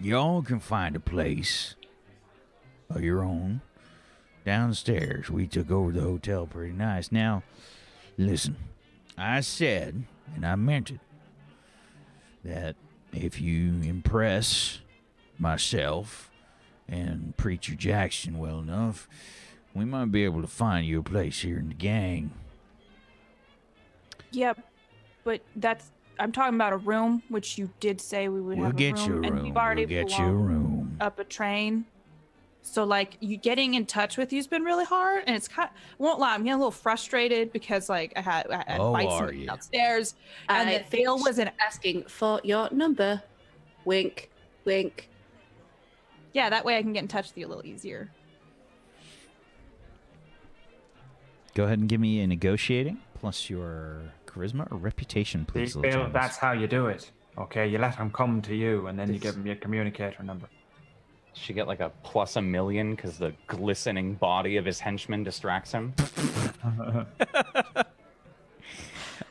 Speaker 10: Y'all can find a place of your own downstairs. We took over the hotel pretty nice. Now, listen, I said, and I meant it, that if you impress myself and Preacher Jackson well enough, we might be able to find you a place here in the gang.
Speaker 5: Yeah, but that's. I'm talking about a room, which you did say we would
Speaker 10: We'll
Speaker 5: have
Speaker 10: get
Speaker 5: a room, Oh.
Speaker 10: you a
Speaker 5: and
Speaker 10: room.
Speaker 5: we've already
Speaker 10: We'll get you a
Speaker 5: blown
Speaker 10: room.
Speaker 5: up a train. So like you getting in touch with you's been really hard, and it's kind. I won't lie, I'm getting a little frustrated because like I had, I had
Speaker 1: Oh,
Speaker 5: fights
Speaker 1: are
Speaker 5: in-
Speaker 1: you?
Speaker 5: downstairs, and
Speaker 3: I
Speaker 5: the Thale
Speaker 3: think
Speaker 5: was an
Speaker 3: asking for your number. Wink, wink.
Speaker 5: yeah. That way I can get in touch with you a little easier.
Speaker 12: Go ahead and give me a negotiating plus your charisma or reputation,
Speaker 4: You
Speaker 12: please.
Speaker 4: feel
Speaker 12: little James.
Speaker 4: that's how you do it. Okay, you let them come to you, and then you give them your communicator number.
Speaker 2: She get like a plus a million because the glistening body of his henchman distracts him.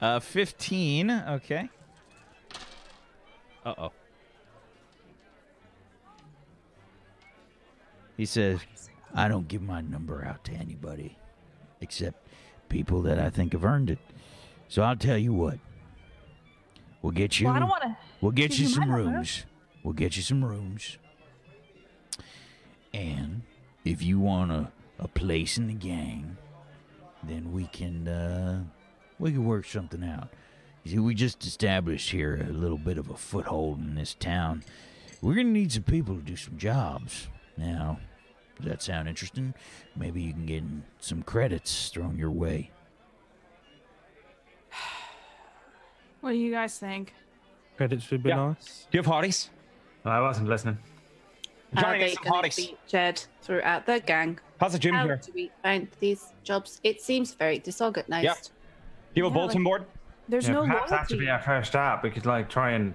Speaker 12: Uh, 15. Okay. Uh oh.
Speaker 1: He says, I don't give my number out to anybody except people that I think have earned it. So I'll tell you what. We'll get you
Speaker 5: Well, I don't want to.
Speaker 1: We'll get
Speaker 5: give
Speaker 1: you
Speaker 5: you
Speaker 1: some
Speaker 5: my number.
Speaker 1: rooms. We'll get you some rooms. And if you want a, a place in the gang, then we can uh, we can work something out. You see, we just established here a little bit of a foothold in this town. We're gonna need some people to do some jobs. Now, does that sound interesting? Maybe you can get some credits thrown your way.
Speaker 5: What do you guys think?
Speaker 6: Credits would be
Speaker 2: Yeah.
Speaker 6: nice.
Speaker 2: Do you have hotties?
Speaker 4: I wasn't listening.
Speaker 2: Johnny
Speaker 3: Are
Speaker 2: needs
Speaker 3: they
Speaker 2: some
Speaker 3: gonna
Speaker 2: hotties.
Speaker 3: be shared throughout the gang?
Speaker 2: How's the gym
Speaker 3: How
Speaker 2: here?
Speaker 3: do we find these jobs? It seems very disorganized.
Speaker 2: Yeah. Do you
Speaker 5: Yeah, like-
Speaker 2: have a bulletin board?
Speaker 5: There's
Speaker 4: Yeah,
Speaker 5: no
Speaker 4: perhaps that should
Speaker 5: loyalty.
Speaker 4: be our first stop. We could like try and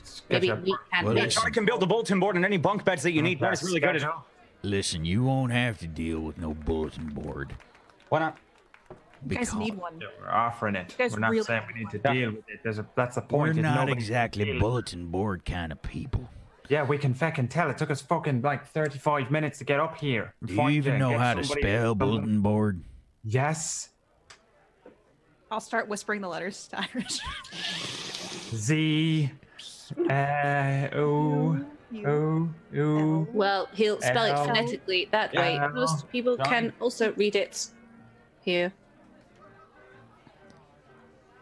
Speaker 4: s- get
Speaker 3: Maybe
Speaker 4: your
Speaker 3: we can
Speaker 1: Well,
Speaker 2: Yeah,
Speaker 3: make
Speaker 1: it's-
Speaker 2: Johnny can build a bulletin board and any bunk beds that you need. That's really good. at-
Speaker 4: schedule.
Speaker 1: Listen, you won't have to deal with no bulletin board.
Speaker 2: Why not?
Speaker 5: You guys
Speaker 1: because-
Speaker 5: need one.
Speaker 4: Yeah, We're offering it.
Speaker 5: guys
Speaker 4: We're not
Speaker 5: really
Speaker 4: saying we need to deal with it. There's a, that's the
Speaker 1: We're
Speaker 4: point. is
Speaker 1: not
Speaker 4: nobody-
Speaker 1: exactly bulletin board kind of people.
Speaker 4: Yeah, we can fucking tell. It took us fucking like 35 minutes to get up here. and
Speaker 1: Do you
Speaker 4: find
Speaker 1: even
Speaker 4: and
Speaker 1: know
Speaker 4: get
Speaker 1: how to
Speaker 4: somebody-
Speaker 1: spell
Speaker 4: somebody-
Speaker 1: bulletin board?
Speaker 4: Yes.
Speaker 5: I'll start whispering the letters to <laughs> Irish.
Speaker 4: Z. Uh, O. O. O.
Speaker 3: Well, he'll spell it
Speaker 4: Hello.
Speaker 3: phonetically that way.
Speaker 4: Hello.
Speaker 3: Most people can also read it here.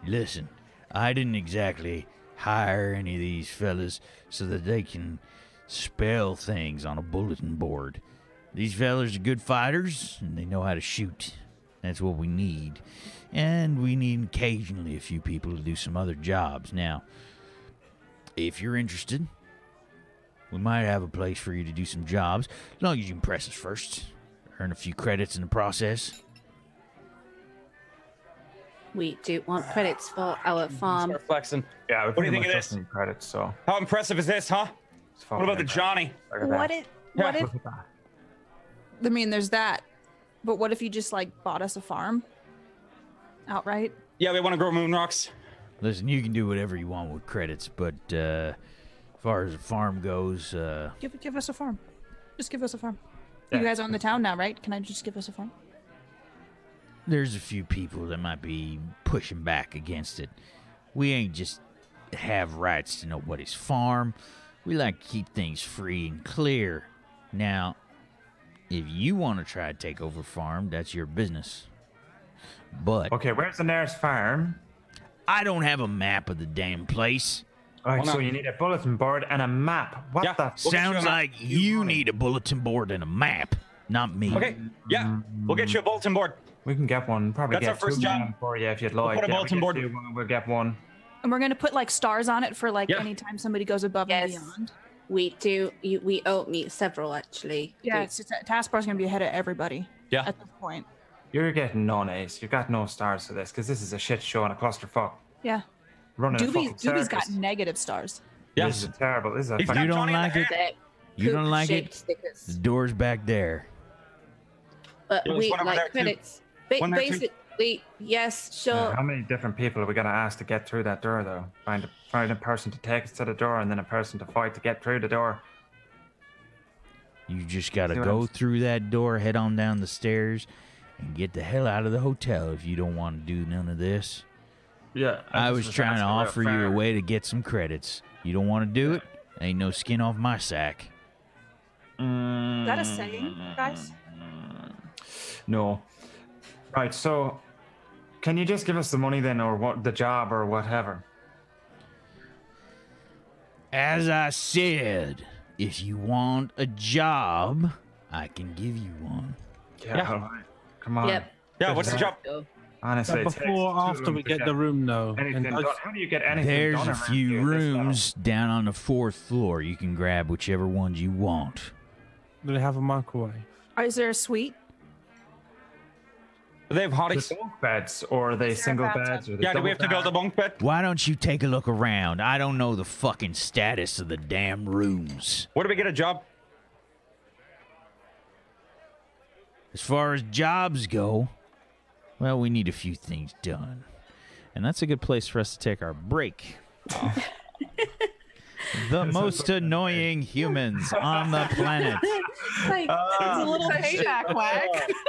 Speaker 1: Listen, I didn't exactly hire any of these fellas so that they can spell things on a bulletin board. These fellas are good fighters and they know how to shoot. That's what we need. And we need occasionally a few people to do some other jobs. Now, if you're interested, we might have a place for you to do some jobs as long as you impress us first. Earn a few credits in the process.
Speaker 3: We do want credits for our farm.
Speaker 2: Start flexing.
Speaker 4: Yeah, we
Speaker 2: What do
Speaker 4: pretty
Speaker 2: you think
Speaker 4: much
Speaker 2: of
Speaker 4: just
Speaker 2: this?
Speaker 4: need credits, so.
Speaker 2: How impressive is this, huh?
Speaker 4: it's
Speaker 2: What
Speaker 4: fucking
Speaker 2: about the
Speaker 4: impressive.
Speaker 2: Johnny?
Speaker 4: Look at
Speaker 5: What
Speaker 4: that.
Speaker 5: if? What
Speaker 2: Yeah.
Speaker 5: if?
Speaker 4: Look at that.
Speaker 5: I mean, there's that. But what if you just like bought us a farm outright?
Speaker 2: Yeah, we want to grow moon rocks.
Speaker 1: Listen, you can do whatever you want with credits, but uh, as far as the farm goes, uh,
Speaker 5: Give give us a farm. Just give us a farm.
Speaker 4: Yeah.
Speaker 5: You guys own the town now, right? Can I just give us a farm?
Speaker 1: there's a few people that might be pushing back against it. We ain't just have rights to nobody's farm. We like to keep things free and clear. Now, if you want to try to take over farm, that's your business. But
Speaker 4: Okay, where's the nearest farm?
Speaker 1: I don't have a map of the damn place.
Speaker 4: All right,
Speaker 2: Hold
Speaker 4: so
Speaker 2: on.
Speaker 4: you need a bulletin board and a map. What
Speaker 2: Yeah.
Speaker 4: the?
Speaker 2: We'll get you a
Speaker 1: Sounds
Speaker 2: map.
Speaker 1: like you need a bulletin board and a map, not me.
Speaker 2: Okay. Yeah, we'll get you a bulletin board.
Speaker 4: We can get one. Probably
Speaker 2: That's
Speaker 4: get
Speaker 2: our first
Speaker 4: two
Speaker 2: job.
Speaker 4: man for you if you'd like.
Speaker 2: put a
Speaker 4: Yeah, we
Speaker 2: bulletin
Speaker 4: get
Speaker 2: board.
Speaker 4: two, We'll get one.
Speaker 5: And we're gonna put like stars on it for like
Speaker 2: Yeah.
Speaker 5: anytime somebody goes above and
Speaker 3: Yes.
Speaker 5: beyond.
Speaker 3: We do. You, we owe me several actually.
Speaker 5: Yeah, it's, it's, task bar's gonna be ahead of everybody.
Speaker 2: Yeah.
Speaker 5: At this point.
Speaker 4: You're getting none, Ace. You've got no stars for this, because this is a shit show and a clusterfuck.
Speaker 5: Yeah.
Speaker 4: Running a fucking
Speaker 5: Doobie's Doobie's got
Speaker 4: circus.
Speaker 5: negative stars.
Speaker 2: Yeah.
Speaker 4: This is a terrible. This is a
Speaker 2: He's
Speaker 4: fucking.
Speaker 2: got
Speaker 1: You don't
Speaker 2: Johnny in the
Speaker 1: like it?
Speaker 2: hand.
Speaker 3: They're
Speaker 1: You don't like it?
Speaker 3: poop-shaped Stickers.
Speaker 1: The <laughs> door's back there.
Speaker 3: But
Speaker 2: There's
Speaker 3: we
Speaker 2: one over there,
Speaker 3: like
Speaker 2: too.
Speaker 3: credits. Ba-
Speaker 2: One there, too. Uh,
Speaker 3: basically, yes,
Speaker 4: Yeah,
Speaker 3: sure.
Speaker 4: How many different people are we gonna ask to get through that door, though? Find a find a person to take us to the door, and then a person to fight to get through the door.
Speaker 1: You just got to
Speaker 4: See what
Speaker 1: go
Speaker 4: I'm-
Speaker 1: through that door, head on down the stairs, and get the hell out of the hotel if you don't want to do none of this.
Speaker 4: Yeah,
Speaker 1: I, was trying to offer you a way to get some credits. You don't want to do it? Ain't no skin off my sack.
Speaker 5: Is that a saying, guys?
Speaker 4: No. Right. So, can you just give us the money then, or what the job, or whatever?
Speaker 1: As I said, if you want a job, I can give you one.
Speaker 8: Yeah.
Speaker 2: Yeah.
Speaker 8: all right. Come on.
Speaker 3: Yep.
Speaker 2: Yeah, what's the job?
Speaker 3: Go.
Speaker 8: Honestly, it takes
Speaker 6: Before
Speaker 8: two
Speaker 6: or
Speaker 8: of
Speaker 6: after
Speaker 8: them
Speaker 6: we
Speaker 8: to
Speaker 6: get the room, though?
Speaker 8: anything
Speaker 6: And I-
Speaker 8: done. How do you get anything
Speaker 1: There's
Speaker 8: done
Speaker 1: a
Speaker 8: around
Speaker 1: few
Speaker 8: here this
Speaker 1: rooms down on the fourth floor. You can grab whichever ones you want.
Speaker 6: do they have a microwave?
Speaker 5: Uh, Is there a suite?
Speaker 2: Do they have
Speaker 8: far?
Speaker 2: hotties?
Speaker 8: The bunk beds, or are they
Speaker 5: a
Speaker 8: single
Speaker 5: bathtub?
Speaker 8: beds? Or the
Speaker 2: Yeah, do we have to
Speaker 8: double
Speaker 2: build a
Speaker 8: bed?
Speaker 2: bunk bed?
Speaker 10: Why don't you take a look around? I don't know the fucking status of the damn rooms.
Speaker 2: Where do we get a job?
Speaker 10: As far as jobs go, well, we need a few things done.
Speaker 1: And that's a good place for us to take our break. the most annoying humans on the planet.
Speaker 3: Like,
Speaker 5: It's a little
Speaker 3: question.
Speaker 5: payback whack.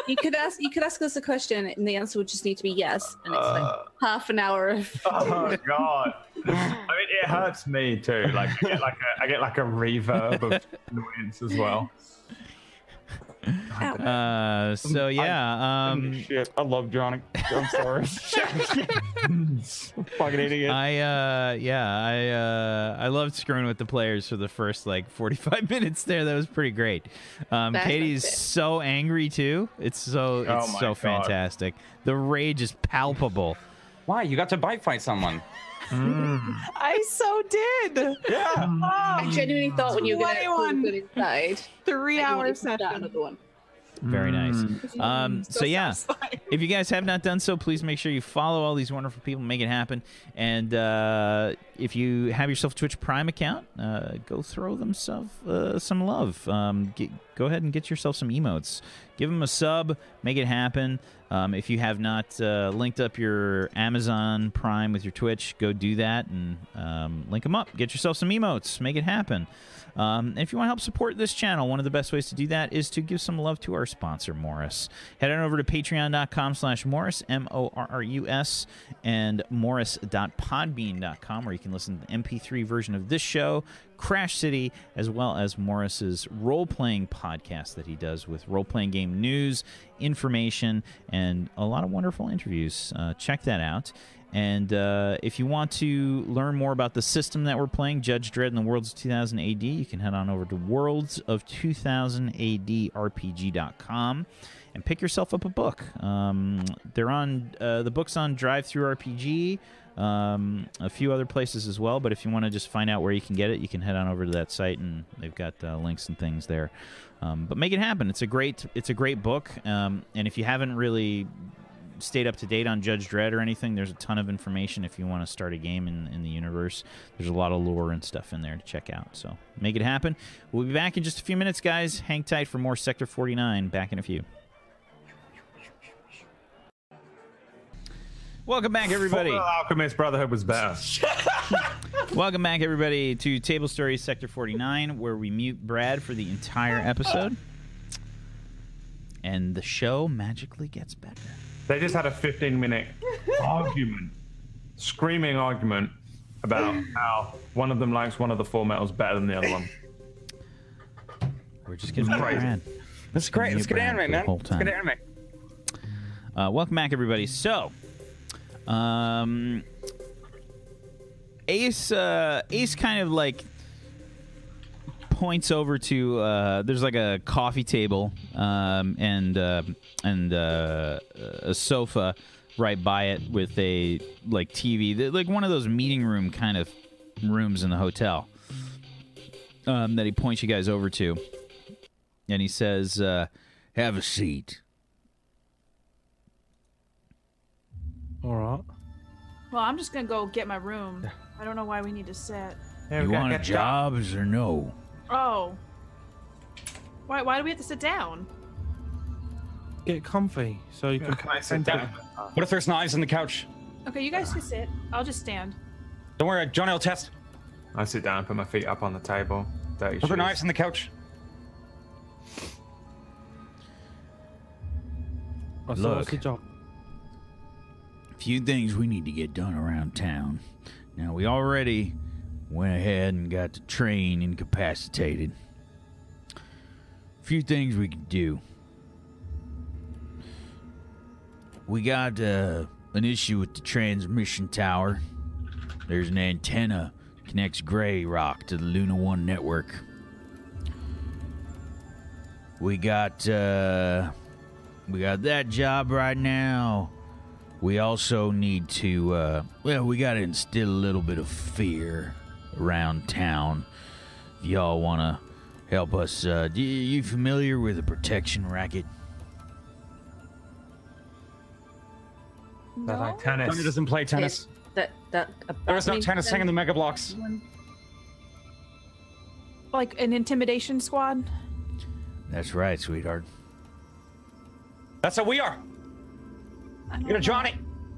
Speaker 3: you could ask you could ask us a question and the answer would just need to be yes and it's
Speaker 2: uh,
Speaker 3: like half an hour of
Speaker 8: Oh god! I mean, it hurts me too. Like, I get like a, I get like a reverb of annoyance as well.
Speaker 1: Uh, so yeah, um,
Speaker 2: Shit, I love Johnny. I'm sorry. <laughs> Fucking idiot.
Speaker 1: I uh, yeah, I uh, I loved screwing with the players for the first like 45 <laughs> minutes there. That was pretty great. Um,
Speaker 3: That's
Speaker 1: Katie's
Speaker 3: it.
Speaker 1: so angry too. It's so it's
Speaker 8: Oh
Speaker 1: so
Speaker 8: my God.
Speaker 1: fantastic. The rage is palpable.
Speaker 2: Why? You got to bite fight someone.
Speaker 5: I so did. Oh,
Speaker 2: Yeah.
Speaker 3: I genuinely thought when you were
Speaker 5: 21.
Speaker 3: going to inside
Speaker 5: Three
Speaker 3: that you
Speaker 5: hour
Speaker 3: wanted to start
Speaker 5: session.
Speaker 3: another one.
Speaker 1: Very nice. Um, so, yeah,
Speaker 5: satisfying.
Speaker 1: if you guys have not done so, please make sure you follow all these wonderful people, make it happen. And uh, if you have yourself a Twitch Prime account, uh, go throw themselves uh, some love. Um, get, go ahead and get yourself some emotes. Give them a sub, make it happen. Um, if you have not uh, linked up your Amazon Prime with your Twitch, go do that and um, link them up. Get yourself some emotes, make it happen. Um, and if you want to help support this channel, one of the best ways to do that is to give some love to our sponsor, Morris. Head on over to patreon.com slash Morris, M-O-R-R-U-S, and morris.podbean.com, where you can listen to the MP3 version of this show, Crash City, as well as Morris's role-playing podcast that he does with role-playing game news, information, and a lot of wonderful interviews. Uh, check that out. And uh, if you want to learn more about the system that we're playing, Judge Dredd and the Worlds of 2000 AD, you can head on over to Worlds of 2000 ADRPG.com and pick yourself up a book. Um, they're on uh, the books on Drive Through RPG, um, a few other places as well. But if you want to just find out where you can get it, you can head on over to that site, and they've got uh, links and things there. Um, but make it happen. It's a great, it's a great book. Um, and if you haven't really stayed up to date on Judge Dredd or anything, there's a ton of information if you want to start a game in, in the universe. There's a lot of lore and stuff in there to check out. So make it happen. We'll be back in just a few minutes, guys. Hang tight for more Sector 49. Back in a few. Welcome back, everybody.
Speaker 8: Full Alchemist Brotherhood was better.
Speaker 1: Welcome back, everybody, to Table Stories Sector 49, where we mute Brad for the entire episode. And the show magically gets better.
Speaker 8: They just had a 15 minute argument, screaming argument about how one of them likes one of the four metals better than the other one.
Speaker 1: We're just getting Brad.
Speaker 2: That's great.
Speaker 1: Mute
Speaker 2: Let's get
Speaker 1: Brad for
Speaker 2: anime,
Speaker 1: the
Speaker 2: man.
Speaker 1: whole
Speaker 2: Let's get
Speaker 1: time.
Speaker 2: anime.
Speaker 1: Uh, welcome back, everybody. So, um, Ace, uh, Ace, kind of like points over to uh, there's like a coffee table um, and uh, and uh, a sofa right by it with a like TV, They're like one of those meeting room kind of rooms in the hotel um, that he points you guys over to, and he says, uh, "Have a seat."
Speaker 6: All right.
Speaker 5: Well, I'm just gonna go get my room. I don't know why we need to sit.
Speaker 8: Yeah,
Speaker 10: You
Speaker 8: we gotta
Speaker 10: want a
Speaker 8: get
Speaker 10: jobs or no?
Speaker 5: Oh. Why, why do we have to sit down?
Speaker 6: Get comfy so you can.
Speaker 8: Can I sit down?
Speaker 2: What if there's knives on the couch?
Speaker 5: Okay, you guys can sit. I'll just stand.
Speaker 2: Don't worry, Johnny will test.
Speaker 8: I sit down and put my feet up on the table. Dirty
Speaker 2: Are there
Speaker 8: shoes.
Speaker 2: knives on the couch?
Speaker 6: Oh, so
Speaker 10: Look.
Speaker 6: what's the job?
Speaker 10: few things we need to get done around town. Now, we already went ahead and got the train incapacitated. Few things we can do. We got uh, an issue with the transmission tower. There's an antenna that connects Grey Rock to the Luna One network.
Speaker 1: We got uh we got that job right now. We also need to uh well, we got to instill a little bit of fear around town. If y'all want to help us uh do you, you familiar with the protection racket?
Speaker 4: They're like
Speaker 2: Tony
Speaker 4: tennis.
Speaker 2: doesn't play tennis.
Speaker 3: That, that,
Speaker 2: There is no tennis thing in the mega blocks.
Speaker 5: Like an intimidation squad?
Speaker 1: That's right, sweetheart.
Speaker 2: That's how we are.
Speaker 5: I don't
Speaker 2: You're
Speaker 5: know.
Speaker 2: a Johnny.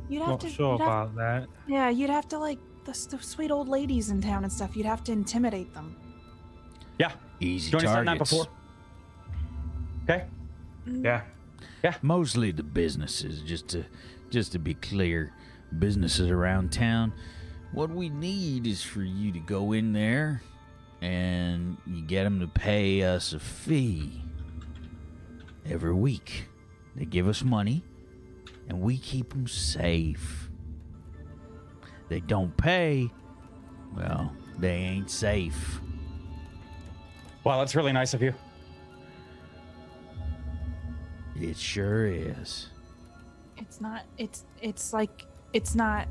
Speaker 5: You'd have
Speaker 6: Not
Speaker 5: to.
Speaker 6: sure
Speaker 5: you'd have-
Speaker 6: about that.
Speaker 5: yeah, you'd have to like the, s- the sweet old ladies in town and stuff. You'd have to intimidate them.
Speaker 2: Yeah.
Speaker 1: Easy
Speaker 2: Johnny's done that
Speaker 1: targets.
Speaker 2: before. Okay.
Speaker 4: Yeah.
Speaker 1: mostly the businesses just to just to be clear businesses around town what we need is for you to go in there and you get them to pay us a fee every week they give us money and we keep them safe they don't pay well they ain't safe
Speaker 2: Wow, that's really nice of you.
Speaker 1: it sure is
Speaker 5: It's not. It's it's like it's not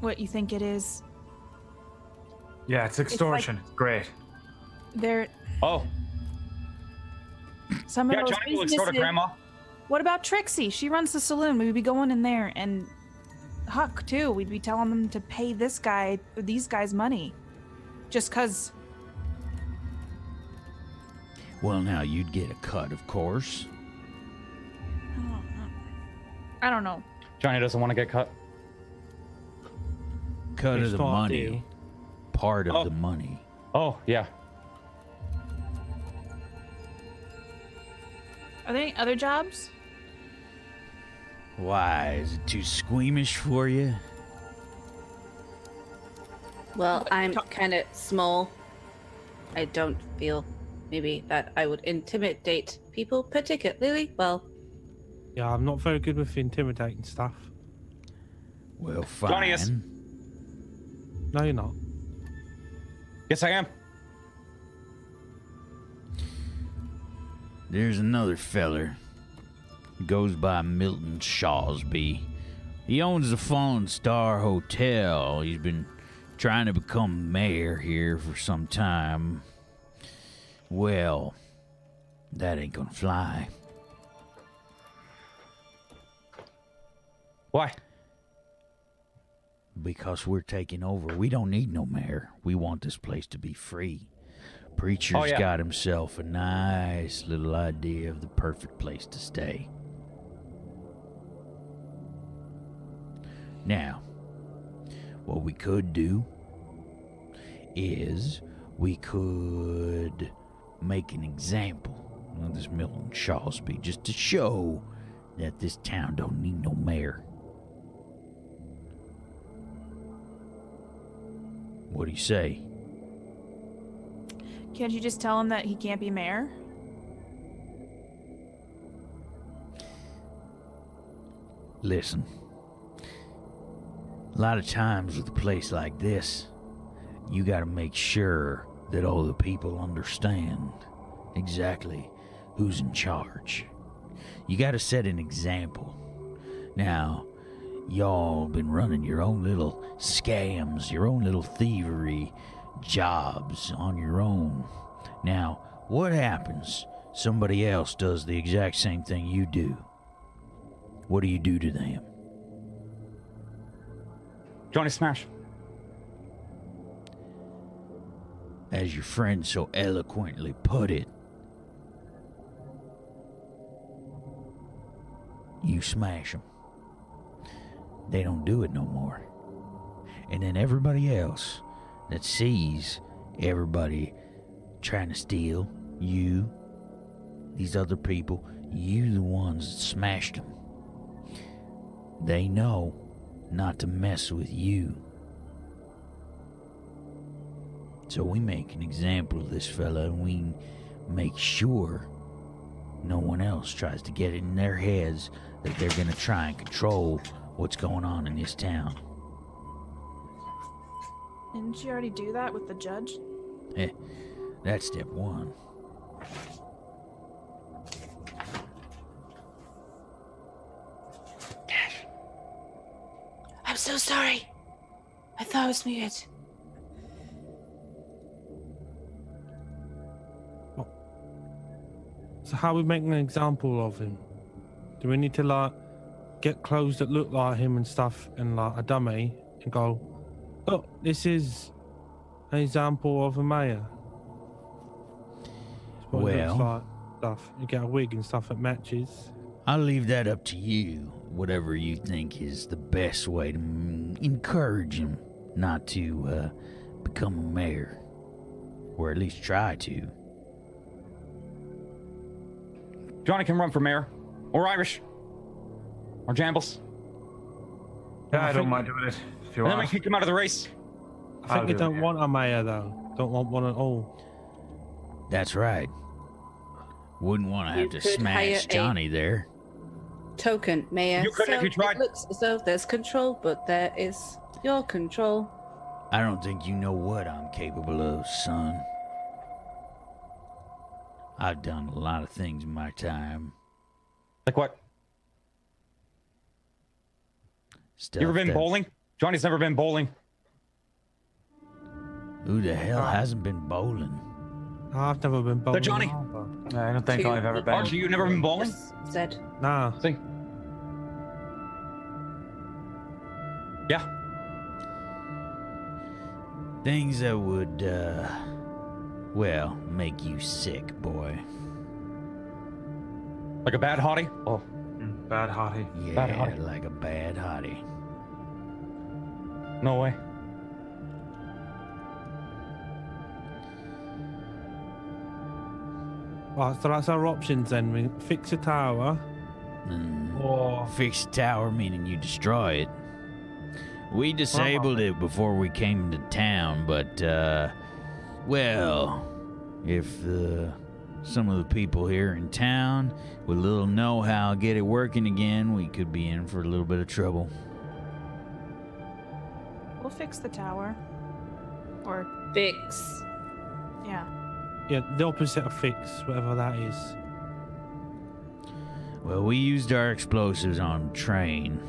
Speaker 5: what you think it is.
Speaker 4: Yeah, it's extortion. It's Great.
Speaker 5: There,
Speaker 2: Oh,
Speaker 5: some
Speaker 2: yeah,
Speaker 5: of those
Speaker 2: Johnny will extort a
Speaker 5: businesses.
Speaker 2: grandma.
Speaker 5: What about Trixie? She runs the saloon. We'd be going in there and Huck too. We'd be telling them to pay this guy, these guys, money, just cause.
Speaker 1: well now you'd get a cut of course
Speaker 5: I don't know.
Speaker 2: Johnny doesn't want to get cut.
Speaker 1: cut of
Speaker 6: It's
Speaker 1: the
Speaker 6: not
Speaker 1: money
Speaker 6: due.
Speaker 1: part of
Speaker 2: Oh.
Speaker 1: the money
Speaker 2: Oh, yeah.
Speaker 5: Are there any other jobs?
Speaker 1: Why? Is it too squeamish for you?
Speaker 3: Well, I'm kind of small. I don't feel maybe that I would intimidate people particularly well.
Speaker 6: Yeah, I'm not very good with intimidating stuff.
Speaker 1: Well, fine.
Speaker 2: Johnny is-
Speaker 6: No, you're not.
Speaker 2: Yes, I am.
Speaker 1: There's another feller. Goes by Milton Shawsby. He owns the Fallen Star Hotel. He's been trying to become mayor here for some time. Well, that ain't gonna fly.
Speaker 2: Why?
Speaker 1: Because we're taking over. We don't need no mayor. We want this place to be free. Preacher's
Speaker 2: Oh, yeah.
Speaker 1: got himself a nice little idea of the perfect place to stay. Now, what we could do is we could make an example of this Milton Shawsby just to show that this town don't need no mayor. What do you say?
Speaker 5: Can't you just tell him that he can't be mayor?
Speaker 1: Listen, a lot of times with a place like this, you got to make sure that all the people understand exactly who's in charge. You got to set an example. Now, y'all been running your own little scams, your own little thievery jobs on your own. Now, what happens? Somebody else does the exact same thing you do. What do you do to them?
Speaker 2: Johnny Smash.
Speaker 1: As your friend so eloquently put it, you smash them. They don't do it no more. And then everybody else that sees everybody trying to steal you, these other people, you the ones that smashed them. They know not to mess with you. So we make an example of this fella and we make sure no one else tries to get it in their heads that they're going to try and control what's going on in this town.
Speaker 5: Didn't you already do that with the judge?
Speaker 1: Eh, that's step one.
Speaker 3: so sorry. I thought I was muted.
Speaker 6: So how we make an example of him? Do we need to like get clothes that look like him and stuff and like a dummy and go, look, this is an example of a mayor. That's what it looks
Speaker 1: Well.
Speaker 6: like. Stuff. You get a wig and stuff that matches.
Speaker 1: I'll leave that up to you. Whatever you think is the best way to mm, encourage him not to uh, become a mayor, or at least try to.
Speaker 2: Johnny can run for mayor, or Irish, or Jambles,
Speaker 4: Yeah, I don't mind doing it if you
Speaker 2: and then we
Speaker 4: want.
Speaker 2: kick him out of the race.
Speaker 6: I
Speaker 4: I'll
Speaker 6: think we
Speaker 4: do it,
Speaker 6: don't
Speaker 4: yeah.
Speaker 6: want a mayor though. Don't want one at all.
Speaker 1: That's right. Wouldn't want to
Speaker 3: You
Speaker 1: have to
Speaker 3: could hire
Speaker 1: smash
Speaker 3: a-
Speaker 1: Johnny there.
Speaker 3: Token, Mayor.
Speaker 2: You couldn't if you tried.
Speaker 3: It looks as though there's control, but there is your control.
Speaker 1: I don't think you know what I'm capable of, son. I've done a lot of things in my time.
Speaker 2: Like what?
Speaker 1: Stuff
Speaker 2: you ever been
Speaker 1: that-
Speaker 2: bowling? Johnny's never been bowling.
Speaker 1: Who the hell hasn't been bowling?
Speaker 6: I've never been bowling.
Speaker 2: Johnny.
Speaker 6: either.
Speaker 4: No, I don't think
Speaker 3: Two
Speaker 4: I've ever
Speaker 3: people.
Speaker 4: been.
Speaker 2: Archie, you've never been bowling.
Speaker 3: Said.
Speaker 6: Nah.
Speaker 2: See? Yeah.
Speaker 1: Things that would, uh, well, make you sick, boy.
Speaker 2: Like a bad hottie? Oh.
Speaker 4: Mm, Bad hearty.
Speaker 1: Yeah,
Speaker 2: Bad hottie.
Speaker 1: like a bad hottie.
Speaker 2: No way.
Speaker 6: Right, so that's our options then. We fix a tower
Speaker 1: Mm.
Speaker 6: or
Speaker 1: Fix the tower, meaning you destroy it. We disabled it before we came to town, but, uh, well, if uh, some of the people here in town with little know how get it working again, we could be in for a little bit of trouble.
Speaker 5: We'll fix the tower. Or,
Speaker 3: Fix.
Speaker 5: yeah.
Speaker 6: yeah, the opposite of fix, whatever that is.
Speaker 1: Well, we used our explosives on the train,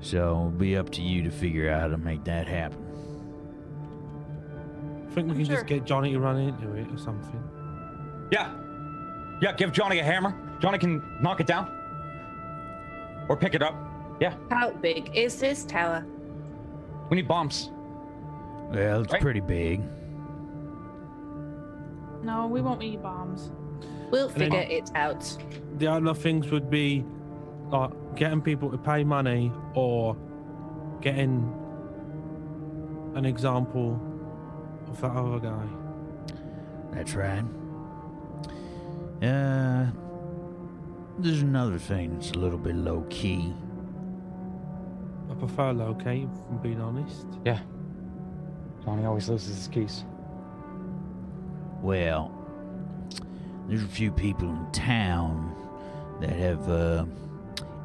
Speaker 1: so it'll be up to you to figure out how to make that happen.
Speaker 6: I think we can
Speaker 5: Sure.
Speaker 6: just get Johnny to run into it or something.
Speaker 2: Yeah. Yeah, give Johnny a hammer. Johnny can knock it down. Or pick it up. Yeah.
Speaker 3: How big is this tower?
Speaker 2: We need bombs.
Speaker 1: Well, it's
Speaker 2: Right.
Speaker 1: pretty big.
Speaker 5: No, we won't need bombs.
Speaker 3: We'll
Speaker 6: then-
Speaker 3: figure it out.
Speaker 6: The other things would be like getting people to pay money or getting an example of that other guy.
Speaker 1: That's right. Uh, there's another thing that's a little bit low key.
Speaker 6: I prefer low key, if I'm being honest.
Speaker 2: Yeah. Johnny always loses his keys.
Speaker 1: Well, there's a few people in town that have uh,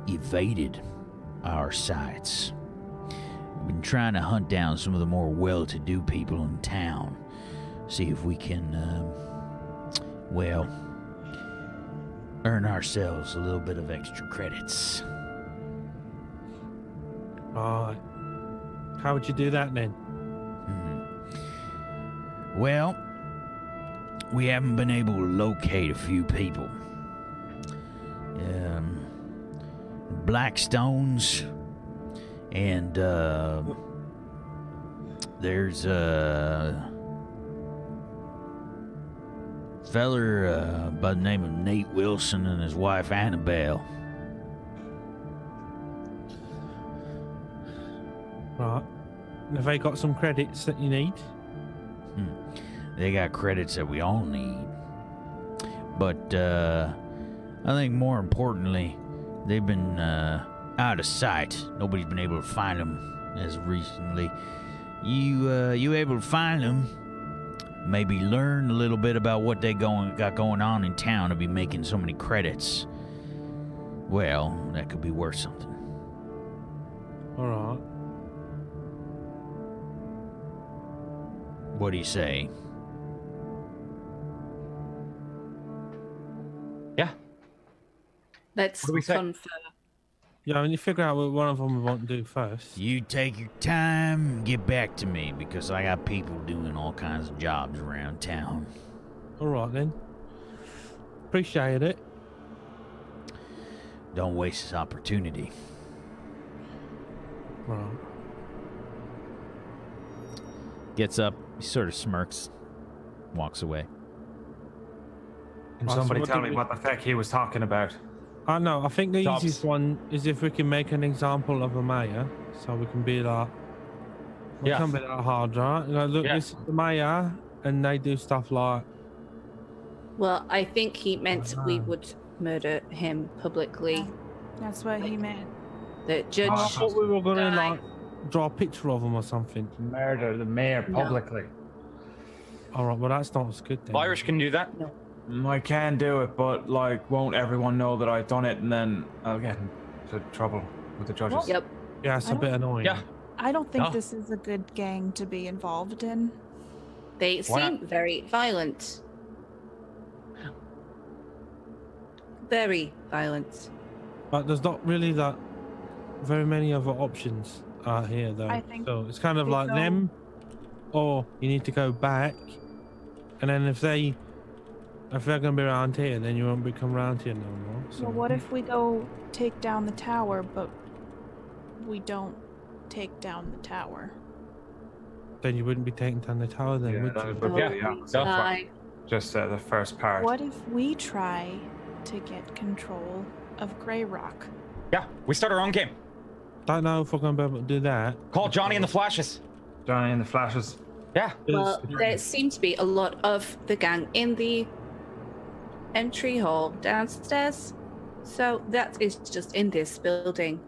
Speaker 1: evaded our sights. We've been trying to hunt down some of the more well to do people in town. See if we can, um, well, earn ourselves a little bit of extra credits.
Speaker 6: Right. How would you do that then?
Speaker 1: Well, we haven't been able to locate a few people. Um, Blackstones, and uh, there's uh, a feller uh, by the name of Nate Wilson and his wife Annabelle.
Speaker 6: Right. Have they got some credits that you need?
Speaker 1: They got credits that we all need. But uh, I think more importantly, they've been uh, out of sight. Nobody's been able to find them as of recently. You uh, you able to find them? Maybe learn a little bit about what they going got going on in town to be making so many credits. Well, that could be worth something.
Speaker 6: All right.
Speaker 1: What do you say?
Speaker 2: Yeah.
Speaker 3: Let's
Speaker 2: What do we say?
Speaker 3: confer
Speaker 6: Yeah, and you figure out what one of them we want to do first.
Speaker 10: You take your time and get back to me because I got people doing all kinds of jobs around town.
Speaker 6: All right then. Appreciate it.
Speaker 10: Don't waste this opportunity.
Speaker 6: Right.
Speaker 1: Gets up, he sort of smirks, walks away.
Speaker 4: Can
Speaker 6: Awesome.
Speaker 4: somebody
Speaker 6: What
Speaker 4: tell
Speaker 6: did
Speaker 4: me
Speaker 6: we-
Speaker 4: what the heck he was talking about?
Speaker 6: I know. I think the
Speaker 2: Jobs.
Speaker 6: easiest one is if we can make an example of a mayor, so we can be like, we
Speaker 2: Yeah.
Speaker 6: can't be that hard, right? You know, look,
Speaker 2: Yeah.
Speaker 6: this is the mayor, and they do stuff like,
Speaker 3: Well, I think he meant
Speaker 2: Uh,
Speaker 3: we would murder him publicly.
Speaker 5: That's what he meant.
Speaker 3: The judge.
Speaker 6: oh, I thought we were gonna
Speaker 3: die.
Speaker 6: like draw a picture of him or something.
Speaker 8: Murder the mayor
Speaker 3: No.
Speaker 8: publicly.
Speaker 6: All right, well that's not as good then.
Speaker 2: Irish can do that.
Speaker 4: Mm, I can do it, but like, won't everyone know that I've done it, and then I'll get into trouble with the judges.
Speaker 3: Yep.
Speaker 6: Yeah, it's
Speaker 5: I
Speaker 6: a bit annoying.
Speaker 2: Yeah.
Speaker 5: I don't think
Speaker 2: Oh.
Speaker 5: this is a good gang to be involved in.
Speaker 3: They
Speaker 2: Why
Speaker 3: seem very violent. Very violent.
Speaker 6: But there's not really that very many other options out here though.
Speaker 5: I think
Speaker 6: so it's kind of
Speaker 5: they
Speaker 6: like
Speaker 5: go-
Speaker 6: them or you need to go back and then if they if they're gonna be around here then you won't become around here no more. So
Speaker 5: Well, what if we go take down the tower, but we don't take down the tower?
Speaker 6: then you wouldn't be taken down the tower then
Speaker 4: Yeah,
Speaker 6: would
Speaker 4: that
Speaker 6: you?
Speaker 4: would be- yeah,
Speaker 3: Oh,
Speaker 4: yeah,
Speaker 3: we
Speaker 2: that's right.
Speaker 3: die.
Speaker 4: Just uh, the first part.
Speaker 5: What if we try to get control of Grey Rock?
Speaker 2: Yeah, we start our own game.
Speaker 6: Don't know if we're gonna be able to do that.
Speaker 2: Call Johnny uh, and the Flashes.
Speaker 4: Johnny and the flashes.
Speaker 2: Yeah.
Speaker 3: Well, there seem to be a lot of the gang in the entry hall downstairs. So that is just in this building.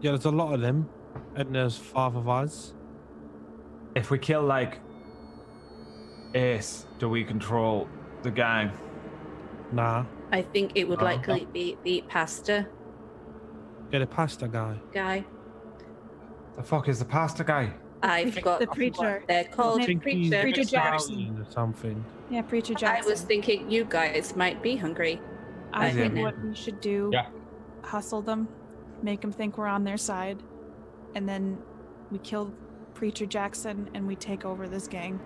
Speaker 6: Yeah, there's a lot of them, and there's five of us.
Speaker 4: If we kill like Ace, do we control the gang?
Speaker 6: Nah,
Speaker 3: I think it would
Speaker 4: Uh-huh.
Speaker 3: likely be the pastor
Speaker 6: get a pasta guy.
Speaker 3: guy.
Speaker 4: The fuck is the pastor guy?
Speaker 3: I've got
Speaker 5: The preacher.
Speaker 3: What they're called
Speaker 5: Nick-
Speaker 6: he's
Speaker 3: preacher.
Speaker 5: Preacher Jackson.
Speaker 6: 6,000 or something.
Speaker 5: Yeah, Preacher
Speaker 3: I
Speaker 5: Jackson.
Speaker 3: was thinking you guys might be hungry.
Speaker 5: I
Speaker 3: Is
Speaker 5: think
Speaker 3: it-
Speaker 5: what we should do,
Speaker 2: Yeah.
Speaker 5: hustle them, make them think we're on their side, and then we kill Preacher Jackson and we take over this gang.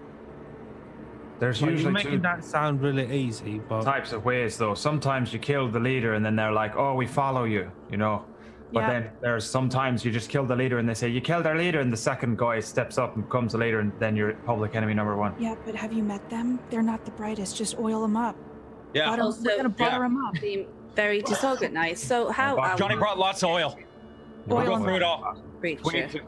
Speaker 4: There's
Speaker 6: Well, you're
Speaker 4: usually
Speaker 6: making
Speaker 4: two
Speaker 6: that sound really easy, but
Speaker 4: types of ways, though. Sometimes you kill the leader, and then they're like, "Oh, we follow you," you know. But
Speaker 5: Yeah.
Speaker 4: then there's sometimes you just kill the leader, and they say you killed our leader, and the second guy steps up and becomes the leader, and then you're public enemy number one.
Speaker 5: Yeah, but have you met them? They're not the brightest. Just oil them up.
Speaker 2: Yeah.
Speaker 5: Butter-
Speaker 3: Also-
Speaker 5: we're gonna butter
Speaker 2: yeah.
Speaker 5: them up.
Speaker 3: Seem very disorganized. So how
Speaker 4: Well,
Speaker 3: are
Speaker 2: Johnny
Speaker 3: we
Speaker 2: brought lots of oil. We'll
Speaker 5: Oil
Speaker 2: go
Speaker 5: and
Speaker 2: through it all. We,
Speaker 3: preacher?
Speaker 2: need to-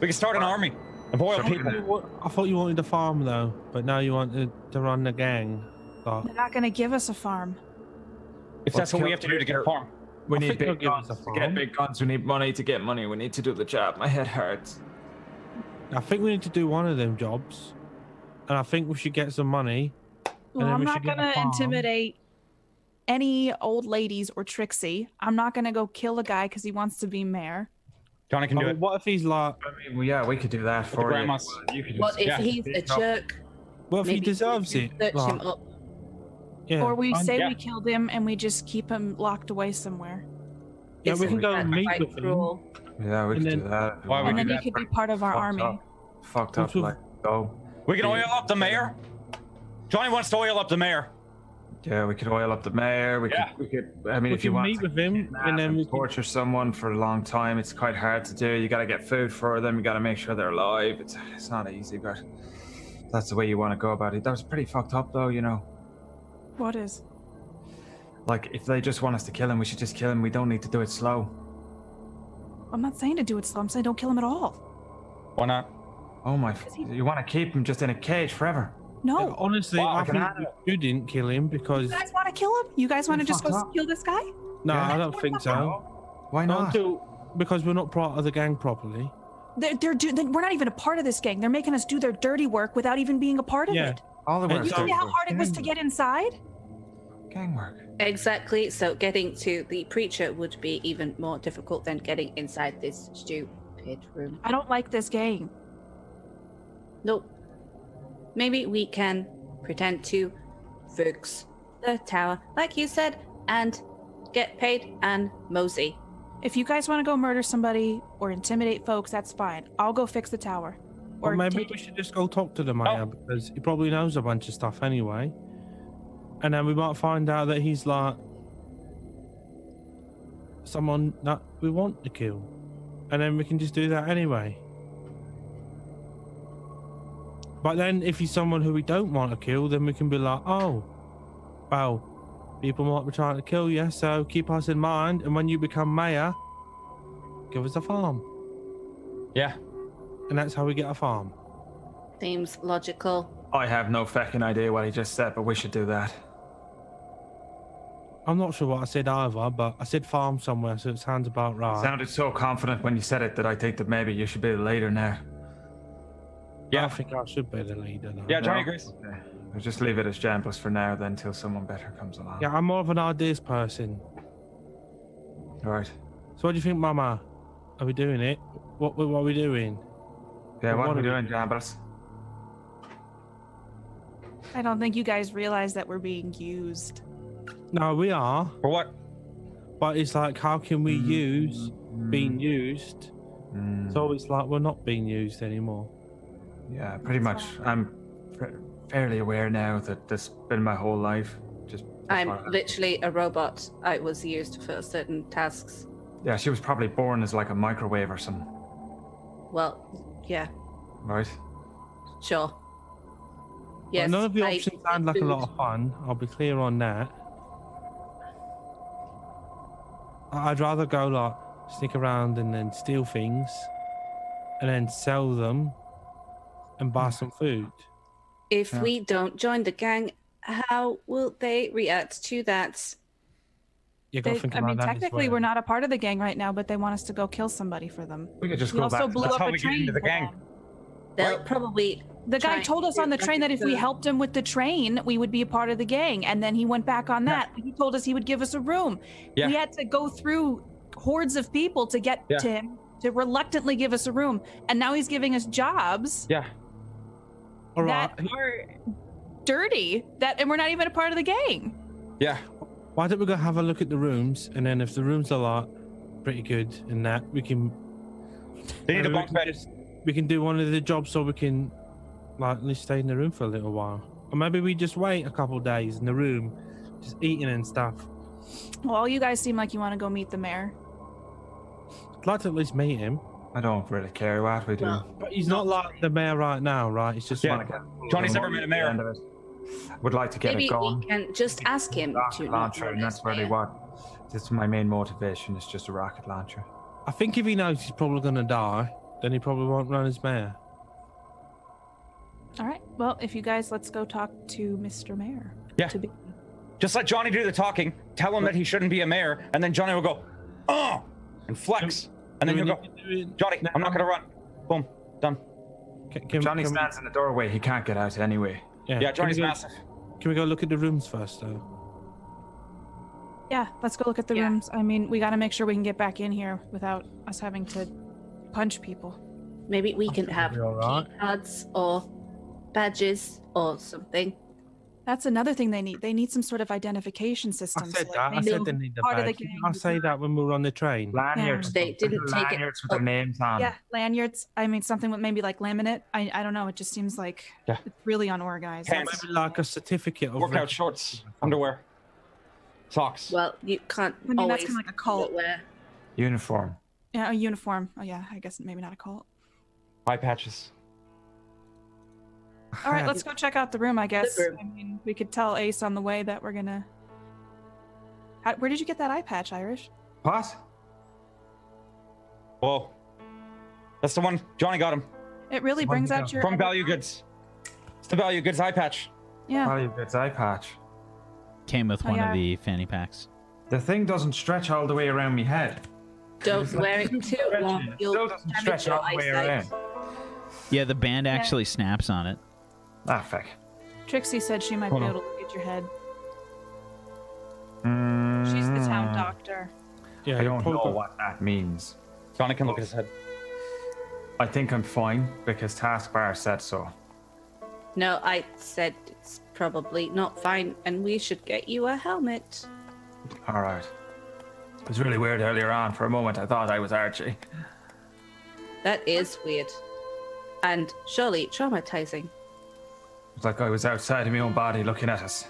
Speaker 2: we can start an army of oil
Speaker 4: Sure.
Speaker 2: people.
Speaker 6: I thought you wanted a farm though, but now you want to, to run the gang. But
Speaker 5: They're not gonna give us a farm.
Speaker 2: If
Speaker 4: Let's
Speaker 2: that's what we
Speaker 4: kill
Speaker 2: have to do to get a
Speaker 4: Peter.
Speaker 2: farm.
Speaker 4: We
Speaker 6: I
Speaker 4: need
Speaker 6: think they'll
Speaker 4: big
Speaker 6: give us
Speaker 4: guns
Speaker 6: a
Speaker 4: to get
Speaker 6: farm.
Speaker 4: big guns. We need money to get money. We need to do the job. My head hurts.
Speaker 6: I think we need to do one of them jobs, and I think we should get some money.
Speaker 5: Well,
Speaker 6: then
Speaker 5: I'm
Speaker 6: we
Speaker 5: not
Speaker 6: should get a
Speaker 5: gonna
Speaker 6: farm.
Speaker 5: intimidate any old ladies or Trixie. I'm not gonna go kill a guy because he wants to be mayor.
Speaker 2: Johnny can do
Speaker 6: Oh,
Speaker 2: it.
Speaker 6: what if he's like,
Speaker 4: I mean, well, yeah, we could do that
Speaker 2: the
Speaker 4: for you.
Speaker 2: grandmas.
Speaker 4: You could
Speaker 3: What
Speaker 4: just-
Speaker 3: if
Speaker 2: Yeah.
Speaker 3: he's a jerk?
Speaker 6: what if he
Speaker 3: Maybe we
Speaker 6: deserves
Speaker 3: can
Speaker 6: it?
Speaker 3: Search
Speaker 6: Like,
Speaker 3: him up.
Speaker 6: yeah,
Speaker 5: or we
Speaker 6: I'm-
Speaker 5: say
Speaker 2: yeah.
Speaker 5: we killed him and we just keep him locked away somewhere.
Speaker 6: yeah,
Speaker 3: It's
Speaker 6: we
Speaker 3: a
Speaker 6: can go
Speaker 3: bad
Speaker 6: and meet
Speaker 3: fight
Speaker 6: with him.
Speaker 3: rule.
Speaker 4: Yeah, we
Speaker 6: And
Speaker 4: could
Speaker 6: then-
Speaker 4: do that.
Speaker 2: Why would
Speaker 5: And
Speaker 2: we
Speaker 5: then
Speaker 2: do
Speaker 5: he
Speaker 2: that
Speaker 5: could be part of our
Speaker 4: Fucked
Speaker 5: army.
Speaker 4: up. Fucked
Speaker 6: Don't
Speaker 4: up,
Speaker 6: you-
Speaker 4: like oh.
Speaker 2: We can oil up the mayor. Johnny wants to oil up the mayor.
Speaker 4: Yeah, we could oil up the mayor. We
Speaker 2: Yeah.
Speaker 4: could. We could. I mean,
Speaker 6: We
Speaker 4: if you
Speaker 6: can
Speaker 4: want
Speaker 6: meet
Speaker 4: to
Speaker 6: with him,
Speaker 4: kidnap
Speaker 6: and then we can-
Speaker 4: torture someone for a long time, it's quite hard to do. You got to get food for them. You got to make sure they're alive. It's it's not easy, but that's the way you want to go about it. That was pretty fucked up, though. You know,
Speaker 5: What is?
Speaker 4: like if they just want us to kill him, we should just kill him. We don't need to do it slow.
Speaker 5: I'm not saying to do it slow. I'm saying don't kill him at all.
Speaker 2: Why not?
Speaker 4: Oh my! f-
Speaker 5: he-
Speaker 4: You want to keep him just in a cage forever?
Speaker 5: No.
Speaker 6: Yeah, oh. honestly,
Speaker 4: Wow, I
Speaker 6: I
Speaker 4: can
Speaker 6: think
Speaker 4: add it.
Speaker 6: you didn't kill him because
Speaker 5: You guys want to kill him? You guys want to just
Speaker 4: fucked
Speaker 5: go
Speaker 4: up.
Speaker 5: kill this guy?
Speaker 6: no,
Speaker 4: Yeah.
Speaker 6: I don't think so.
Speaker 4: Why
Speaker 6: Not
Speaker 4: not?
Speaker 6: until because we're not part of the gang properly.
Speaker 5: They're, they're do- they, we're not even a part of this gang. They're making us do their dirty work without even being a part of
Speaker 6: Yeah.
Speaker 5: it.
Speaker 4: All the
Speaker 6: And
Speaker 4: work.
Speaker 5: You
Speaker 6: Dirty
Speaker 5: see how hard it was to
Speaker 4: Gang
Speaker 5: get inside?
Speaker 4: work. gang work.
Speaker 3: Exactly. So getting to the preacher would be even more difficult than getting inside this stupid room.
Speaker 5: I don't like this gang.
Speaker 3: Nope. Maybe we can pretend to fix the tower, like you said, and get paid, and mosey.
Speaker 5: If you guys want to go murder somebody or intimidate folks, that's fine. I'll go fix the tower.
Speaker 6: Or maybe
Speaker 5: take-
Speaker 6: we should just go talk to the mayor because he probably knows a bunch of stuff anyway. And then we might find out that he's like someone that we want to kill. And then we can just do that anyway. But then if he's someone who we don't want to kill, then we can be like, oh, well, people might be trying to kill you, so keep us in mind. And when you become mayor, give us a farm.
Speaker 2: Yeah.
Speaker 6: And that's how we get a farm.
Speaker 3: Seems logical.
Speaker 4: I have no fucking idea what he just said, but we should do that.
Speaker 6: I'm not sure what I said either, but I said farm somewhere, so it sounds about right.
Speaker 4: Sounded so confident when you said it that I think that maybe you should be the leader now.
Speaker 6: yeah, I think I should be the leader now.
Speaker 2: Yeah, Johnny
Speaker 4: No?
Speaker 2: agrees.
Speaker 4: Okay. I'll just leave it as Jambles for now, then, till someone better comes along.
Speaker 6: Yeah, I'm more of an ideas person.
Speaker 4: Right.
Speaker 6: So what do you think, Mama? Are we doing it? What what are we doing?
Speaker 4: Yeah, what,
Speaker 6: What
Speaker 4: are we
Speaker 6: are we
Speaker 4: doing, Jambles?
Speaker 5: I don't think you guys realize that we're being used.
Speaker 6: No, we are,
Speaker 2: For what?
Speaker 6: but it's like how can we use being used?
Speaker 4: Mm,
Speaker 6: It's always like we're not being used anymore.
Speaker 4: yeah, pretty much. I'm fa- fairly aware now that this has been my whole life. Just that's
Speaker 3: I'm
Speaker 4: what I-
Speaker 3: literally a robot. I was used for certain tasks.
Speaker 4: Yeah, she was probably born as like a microwave or something,
Speaker 3: Well, yeah,
Speaker 4: right?
Speaker 3: sure.
Speaker 6: But
Speaker 3: Yes.
Speaker 6: none of the
Speaker 3: I
Speaker 6: options
Speaker 3: eat
Speaker 6: sound like a lot
Speaker 3: food.
Speaker 6: of fun. I'll be clear on that. I- I'd rather go like sneak around and then steal things, and then sell them, and
Speaker 5: Hmm.
Speaker 6: buy some food.
Speaker 3: If we don't join the gang, how will they react to that?
Speaker 6: You got to
Speaker 5: They-
Speaker 6: think
Speaker 5: I
Speaker 6: about
Speaker 5: mean,
Speaker 6: that. as
Speaker 5: technically,
Speaker 6: well.
Speaker 5: we're not a part of the gang right now, but they want us to go kill somebody for them.
Speaker 4: We could just
Speaker 5: We
Speaker 4: go
Speaker 5: also
Speaker 4: back.
Speaker 5: blew
Speaker 2: That's
Speaker 5: up
Speaker 2: how
Speaker 5: a
Speaker 2: we get
Speaker 5: train.
Speaker 2: into the
Speaker 5: for
Speaker 2: gang.
Speaker 5: them.
Speaker 3: They'll probably.
Speaker 5: The guy
Speaker 3: Trying
Speaker 5: told us
Speaker 3: to
Speaker 5: on the train that if we
Speaker 3: understand.
Speaker 5: helped him with the train, we would be a part of the gang. And then he went back on that. He told us he would give us a room.
Speaker 2: Yeah.
Speaker 5: We had to go through hordes of people to get
Speaker 2: Yeah.
Speaker 5: to him to reluctantly give us a room. And now he's giving us jobs
Speaker 2: Yeah.
Speaker 6: All right.
Speaker 5: that are dirty that and we're not even a part of the gang.
Speaker 2: Yeah.
Speaker 6: Why don't we go have a look at the rooms, and then if the rooms are like pretty good and that, we can
Speaker 2: They need a
Speaker 6: maybe
Speaker 2: bunk
Speaker 6: we
Speaker 2: bed.
Speaker 6: can, just, we can do one of the jobs, so we can like at least stay in the room for a little while, or maybe we just wait a couple days in the room, just eating and stuff.
Speaker 5: Well, all you guys seem like you want to go meet the mayor.
Speaker 6: I'd like to at least meet him,
Speaker 4: I don't really care what we do.
Speaker 3: Well,
Speaker 6: but he's not like the mayor right now, right? It's just
Speaker 2: Yeah.
Speaker 6: like
Speaker 2: Johnny's never met a mayor.
Speaker 4: Would like to get
Speaker 3: maybe
Speaker 4: it gone.
Speaker 3: we can just ask him
Speaker 6: Ah,
Speaker 4: Rocket
Speaker 3: to. not
Speaker 4: launcher,
Speaker 3: join
Speaker 4: and
Speaker 3: us
Speaker 4: that's really
Speaker 3: there.
Speaker 4: what. That's my main motivation. It's just a rocket launcher.
Speaker 6: I think if he knows he's probably gonna die, then he probably won't run as mayor.
Speaker 5: All right. Well, if you guys, let's go talk to Mr. Mayor.
Speaker 2: Yeah.
Speaker 5: To be-
Speaker 2: Just let Johnny do the talking. Tell him that he shouldn't be a mayor, and then Johnny will go, oh, and flex, and then
Speaker 6: Do
Speaker 2: he'll
Speaker 6: we
Speaker 2: go,
Speaker 6: need to do it
Speaker 2: Johnny, I'm not
Speaker 6: now?
Speaker 2: gonna run. Boom, done.
Speaker 6: Can, can,
Speaker 4: Johnny
Speaker 6: can we-
Speaker 4: stands in the doorway. He can't get out anyway.
Speaker 6: yeah,
Speaker 2: Yeah,
Speaker 6: can
Speaker 2: Johnny's
Speaker 6: we go-
Speaker 2: massive.
Speaker 6: Can we go look at the rooms first, though?
Speaker 5: yeah. Let's go look at the
Speaker 3: Yeah.
Speaker 5: rooms. I mean, we got to make sure we can get back in here without us having to punch people.
Speaker 3: Maybe we can have
Speaker 6: Be all right.
Speaker 3: cards or badges or something.
Speaker 5: That's another thing they need. They need some sort of identification system.
Speaker 6: I
Speaker 5: so,
Speaker 6: said
Speaker 5: like,
Speaker 6: that. I
Speaker 5: they
Speaker 6: said
Speaker 5: know
Speaker 6: they need the
Speaker 5: part of the
Speaker 6: badge.
Speaker 5: gang.
Speaker 6: I say that when we were on the train.
Speaker 4: Lanyards.
Speaker 3: They didn't take it-
Speaker 4: lanyards with their names on.
Speaker 5: Yeah, lanyards. I mean, something with maybe like laminate. I, I don't know. It just seems like
Speaker 2: Yeah.
Speaker 5: it's really unorganized.
Speaker 2: Pants.
Speaker 6: Maybe like a certificate of
Speaker 2: Workout
Speaker 6: reg-
Speaker 2: shorts, underwear, socks.
Speaker 3: Well, you can't
Speaker 5: I mean, that's
Speaker 3: always
Speaker 5: kind of like a cult.
Speaker 3: wear.
Speaker 4: Uniform.
Speaker 5: Yeah, a uniform. Oh, yeah. I guess maybe not a
Speaker 2: <laughs>
Speaker 5: cult.
Speaker 2: Eye patches.
Speaker 5: All right, let's go check out the room, I guess.
Speaker 3: room.
Speaker 5: I mean, we could tell Ace on the way that we're gonna. How, where did you get that eye patch, Irish?
Speaker 4: What?
Speaker 2: Whoa. That's the one. Johnny got him.
Speaker 5: It really
Speaker 4: Where did
Speaker 5: brings
Speaker 4: it
Speaker 5: out
Speaker 4: go?
Speaker 5: your.
Speaker 2: From Value Goods. It's the Value Goods eye patch.
Speaker 5: Yeah.
Speaker 4: Probably a good eye patch.
Speaker 1: Came with
Speaker 5: Oh,
Speaker 1: one
Speaker 5: yeah.
Speaker 1: of the fanny packs.
Speaker 4: The thing doesn't stretch all the way around my head.
Speaker 3: Don't wear it too
Speaker 4: Stretch
Speaker 3: long.
Speaker 4: it.
Speaker 3: You'll
Speaker 4: Still doesn't
Speaker 3: damage
Speaker 4: stretch
Speaker 3: your
Speaker 4: all the way
Speaker 3: eyesight.
Speaker 4: around.
Speaker 1: Yeah, the band actually snaps on it.
Speaker 4: Ah, fuck.
Speaker 5: Trixie said she might be
Speaker 2: Hold on.
Speaker 5: able to look at your head. She's the
Speaker 2: Mm.
Speaker 5: town doctor.
Speaker 6: Yeah,
Speaker 4: Mm, I don't know
Speaker 6: probably-
Speaker 4: what that means.
Speaker 2: Johnny can look at his head.
Speaker 4: I think I'm fine because Taskbar said so.
Speaker 3: No, I said it's probably not fine, and we should get you a helmet.
Speaker 4: All right. It was really weird earlier on. For a moment, I thought I was Archie.
Speaker 3: That is weird. And surely traumatizing.
Speaker 4: It's like I was outside of my own body looking at us.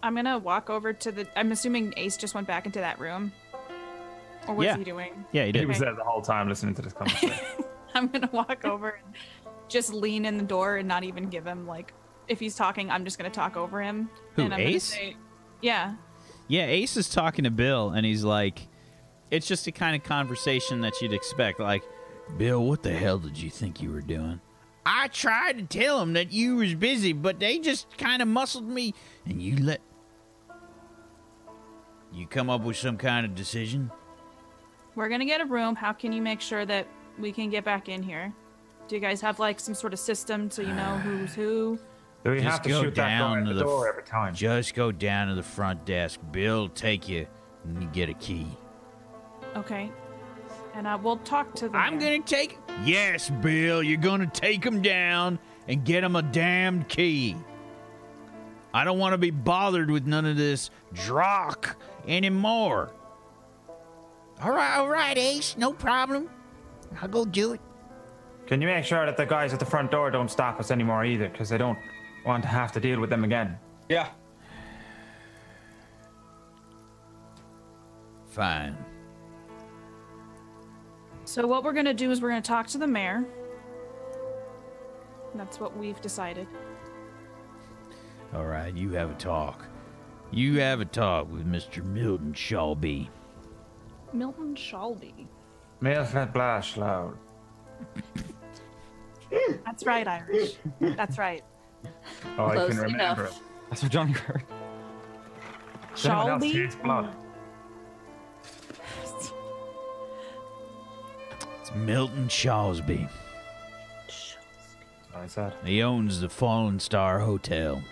Speaker 5: I'm gonna walk over to the. I'm assuming Ace just went back into that room. Or what's
Speaker 13: Yeah.
Speaker 5: he doing? <laughs>
Speaker 13: Yeah, he
Speaker 4: He
Speaker 13: did.
Speaker 4: was there the whole time listening to this conversation.
Speaker 1: <laughs>
Speaker 5: I'm gonna walk over and just lean in the door and not even give him like. If he's talking, I'm just gonna talk over him.
Speaker 13: Who,
Speaker 5: and I'm gonna
Speaker 13: Ace?
Speaker 5: say- yeah.
Speaker 13: Yeah, Ace is talking to Bill, and he's like, it's just the kind of conversation that you'd expect. Like, Bill, what the hell did you think you were doing?
Speaker 1: I tried to tell them that you was busy, but they just kind of muscled me, and you let. You come up with some kind of decision?
Speaker 5: We're gonna get a room. How can you make sure that we can get back in here? Do you guys have like some sort of system so you know who's who?
Speaker 4: Do we
Speaker 1: Just
Speaker 4: have to
Speaker 1: go
Speaker 4: shoot that guy
Speaker 1: down
Speaker 4: at
Speaker 1: to
Speaker 4: the,
Speaker 1: the
Speaker 4: door
Speaker 1: f-
Speaker 4: every time?
Speaker 1: Just go down to the front desk. Bill will take you, and you get a key.
Speaker 5: Okay. And I will talk to them.
Speaker 1: I'm gonna take. Yes, Bill, you're gonna take him down and get him a damned key. I don't want to be bothered with none of this drock anymore. All right, all right, Ace, no problem. I'll go do it.
Speaker 4: Can you make sure that the guys at the front door don't stop us anymore either? Because I don't want to have to deal with them again.
Speaker 2: Yeah.
Speaker 1: Fine.
Speaker 5: So what we're gonna do is we're gonna talk to the mayor. That's what we've decided.
Speaker 1: All right, you have a talk. You have a talk with Mr. Milton Shelby.
Speaker 5: Milton Shalby.
Speaker 4: Milfred Blashlow.
Speaker 5: That's right, Irish. That's right.
Speaker 4: Oh, I
Speaker 3: Close
Speaker 4: can remember
Speaker 3: enough.
Speaker 4: it.
Speaker 2: That's what Johnny <laughs> heard.
Speaker 4: Does anyone else
Speaker 5: Shalby.
Speaker 4: taste blood?
Speaker 1: It's Milton Shawsby.
Speaker 4: That's what I said.
Speaker 1: He owns the Fallen Star Hotel.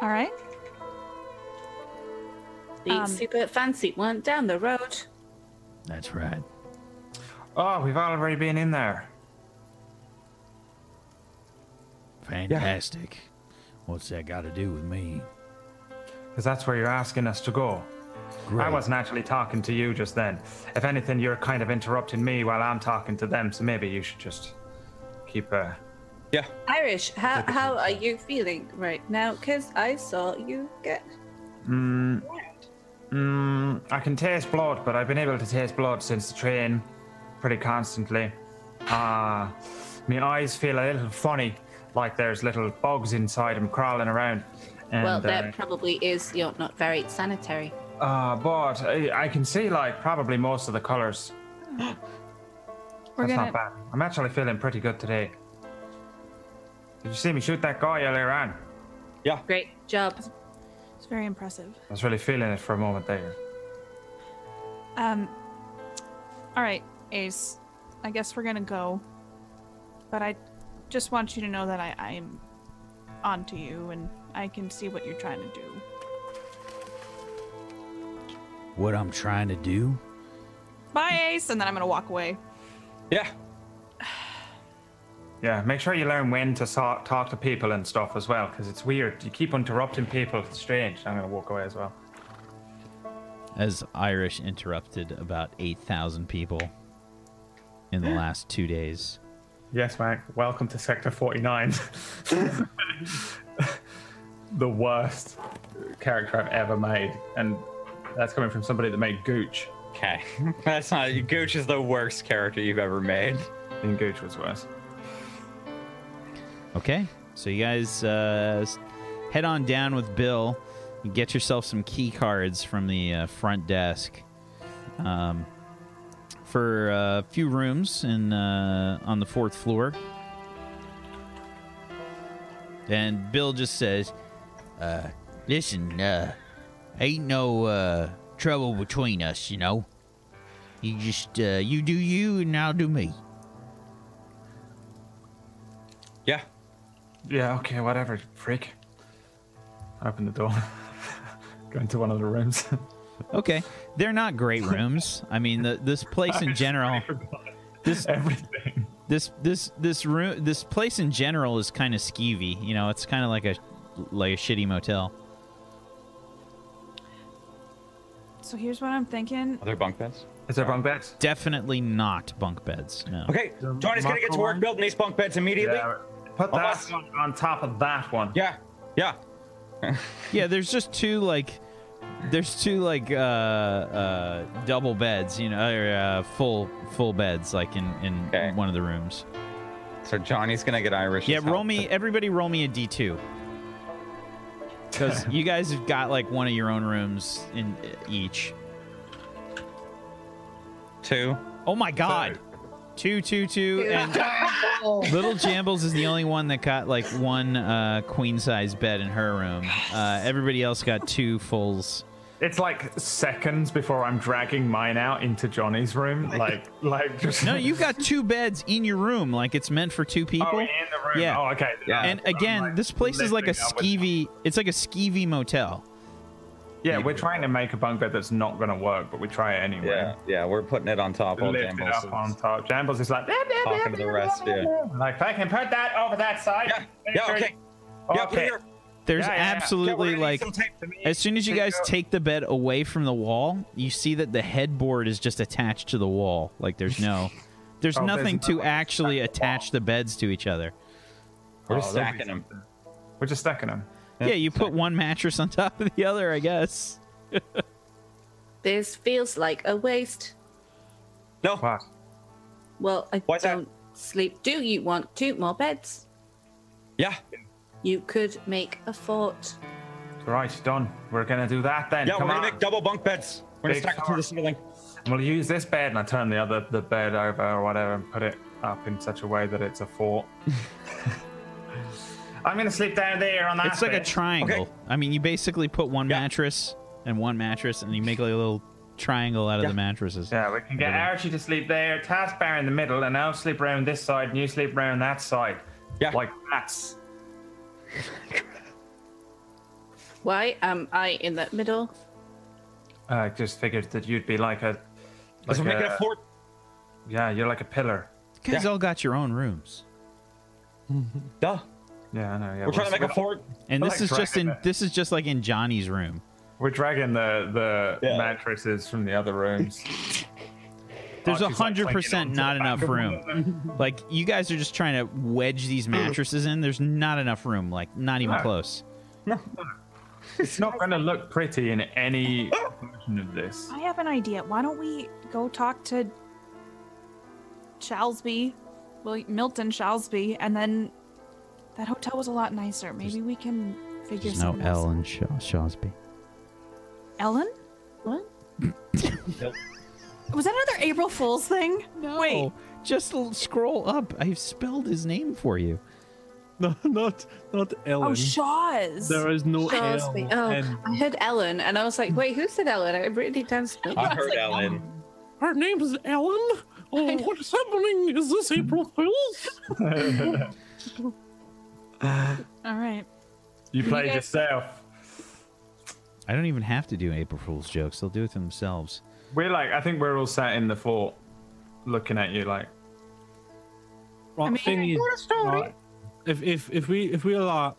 Speaker 5: All right.
Speaker 3: The
Speaker 5: Um,
Speaker 3: super fancy one down the road.
Speaker 1: That's right.
Speaker 4: Oh, we've already been in there.
Speaker 1: Fantastic. What's that got to do with me?
Speaker 4: Because that's where you're asking us to go. I wasn't actually talking to you just then. If anything, you're kind of interrupting me while I'm talking to them, so maybe you should just keep uh
Speaker 2: Yeah.
Speaker 3: Irish, how, how are you feeling right now? Because I saw you get.
Speaker 4: Mm, I can taste blood, but I've been able to taste blood since the train pretty constantly. Ah, my eyes feel a little funny, like there's little bugs inside them crawling around. And,
Speaker 3: well, that
Speaker 4: uh,
Speaker 3: probably is you're not very sanitary.
Speaker 4: uh, but I, I can see like probably most of the colors.
Speaker 5: We're
Speaker 4: That's
Speaker 5: gonna
Speaker 4: not bad. I'm actually feeling pretty good today. Did you see me shoot that guy earlier on?
Speaker 3: Great job.
Speaker 5: it's very impressive.
Speaker 4: I was really feeling it for a moment there.
Speaker 5: Um All right, Ace. I guess we're gonna go. But I just want you to know that I, I'm onto you and I can see what you're trying to do.
Speaker 1: What I'm trying to do?
Speaker 5: Bye, Ace, and then I'm gonna walk away.
Speaker 2: Yeah.
Speaker 4: Yeah, make sure you learn when to so- talk to people and stuff as well, because it's weird. You keep interrupting people. It's strange. I'm gonna walk away as well.
Speaker 13: As Irish interrupted about 8,000 people in
Speaker 1: <gasps>
Speaker 13: the last two days.
Speaker 4: Yes, Mac. Welcome to Sector 49. <laughs> the worst character I've ever made, and that's coming from somebody that made Gooch.
Speaker 2: Okay. <laughs> That's not. Gooch is the worst character you've ever made.
Speaker 4: And Gooch was worse.
Speaker 13: Okay, so you guys uh, s- head on down with Bill and get yourself some key cards from the uh, front desk um, for uh, a few rooms in uh, on the fourth floor.
Speaker 1: And Bill just says, uh, listen, uh, ain't no, uh, trouble between us, you know? You just, uh, you do you and I'll do me.
Speaker 2: Yeah.
Speaker 4: Yeah. Okay. Whatever. Freak. Open the door. <laughs> Go into one of the rooms. <laughs>
Speaker 13: Okay, they're not great rooms. I mean, the, this place
Speaker 2: <laughs>
Speaker 13: in general, this
Speaker 4: Everything.
Speaker 13: this this this room, this place in general is kind of skeevy. You know, it's kind of like a like a shitty motel.
Speaker 5: So here's what I'm thinking.
Speaker 2: Other bunk beds.
Speaker 4: Is there bunk beds?
Speaker 1: Definitely not bunk beds. No.
Speaker 2: Okay, Johnny's gonna get to work
Speaker 4: microwave?
Speaker 2: building these bunk beds immediately.
Speaker 4: Yeah. Put that
Speaker 2: Unless-
Speaker 4: one on top of that one.
Speaker 2: Yeah, yeah.
Speaker 1: Yeah, there's just two like there's two like uh uh double beds, you know, or uh, full full beds like in in
Speaker 2: Okay.
Speaker 1: one of the rooms.
Speaker 2: So Johnny's gonna get Irish.
Speaker 1: Yeah, roll me everybody roll me a
Speaker 2: <laughs>
Speaker 1: D2. Cuz you guys have got like one of your own rooms in uh, each.
Speaker 2: two.
Speaker 1: Oh my god. Two, two, two, and Little Jambles is the only one that got like one uh, queen size bed in her room. Uh, everybody else got two fulls.
Speaker 4: It's like seconds before I'm dragging mine out into Johnny's
Speaker 2: <laughs>
Speaker 4: room. Like, like just.
Speaker 1: No, you've got two beds in your room, like it's meant for two people.
Speaker 4: <laughs> Oh, in the room.
Speaker 1: Yeah.
Speaker 4: Oh, okay.
Speaker 2: Yeah.
Speaker 1: and again, this place is like a skeevy. It's like a skeevy motel.
Speaker 4: Yeah, we're trying to make a bunk bed that's not going to work, but we try it anyway.
Speaker 2: Yeah, yeah. We're putting it on top of
Speaker 4: Lift it
Speaker 2: Jambles.
Speaker 4: up on top. Jambles is like, "Blah, blah, blah,
Speaker 2: Talking to the
Speaker 4: blah,
Speaker 2: rest,
Speaker 4: blah,
Speaker 2: yeah.
Speaker 4: blah, blah." Like, if I can put that over that side.
Speaker 2: Yeah, yeah. Okay. Yeah, put it
Speaker 4: Okay. Oh,
Speaker 2: here.
Speaker 1: There's
Speaker 4: Yeah, yeah, yeah. Yeah,
Speaker 1: absolutely like as soon as you guys take the bed away from the wall, you see that the headboard is just attached to the wall. Like there's
Speaker 4: <laughs>
Speaker 1: no there's
Speaker 4: Oh, there's
Speaker 1: nothing
Speaker 4: no
Speaker 1: to
Speaker 4: one to
Speaker 1: actually
Speaker 4: stack the wall.
Speaker 1: attach the beds to each other.
Speaker 2: We're just
Speaker 4: Oh, that'd be
Speaker 2: stacking them.
Speaker 4: We're just stacking them.
Speaker 1: Yeah, you put one mattress on top of the other, I guess.
Speaker 3: This feels like a waste.
Speaker 2: No,
Speaker 4: Wow.
Speaker 3: Well, I
Speaker 2: Why's that?
Speaker 3: don't sleep. Do you want two more beds?
Speaker 2: yeah,
Speaker 3: You could make a fort.
Speaker 4: Right, done. We're going to do that then.
Speaker 2: yeah.
Speaker 4: Come
Speaker 2: we're
Speaker 4: on.
Speaker 2: gonna make double bunk beds. We're gonna
Speaker 4: Big
Speaker 2: stack them to
Speaker 4: power.
Speaker 2: the ceiling.
Speaker 4: We'll use this bed, and I turn the other the bed over or whatever, and put it up in such a way that it's a
Speaker 1: <laughs>
Speaker 4: fort. I'm gonna sleep down there on that.
Speaker 1: It's like a
Speaker 4: bed.
Speaker 1: triangle. I mean, you basically put one
Speaker 2: Yeah.
Speaker 1: mattress and one mattress, and you make like a little triangle out of the mattresses.
Speaker 4: Yeah, we can get Archie to sleep there, Taskbar in the middle, and I'll sleep around this side, and you sleep around that side.
Speaker 2: Yeah.
Speaker 4: Like that's
Speaker 3: Why am I in the middle?
Speaker 4: I Uh, just figured that you'd be like a. Like
Speaker 2: Because we're making a fort.
Speaker 4: Yeah, you're like a pillar.
Speaker 1: You guys
Speaker 2: Yeah.
Speaker 1: all got your own rooms.
Speaker 2: Duh.
Speaker 4: Yeah, I know. Yeah,
Speaker 2: We're trying to make a fort.
Speaker 1: And
Speaker 4: I
Speaker 1: this
Speaker 4: like
Speaker 1: is just
Speaker 4: dragging
Speaker 1: in
Speaker 4: it.
Speaker 1: this is just like in Johnny's room.
Speaker 4: We're dragging the the
Speaker 2: Yeah.
Speaker 4: mattresses from the other
Speaker 2: <laughs>
Speaker 4: rooms.
Speaker 1: There's a
Speaker 4: Archie's, like,
Speaker 1: hundred
Speaker 4: clinging
Speaker 1: percent
Speaker 4: onto the
Speaker 1: not
Speaker 4: back <laughs>
Speaker 1: enough
Speaker 4: of one
Speaker 1: room. Like you guys are just trying to wedge these mattresses in. There's not enough room. Like not even
Speaker 4: No.
Speaker 1: close.
Speaker 4: It's not going to look pretty in any version of this.
Speaker 5: I have an idea. Why don't we go talk to Shalsby, Wil- Milton Shalsby, and then that hotel was a lot nicer. Maybe we can figure
Speaker 1: There's no
Speaker 5: something else
Speaker 1: L in Shaw- Shawsby.
Speaker 5: out. Ellen? <laughs>
Speaker 3: What?
Speaker 5: Was that another April Fool's thing? No. Wait.
Speaker 1: Oh, just l- scroll up. I've spelled his name for you.
Speaker 6: <laughs> No, not not Ellen.
Speaker 5: Oh, Shaw's.
Speaker 6: there is no L.
Speaker 3: Crosby. Oh,
Speaker 6: in-
Speaker 3: I heard Ellen, and I was like, wait, who said Ellen? I really don't know.
Speaker 2: I heard Ellen.
Speaker 6: Her name is Ellen. Oh, what is happening? Is this April Fool's?
Speaker 5: All right.
Speaker 4: You played
Speaker 5: guys-
Speaker 4: yourself.
Speaker 1: I don't even have to do April Fool's jokes. They'll do it themselves.
Speaker 4: We're like, I think we're all sat in the fort, looking at you like,
Speaker 6: Right,
Speaker 5: mean,
Speaker 6: thing is, right, if if if we if we are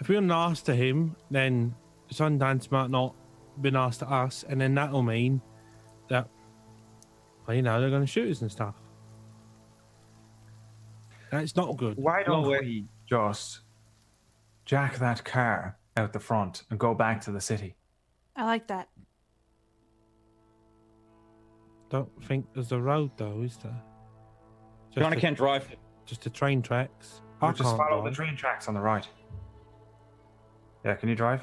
Speaker 6: if we're nice to him, then Sundance might not be nice to us, and then that'll mean that well, you know they're going to shoot us and stuff. That's not good.
Speaker 4: why
Speaker 2: No
Speaker 4: don't
Speaker 2: way.
Speaker 4: we just jack that car out the front and go back to the city?
Speaker 5: I like that.
Speaker 6: Don't think there's a road though, is there? Just
Speaker 2: Johnny
Speaker 6: the-
Speaker 2: can't drive.
Speaker 6: just the train tracks.
Speaker 4: We'll just
Speaker 6: can't
Speaker 4: follow
Speaker 6: drive.
Speaker 4: the train tracks on the right. Yeah, can you drive?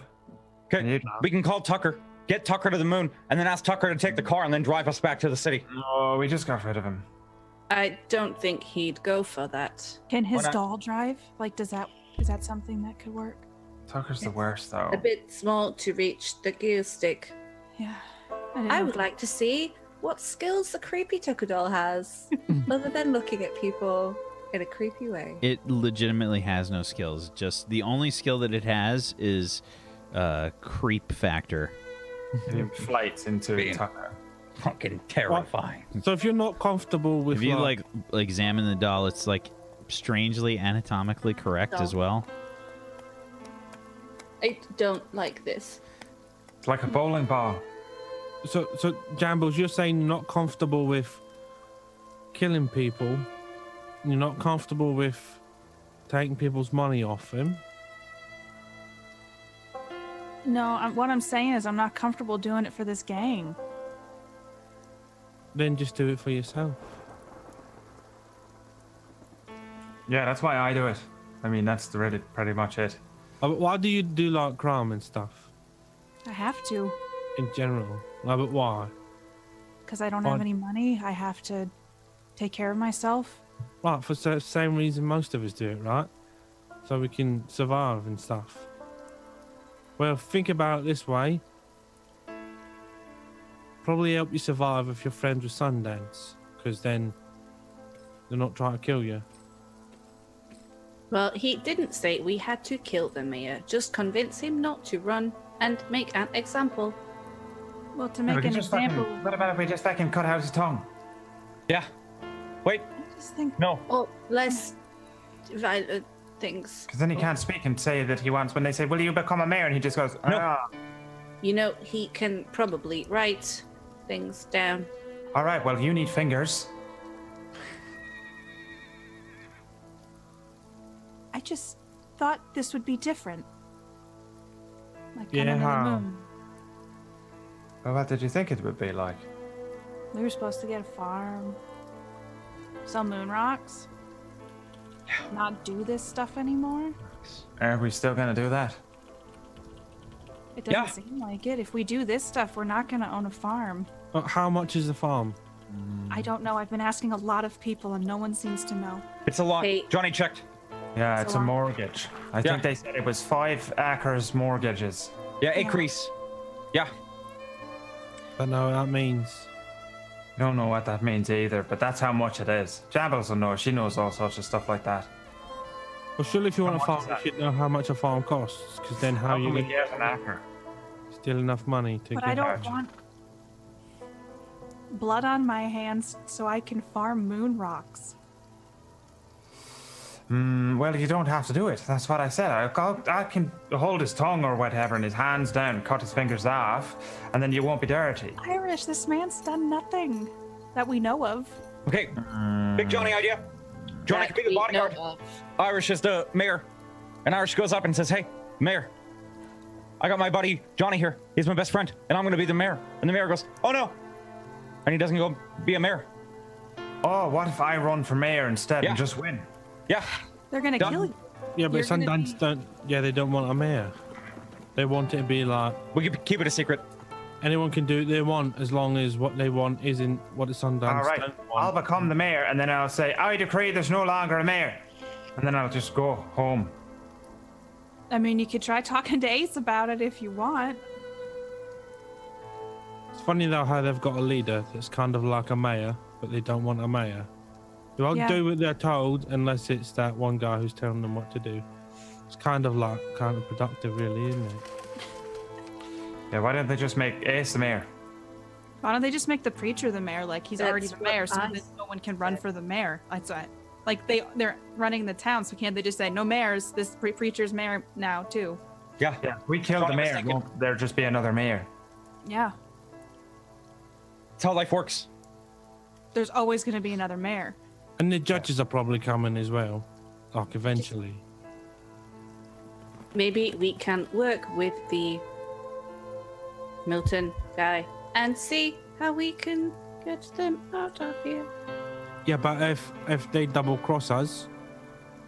Speaker 4: Can
Speaker 2: Okay.
Speaker 4: you?
Speaker 2: We can call Tucker. Get Tucker to the moon, and then ask Tucker to take the car and then drive us back to the city.
Speaker 4: Oh, we just got rid of him.
Speaker 3: I don't think he'd go for that.
Speaker 5: Can his
Speaker 2: Why not?
Speaker 5: doll drive? Like, does that is that something that could work?
Speaker 4: Tucker's the worst though.
Speaker 3: A bit small to reach the gear stick.
Speaker 5: Yeah. I,
Speaker 3: I would like to see what skills the creepy Tucker doll has, <laughs> other than looking at people in a creepy way.
Speaker 1: It legitimately has no skills. Just the only skill that it has is uh, creep factor.
Speaker 4: He inflates into
Speaker 2: Bean.
Speaker 4: Tucker.
Speaker 2: Fucking terrifying.
Speaker 6: So if you're not comfortable with
Speaker 1: If you
Speaker 6: like,
Speaker 1: like examine the doll, it's like strangely anatomically correct as
Speaker 3: Doll.
Speaker 1: well.
Speaker 3: I don't like this.
Speaker 4: It's like a bowling ball.
Speaker 6: So, so Jambles, you're saying not comfortable with killing people. You're not comfortable with taking people's money off him.
Speaker 5: No, I'm, what I'm saying is I'm not comfortable doing it for this gang.
Speaker 6: Then just do it for yourself.
Speaker 4: Yeah, that's why I do it. I mean, that's the Reddit, pretty much it.
Speaker 6: Uh, but Why do you do like crime and stuff
Speaker 5: I have to,
Speaker 6: in general? Uh, But why?
Speaker 5: because I don't
Speaker 6: Fine.
Speaker 5: have any money. I have to take care of myself.
Speaker 6: Right, for the same reason most of us do it, right? So we can survive and stuff. Well, think about it this way. Probably help you survive if you're friends with Sundance, because then they're not trying to kill you.
Speaker 3: Well, he didn't say we had to kill the mayor, just convince him not to run and make an example.
Speaker 5: Well, to make
Speaker 4: We can
Speaker 5: an
Speaker 4: just fucking-
Speaker 5: example,
Speaker 4: what about if we just fucking cut out his tongue?
Speaker 2: Yeah. Wait,
Speaker 5: I just think
Speaker 2: no.
Speaker 3: Or less violent things.
Speaker 4: Because then he can't speak and say that he wants. When they say, "Will you become a mayor?" and he just goes, "Ah,
Speaker 3: You know, he can probably write things down.
Speaker 4: all right. Well, you need fingers."
Speaker 5: I just thought this would be different. Like on
Speaker 6: Yeah.
Speaker 5: another moon.
Speaker 4: Well, what did you think it would be like?
Speaker 5: We were supposed to get a farm, sell moon
Speaker 6: <sighs>
Speaker 5: rocks, not do this stuff anymore.
Speaker 4: Are we still gonna do that?
Speaker 5: It doesn't seem like it. If we do this stuff, we're not going to own a farm.
Speaker 6: But how much is the farm?
Speaker 5: I don't know. I've been asking a lot of people, and no one seems to know.
Speaker 2: It's a lot.
Speaker 3: Hey.
Speaker 2: Johnny checked.
Speaker 4: Yeah, it's a
Speaker 5: lot.
Speaker 4: mortgage. I
Speaker 2: Yeah.
Speaker 4: think they said it was five acres mortgages.
Speaker 2: Yeah, increase. Yeah.
Speaker 6: Don't know what that means.
Speaker 4: I don't know what that means either, but that's how much it is. Jambles will know. She knows all sorts of stuff like that.
Speaker 6: Well, surely if you want a
Speaker 4: much
Speaker 6: farm,
Speaker 4: is
Speaker 6: you
Speaker 4: that?
Speaker 6: should know how much a farm costs, because then how,
Speaker 4: How
Speaker 6: you
Speaker 4: can we
Speaker 6: get
Speaker 4: get an acre?
Speaker 6: still enough money to
Speaker 5: But
Speaker 6: get
Speaker 5: I don't
Speaker 4: gotcha.
Speaker 5: want blood on my hands so I can farm moon rocks.
Speaker 4: Mm, Well, you don't have to do it. That's what I said. I, I'll- I can hold his tongue or whatever, and his hands down, cut his fingers off, and then you won't be dirty.
Speaker 5: Irish, this man's done nothing that we know of.
Speaker 2: Okay. Big Johnny idea. Johnny can
Speaker 3: That
Speaker 2: be the
Speaker 3: we
Speaker 2: bodyguard.
Speaker 3: know of.
Speaker 2: Irish is the mayor. And Irish goes up and says, Hey, mayor, I got my buddy Johnny here. He's my best friend, and I'm going to be the mayor. And the mayor goes, Oh no. And he doesn't go be a mayor.
Speaker 4: Oh, what if I run for mayor instead
Speaker 2: Yeah.
Speaker 4: and just win?
Speaker 2: Yeah.
Speaker 5: They're going to
Speaker 2: Done.
Speaker 5: kill you.
Speaker 6: Yeah, but
Speaker 5: You're gonna
Speaker 6: Sundance
Speaker 5: be-
Speaker 6: don't. Yeah, they don't want a mayor. They want it to be like
Speaker 2: We can keep it a secret.
Speaker 6: anyone can do what they want as long as what they want isn't what the Sundance
Speaker 4: All right,
Speaker 6: don't
Speaker 4: I'll
Speaker 6: want.
Speaker 4: become the mayor, and then I'll say, I decree there's no longer a mayor. And then I'll just go home.
Speaker 5: I mean, you could try talking to Ace about it if you want.
Speaker 6: It's funny though how they've got a leader that's kind of like a mayor, but they don't want a mayor. They won't
Speaker 5: Yeah.
Speaker 6: do what they're told unless it's that one guy who's telling them what to do. It's kind of like counterproductive, really, isn't it?
Speaker 4: Yeah, why don't they just make Ace the mayor?
Speaker 5: Why don't they just make the preacher the mayor? Like he's already
Speaker 3: That's
Speaker 5: the mayor,
Speaker 3: what
Speaker 5: so
Speaker 3: I
Speaker 5: that no one can run for the mayor. That's what. Like they they're running the town, so can't they just say no mayors? This pre- preacher's mayor now too.
Speaker 2: Yeah.
Speaker 4: Yeah, we kill the
Speaker 2: Johnny was
Speaker 4: mayor.
Speaker 2: thinking-
Speaker 4: Won't there just be another mayor?
Speaker 5: Yeah,
Speaker 2: That's how life works.
Speaker 5: there's always going to be another mayor.
Speaker 6: And the judges are probably coming as well, like eventually.
Speaker 3: Maybe we can work with the Milton guy and see how we can get them out of here.
Speaker 6: Yeah, but if if they double cross us,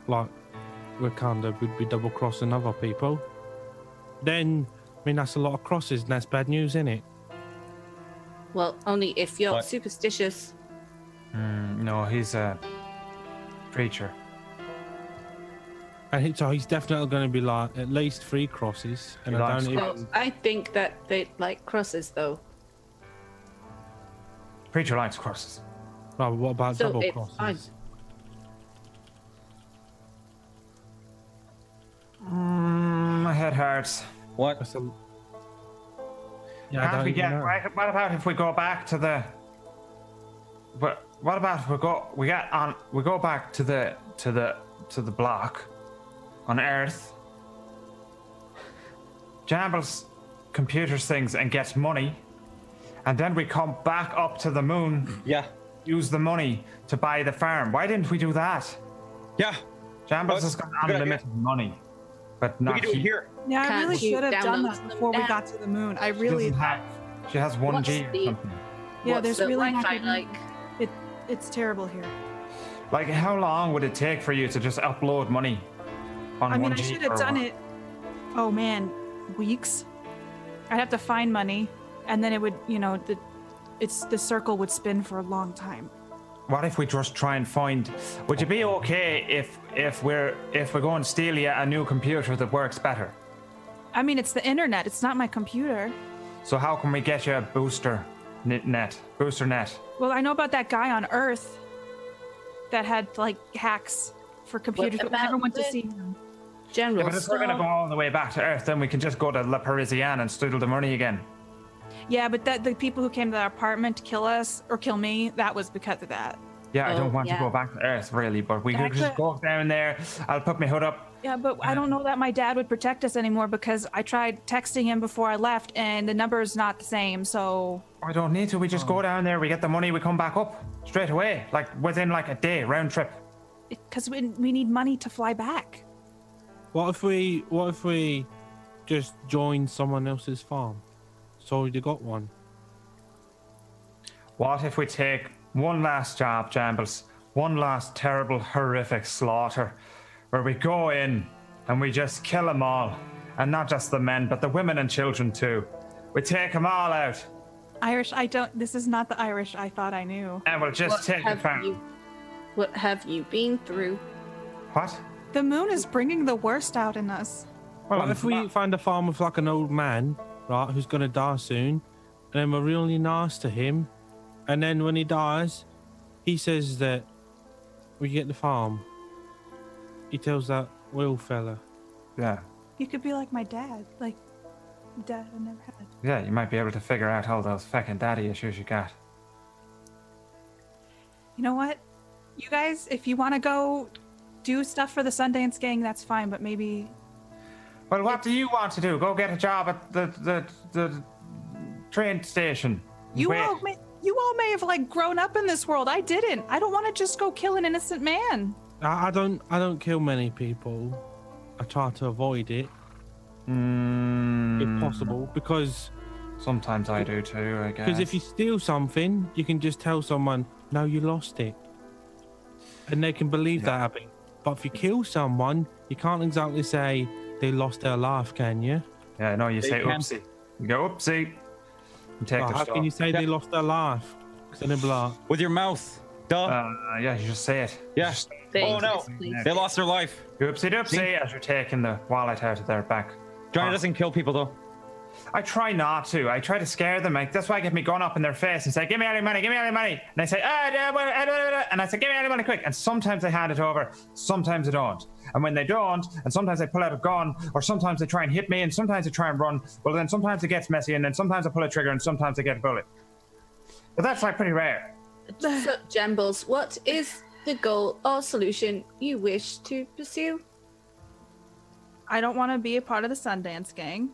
Speaker 6: like we kind of would be double crossing other people, then I mean that's a lot of crosses and that's bad news, isn't it?
Speaker 3: Well, only if you're
Speaker 2: What?
Speaker 3: superstitious.
Speaker 4: No, he's a preacher.
Speaker 6: And he, so he's definitely going to be like at least three crosses, and
Speaker 4: He
Speaker 6: I
Speaker 4: likes
Speaker 6: don't
Speaker 3: So
Speaker 2: Um,
Speaker 6: even.
Speaker 3: I think that they like crosses, though.
Speaker 4: Preacher likes crosses.
Speaker 6: Oh, what about
Speaker 3: So
Speaker 6: double
Speaker 3: it's
Speaker 6: crosses?
Speaker 3: fine.
Speaker 4: Mm, my head hurts.
Speaker 2: What?
Speaker 6: That's a- Yeah, I
Speaker 4: Can't
Speaker 6: don't
Speaker 4: we
Speaker 6: even
Speaker 4: get?
Speaker 6: know.
Speaker 4: Ah, What, what about if we go back to the? What What about if we go? We get on. We go back to the to the to the block, on Earth. Jambles computers things and gets money. And then we come back up to the moon,
Speaker 2: Yeah.
Speaker 4: use the money to buy the farm. Why didn't we do that?
Speaker 2: Yeah.
Speaker 4: Shambles
Speaker 2: Oh,
Speaker 4: has got
Speaker 2: good idea.
Speaker 4: unlimited money, but
Speaker 2: We
Speaker 4: not
Speaker 2: can do it here.
Speaker 5: Yeah, I
Speaker 3: Can't
Speaker 5: really
Speaker 3: you
Speaker 5: should have done
Speaker 3: download
Speaker 5: that
Speaker 3: them
Speaker 5: before we
Speaker 3: down?
Speaker 5: got to the moon. I
Speaker 4: She
Speaker 5: really,
Speaker 4: doesn't have. She has one
Speaker 3: What's
Speaker 4: G or
Speaker 3: the-
Speaker 4: something.
Speaker 5: yeah,
Speaker 3: What's
Speaker 5: there's
Speaker 3: the
Speaker 5: really not
Speaker 3: Wi-Fi
Speaker 5: good-
Speaker 3: like?
Speaker 5: It, it's terrible here.
Speaker 4: Like, how long would it take for you to just upload money on
Speaker 5: I mean, I
Speaker 4: 1G
Speaker 5: should have
Speaker 4: or
Speaker 5: done
Speaker 4: what?
Speaker 5: it. Oh man, weeks. I'd have to find money, and then it would, you know, the, it's the circle would spin for a long time.
Speaker 4: What if we just try and find? Would it be okay if if we're if we're going to steal you a new computer that works better?
Speaker 5: I mean, it's the internet. It's not my computer.
Speaker 4: So how can we get you a booster net, net booster net?
Speaker 5: Well, I know about that guy on Earth that had like hacks for computers, but we never
Speaker 3: about
Speaker 5: went to
Speaker 3: the-
Speaker 5: see him.
Speaker 3: General
Speaker 4: Yeah, but if we're gonna
Speaker 3: stuff.
Speaker 4: go all the way back to Earth, then we can just go to La Parisienne and steal the money again.
Speaker 5: Yeah, but that the people who came to our apartment to kill us or kill me, that was because of that.
Speaker 4: Yeah, I
Speaker 3: Oh,
Speaker 4: don't want
Speaker 3: yeah.
Speaker 4: to go back to Earth really, but we could just
Speaker 5: Actually-
Speaker 4: go down there. I'll put my hood up.
Speaker 5: Yeah, but I don't know that my dad would protect us anymore because I tried texting him before I left and the number is not the same. So
Speaker 4: I don't need to. We just go down there. We get the money. We come back up straight away, like within like a day round trip.
Speaker 5: because we, we need money to fly back.
Speaker 6: What if we what if we just join someone else's farm? So you got one.
Speaker 4: What if we take one last job, Jambles? One last terrible, horrific slaughter where we go in and we just kill them all. And not just the men, but the women and children too. We take them all out
Speaker 5: Irish, I don't. This is not the Irish I thought I knew.
Speaker 4: and we'll just
Speaker 3: What
Speaker 4: take the
Speaker 3: have
Speaker 4: farm.
Speaker 3: you? What have you been through?
Speaker 4: What?
Speaker 5: The moon is bringing the worst out in us.
Speaker 4: Well,
Speaker 6: What
Speaker 4: I'm-
Speaker 6: if we find a farm with like an old man, right, who's gonna die soon, and then we're really nice to him, and then when he dies, he says that we get the farm. He tells that Will fella.
Speaker 4: yeah,
Speaker 5: You could be like my dad, like the dad I never had.
Speaker 4: yeah, you might be able to figure out all those fucking daddy issues you got.
Speaker 5: You know what? You guys, if you want to go do stuff for the Sundance Gang, that's fine. But maybe
Speaker 4: Well, what do you want to do? Go get a job at the the, the train station.
Speaker 5: you
Speaker 4: Wait.
Speaker 5: all may, you all may have like grown up in this world. I didn't. I don't want to just go kill an innocent man.
Speaker 6: I, I don't I don't kill many people. I try to avoid it if possible because
Speaker 4: Mm, Sometimes I do too, I guess.
Speaker 6: Because if you steal something, you can just tell someone, no, you lost it. And they can believe that happened. But if you kill someone, you can't exactly say they lost their life, can you?
Speaker 4: Yeah, no, you say
Speaker 2: can-
Speaker 4: oopsie. You go oopsie. And take
Speaker 6: Like,
Speaker 4: the
Speaker 6: how
Speaker 4: stuff.
Speaker 6: can you say they lost their life? Because then they'll be like,
Speaker 2: With your mouth. Duh.
Speaker 4: Uh, yeah, you just say it.
Speaker 2: yeah.
Speaker 4: Just
Speaker 2: Oh no.
Speaker 3: Basically.
Speaker 2: They lost their life.
Speaker 4: oopsie doopsie as you're taking the wallet out of their back. Ah.
Speaker 2: Johnny doesn't kill people though.
Speaker 4: I try not to. I try to scare them. Like, that's why I get me gun up in their face and say, "Give me all your money, give me all your money." And they say, "Ah, da, wa- ah, da, da, da," and I say, "Give me all your money, quick!" And sometimes they hand it over, sometimes they don't. And when they don't, and sometimes they pull out a gun, or sometimes they try and hit me, and sometimes they try and run. Well, then sometimes it gets messy, and then sometimes I pull a trigger, and sometimes I get a bullet. But that's like pretty rare.
Speaker 3: So, Jembles, what is the goal or solution you wish to pursue?
Speaker 5: I don't want to be a part of the Sundance Gang.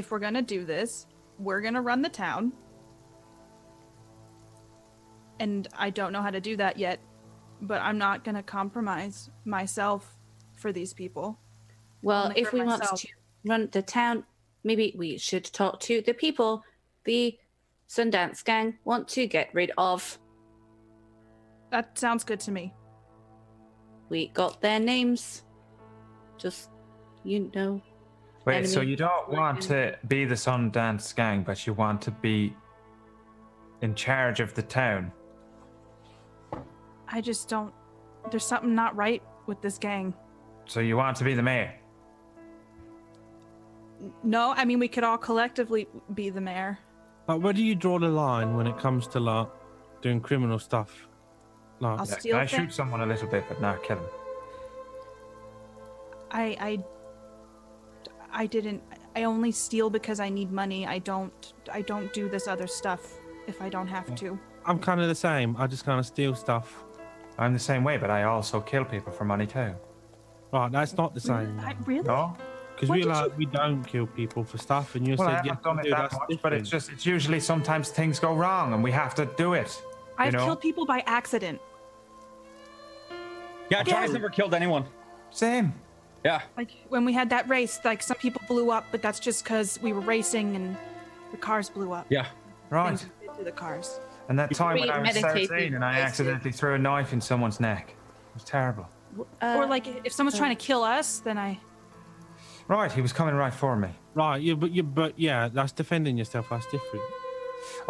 Speaker 5: If we're gonna do this, we're gonna run the town. And I don't know how to do that yet, but I'm not gonna compromise myself for these people.
Speaker 3: Well,
Speaker 5: Only
Speaker 3: if
Speaker 5: for
Speaker 3: we want
Speaker 5: myself.
Speaker 3: to run the town, maybe we should talk to the people the Sundance Gang want to get rid of.
Speaker 5: That sounds good to me.
Speaker 3: We got their names. Just, you know.
Speaker 4: Wait,
Speaker 3: Enemy.
Speaker 4: so you don't want to be the Sundance Gang, but you want to be in charge of the town?
Speaker 5: I just don't. There's something not right with this gang.
Speaker 4: So you want to be the mayor?
Speaker 5: No, I mean, we could all collectively be the mayor.
Speaker 6: like, where do you draw the line when it comes to like doing criminal stuff? Like,
Speaker 5: I'll
Speaker 4: Yeah,
Speaker 5: steal
Speaker 4: I
Speaker 5: things.
Speaker 4: shoot someone a little bit, but not kill him.
Speaker 5: I, I, I didn't. I only steal because I need money. I don't. I don't do this other stuff if I don't have to.
Speaker 6: I'm kind of the same. I just kind of steal stuff.
Speaker 4: I'm the same way, but I also kill people for money too.
Speaker 6: Right, that's not the same.
Speaker 5: Mm, I, really?
Speaker 4: No?
Speaker 6: Because
Speaker 3: What
Speaker 6: we
Speaker 3: did
Speaker 6: like we don't kill people for stuff, and you
Speaker 8: Well, I
Speaker 6: said you
Speaker 8: haven't done it
Speaker 6: do,
Speaker 8: that
Speaker 6: that's
Speaker 8: much, but it's
Speaker 6: different.
Speaker 8: just, it's usually sometimes things go wrong and we have to do it.
Speaker 5: I've
Speaker 8: know?
Speaker 5: killed people by accident.
Speaker 2: Yeah, Johnny's never killed anyone.
Speaker 8: Same.
Speaker 2: Yeah.
Speaker 5: Like when we had that race, like some people blew up, but that's just because we were racing and the cars blew up.
Speaker 2: Yeah.
Speaker 8: Right.
Speaker 5: Things we did to the cars.
Speaker 8: And that time when I was
Speaker 3: Premeditated
Speaker 8: 13 and I
Speaker 3: choices.
Speaker 8: accidentally threw a knife in someone's neck. It was terrible.
Speaker 3: Uh,
Speaker 5: or like if someone's trying to kill us, then I.
Speaker 8: Right, he was coming right for me.
Speaker 6: right. Yeah, but you, but yeah, that's defending yourself. That's different.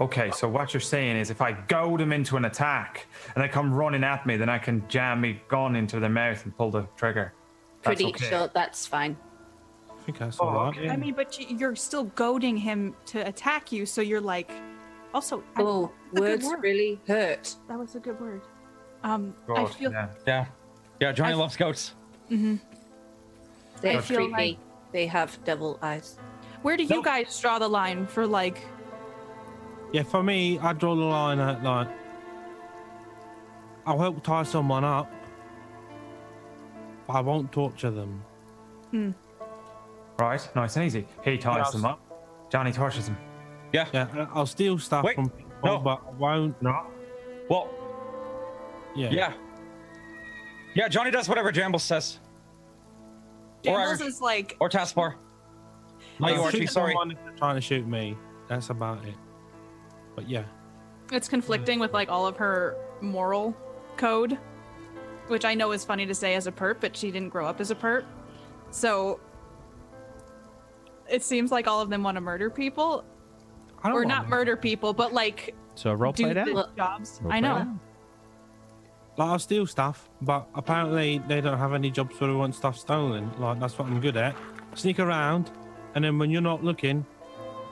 Speaker 8: Okay, so what you're saying is if I goad him into an attack and they come running at me, then I can jam me gun into their mouth and pull the trigger. That's
Speaker 3: pretty
Speaker 8: okay.
Speaker 3: sure that's fine.
Speaker 6: I think that's
Speaker 8: Oh,
Speaker 6: all right.
Speaker 8: okay.
Speaker 6: yeah.
Speaker 5: I mean, but you- you're still goading him to attack you, so you're like, also. I-
Speaker 3: Oh,
Speaker 5: that's a good
Speaker 3: words
Speaker 5: word.
Speaker 3: really hurt.
Speaker 5: That was a good word. Um, I
Speaker 8: God,
Speaker 5: feel.
Speaker 8: yeah.
Speaker 2: Yeah. Yeah, Johnny
Speaker 5: I've-
Speaker 2: loves goats.
Speaker 3: They
Speaker 5: I
Speaker 3: are
Speaker 5: feel
Speaker 3: creepy.
Speaker 5: like-
Speaker 3: They have devil eyes.
Speaker 5: Where do you guys draw the line for like?
Speaker 6: yeah, for me, I draw the line at like, I'll help tie someone up, but I won't torture them.
Speaker 8: Right, nice and easy. He ties
Speaker 6: Yes.
Speaker 8: them up. Johnny tortures them.
Speaker 2: Yeah.
Speaker 6: Yeah, I- I'll steal stuff
Speaker 2: Wait,
Speaker 6: from people,
Speaker 2: no.
Speaker 6: but I won't.
Speaker 8: No.
Speaker 2: Well,
Speaker 6: Yeah.
Speaker 2: yeah. Yeah, Johnny does whatever Jambles says. Or
Speaker 5: Jambles
Speaker 2: Irish.
Speaker 5: is like
Speaker 2: Or Taskbar. Not you,
Speaker 6: I'll
Speaker 2: Archie,
Speaker 6: shoot
Speaker 2: sorry.
Speaker 6: someone if they're trying to shoot me. That's about it. But yeah.
Speaker 5: it's conflicting with like all of her moral code, which I know is funny to say as a perp, but she didn't grow up as a perp, so it seems like all of them want to murder people,
Speaker 6: I don't
Speaker 5: or
Speaker 6: want
Speaker 5: not
Speaker 6: to-
Speaker 5: murder people, but like
Speaker 1: So roll
Speaker 5: do
Speaker 1: play that.
Speaker 5: the
Speaker 3: Well,
Speaker 5: jobs.
Speaker 1: Roll
Speaker 5: I
Speaker 1: play
Speaker 5: know.
Speaker 1: that.
Speaker 6: Like, I'll steal stuff, but apparently they don't have any jobs where they want stuff stolen. Like, that's what I'm good at. Sneak around, and then when you're not looking,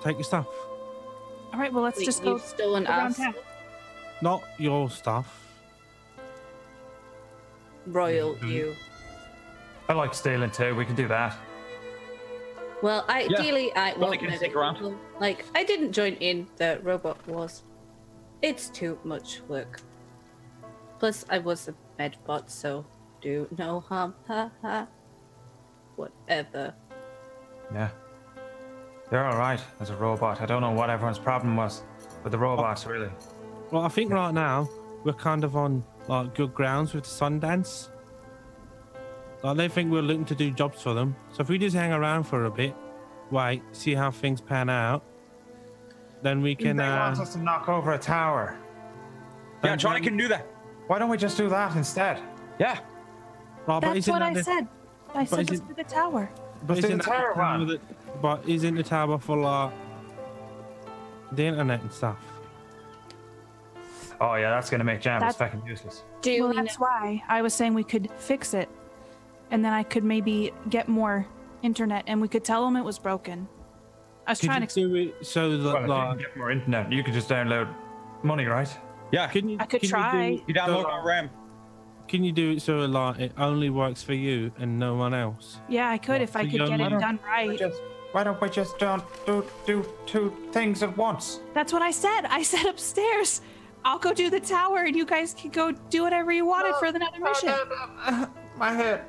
Speaker 6: take your stuff.
Speaker 5: All right, well let's
Speaker 3: Wait,
Speaker 5: just go
Speaker 3: you've stolen
Speaker 5: around
Speaker 3: us
Speaker 5: town.
Speaker 6: Not your stuff.
Speaker 3: royal
Speaker 2: Mm-hmm.
Speaker 3: you.
Speaker 8: I like stealing too. We can do that.
Speaker 3: Well, ideally, I
Speaker 2: Well, I
Speaker 3: won't
Speaker 2: can
Speaker 3: murder
Speaker 2: stick around.
Speaker 3: people. Like, I didn't join in the robot wars. It's too much work. Plus, I was a medbot, so do no harm. Ha ha. Whatever.
Speaker 8: Yeah. They're all right as a robot. I don't know what everyone's problem was, but the robots really.
Speaker 6: Well, I think right now we're kind of on like good grounds with the Sundance. Like they think we're looking to do jobs for them. So if we just hang around for a bit, wait, see how things pan out, then we can.
Speaker 8: they want
Speaker 6: Uh,
Speaker 8: us to knock over a tower.
Speaker 2: Yeah, Johnny can do that.
Speaker 8: Why don't we just do that instead?
Speaker 2: Yeah.
Speaker 6: right, but
Speaker 5: That's
Speaker 6: isn't
Speaker 5: what
Speaker 6: that
Speaker 5: I
Speaker 6: the-
Speaker 5: said. I said
Speaker 6: isn't-
Speaker 5: let's do the tower.
Speaker 6: But
Speaker 8: Let's do
Speaker 6: isn't
Speaker 8: the
Speaker 6: that
Speaker 8: tower one.
Speaker 6: that- but isn't the tower for like the internet and stuff?
Speaker 8: Oh yeah, that's gonna make Jambus
Speaker 5: That's-
Speaker 8: fucking useless.
Speaker 3: Do
Speaker 5: Well,
Speaker 3: we know?
Speaker 5: that's why I was saying we could fix it, and then I could maybe get more internet, and we could tell them it was broken. I was
Speaker 6: Could
Speaker 5: trying
Speaker 6: you
Speaker 5: to.
Speaker 6: do it so that
Speaker 8: Well, if you
Speaker 6: like
Speaker 8: can get more internet, you could just download money, right?
Speaker 2: Yeah.
Speaker 6: can you?
Speaker 5: I could
Speaker 6: can
Speaker 5: try.
Speaker 6: You, do,
Speaker 2: You download our RAM.
Speaker 6: can you do it so like it only works for you and no one else?
Speaker 5: Yeah, I could if I
Speaker 6: So
Speaker 5: could
Speaker 6: you
Speaker 5: get it
Speaker 6: don't-
Speaker 5: done right.
Speaker 8: Just why don't we just don't do do two things at once?
Speaker 5: That's what I said. I said upstairs. I'll go do the tower, and you guys can go do whatever you wanted for another
Speaker 8: oh,
Speaker 5: mission.
Speaker 8: Uh, My head.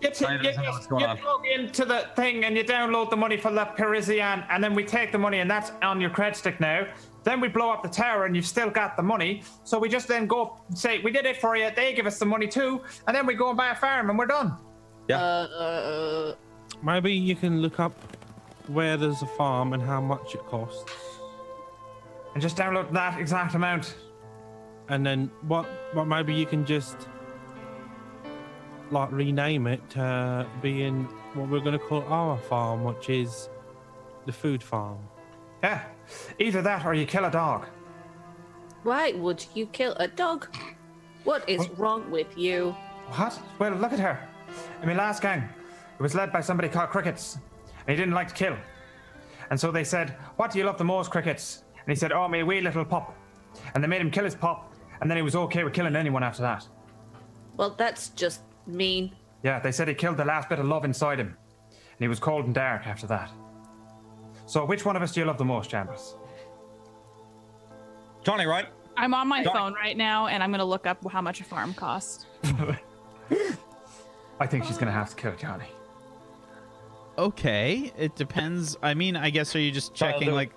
Speaker 8: Get,
Speaker 2: Sorry, I
Speaker 8: get,
Speaker 2: don't know what's going
Speaker 8: you
Speaker 2: on.
Speaker 8: plug into the thing and you download the money for La Parisienne, and then we take the money, and that's on your credit stick now. Then we blow up the tower, and you've still got the money. So we just then go and say, We did it for you. They give us the money too. And then we go and buy a farm, and we're done.
Speaker 3: Uh,
Speaker 6: Maybe you can look up where there's a farm and how much it costs,
Speaker 8: And just download that exact amount.
Speaker 6: and then what? What maybe you can just like rename it to being what we're going to call our farm, which is the food farm.
Speaker 8: Yeah. Either that or you kill a dog.
Speaker 3: why would you kill a dog? What is wrong with you?
Speaker 8: What? Well, look at her. In my last gang, it was led by somebody called Crickets, and he didn't like to kill. And so they said, What do you love the most, Crickets? And he said, Oh, my wee little pup. And they made him kill his pup, and then he was okay with killing anyone after that.
Speaker 3: Well, that's just mean.
Speaker 8: Yeah, they said he killed the last bit of love inside him, and he was cold and dark after that. So, which one of us do you love the most, Chambers?
Speaker 2: Johnny, right?
Speaker 5: I'm on my phone right now, and I'm gonna look up how much a farm costs.
Speaker 8: I think she's gonna have to kill Johnny.
Speaker 1: okay. It depends. I mean, I guess are you just checking
Speaker 2: the-
Speaker 1: like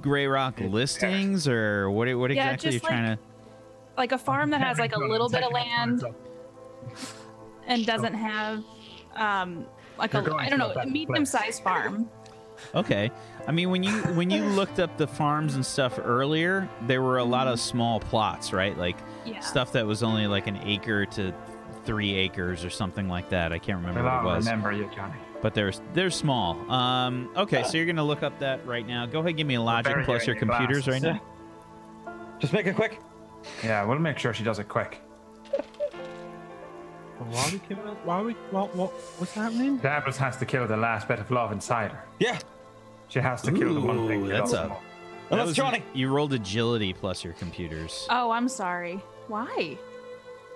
Speaker 1: Grey Rock listings or what? e-, What
Speaker 5: Yeah,
Speaker 1: exactly
Speaker 5: just,
Speaker 1: you're trying to?
Speaker 5: Like a farm that has like a little bit of land and doesn't have, um, like a
Speaker 8: You're going
Speaker 5: I don't
Speaker 8: to a
Speaker 5: know,
Speaker 8: better
Speaker 5: medium-sized farm.
Speaker 1: Okay. I mean, when you when
Speaker 5: <laughs>
Speaker 1: you looked up the farms and stuff earlier, there were a lot of small plots, right? Like
Speaker 5: Mm-hmm. Yeah.
Speaker 1: stuff that was only like an acre to three acres or something like that. I can't remember
Speaker 8: Well,
Speaker 1: what it
Speaker 8: I
Speaker 1: was,
Speaker 8: remember you, Johnny.
Speaker 1: but they're they're small. Um, okay, so you're gonna look up that right now. Go ahead, give me a logic
Speaker 8: buried
Speaker 1: plus
Speaker 8: there
Speaker 1: your
Speaker 8: in your
Speaker 1: computers right
Speaker 8: glasses. <laughs>
Speaker 1: now.
Speaker 2: Just make it quick.
Speaker 8: Yeah, we'll make sure she does it quick.
Speaker 6: Why we giving up? Why we? What? What? What's happening?
Speaker 8: Davros has to kill the last bit of love inside her.
Speaker 2: Yeah.
Speaker 8: She has to kill the one thing.
Speaker 1: Ooh,
Speaker 8: that
Speaker 1: that's
Speaker 8: loves
Speaker 1: a-
Speaker 8: more.
Speaker 1: That
Speaker 2: Unless
Speaker 1: was-
Speaker 2: Johnny.
Speaker 1: You rolled agility plus your computers
Speaker 5: Oh, I'm sorry. Why?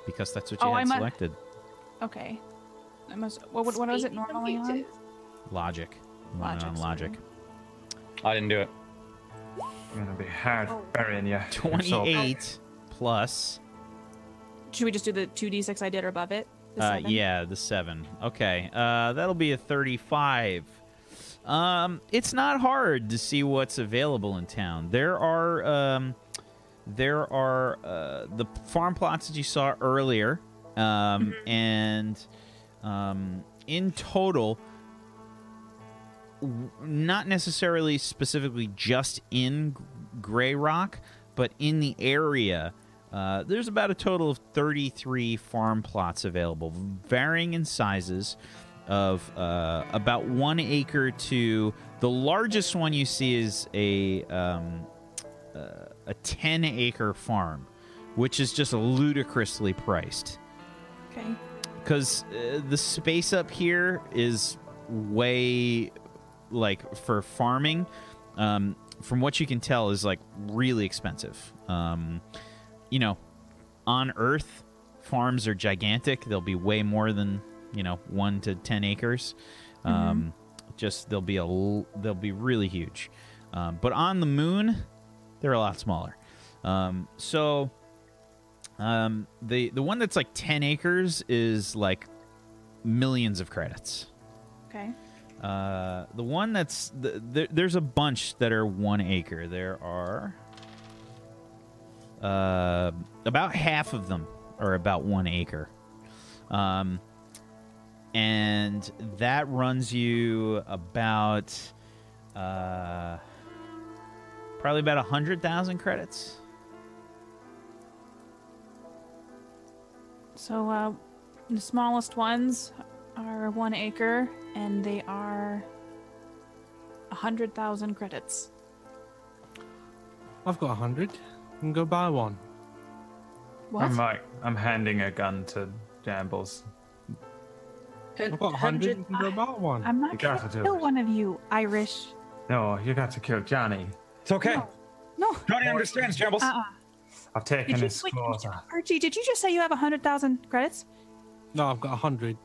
Speaker 1: because that's what you
Speaker 5: Oh,
Speaker 1: had
Speaker 5: I'm a-
Speaker 1: selected.
Speaker 5: Okay. I must. What, what, what was it
Speaker 3: Speaking
Speaker 5: normally on?
Speaker 3: computers.
Speaker 1: Logic. You went
Speaker 5: Logic,
Speaker 1: on
Speaker 5: sorry.
Speaker 1: logic.
Speaker 2: I didn't do it.
Speaker 8: It's gonna be hard burying you.
Speaker 1: Twenty-eight plus.
Speaker 5: Should we just do the two d6 I did or above it? The
Speaker 1: Uh,
Speaker 5: seven?
Speaker 1: yeah, the seven. Okay, uh, that'll be a thirty-five. Um, it's not hard to see what's available in town. There are um, there are uh, the farm plots that you saw earlier, um,
Speaker 5: Mm-hmm.
Speaker 1: and um, in total, w- not necessarily specifically just in G- Grey Rock, but in the area, uh, there's about a total of 33 farm plots available, varying in sizes of uh, about one acre to the largest one you see is a um, uh, a 10 acre farm, which is just ludicrously priced
Speaker 5: Okay.
Speaker 1: because uh, the space up here is way like for farming um, from what you can tell is like really expensive um, you know on earth farms are gigantic they'll be way more than you know one to ten acres um, just they'll be a l- they'll be really huge um, but on the moon they're a lot smaller um, so um, the the one that's like ten acres is like millions of credits.
Speaker 5: Okay.
Speaker 1: Uh, the one that's the, there there's a bunch that are one acre. There are uh, about half of them are about one acre, um, and that runs you about uh, probably about a hundred thousand credits.
Speaker 5: So uh, the smallest ones are one acre, and they are a hundred thousand credits.
Speaker 6: I've got a hundred. I can go buy one.
Speaker 5: What?
Speaker 8: I'm like, I'm handing a gun to Uh, Jambles.
Speaker 6: I've got a hundred. You can go buy one.
Speaker 5: I'm not
Speaker 8: You
Speaker 5: gonna
Speaker 8: gotta do
Speaker 5: kill
Speaker 8: it.
Speaker 5: one of you, Irish.
Speaker 8: No, you got to kill Johnny.
Speaker 2: It's okay.
Speaker 5: No.
Speaker 2: Johnny understands, Jambles.
Speaker 5: Uh-uh.
Speaker 8: I've
Speaker 5: Did
Speaker 8: taken
Speaker 5: you,
Speaker 8: his
Speaker 5: wait,
Speaker 8: slaughter.
Speaker 5: Archie, did you just say you have a hundred thousand credits?
Speaker 6: No, I've got a hundred.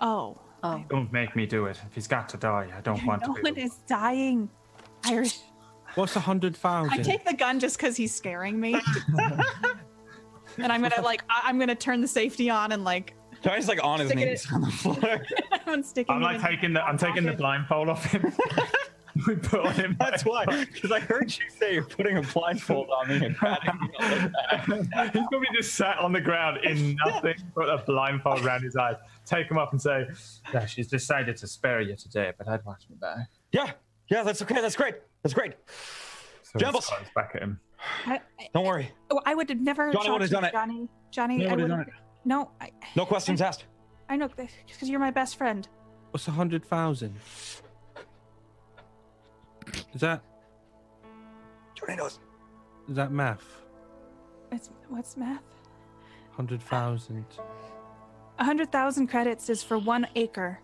Speaker 5: Oh.
Speaker 3: Oh.
Speaker 8: Don't make me do it. If he's got to die, I don't
Speaker 5: <laughs>
Speaker 8: want
Speaker 5: No
Speaker 8: to.
Speaker 5: one is dying. Irish.
Speaker 6: What's a hundred
Speaker 5: I
Speaker 6: thousand?
Speaker 5: take the gun just because he's scaring me.
Speaker 2: <laughs>
Speaker 5: and I'm gonna like I- I'm gonna turn the safety on and like <laughs>
Speaker 2: Johnny's like on his
Speaker 5: Stick it-
Speaker 2: knees on the <laughs> floor.
Speaker 5: I'm sticking.
Speaker 4: I'm
Speaker 5: it
Speaker 4: like
Speaker 5: in-
Speaker 4: taking the I'm taking the blindfold off him. <laughs> we put on him. <laughs>
Speaker 2: That's why, because I heard you say you're putting a blindfold on me <laughs> and patting me on the back.
Speaker 4: He's probably just sat on the ground
Speaker 8: <laughs>
Speaker 4: in nothing but a blindfold around his eyes. Take him up and say,
Speaker 8: Yeah, she's decided to spare you today, but I'd watch me back.
Speaker 2: Yeah, yeah, that's okay. That's great. That's great.
Speaker 4: so he
Speaker 2: Jumbles.
Speaker 4: smiles back at him.
Speaker 5: I, I,
Speaker 2: Don't worry.
Speaker 5: oh, I would have never.
Speaker 2: Johnny
Speaker 5: shot
Speaker 2: would've
Speaker 5: you,
Speaker 2: done it.
Speaker 5: Johnny, Johnny,
Speaker 6: Yeah,
Speaker 5: I
Speaker 6: would've
Speaker 5: would.
Speaker 6: done
Speaker 5: have No, I,
Speaker 2: No questions asked.
Speaker 5: I know because you're my best friend.
Speaker 6: What's a hundred thousand? Is that
Speaker 2: Johnny knows.
Speaker 6: is that math?
Speaker 5: It's what's math?
Speaker 6: Hundred thousand.
Speaker 5: A hundred thousand credits is for one acre.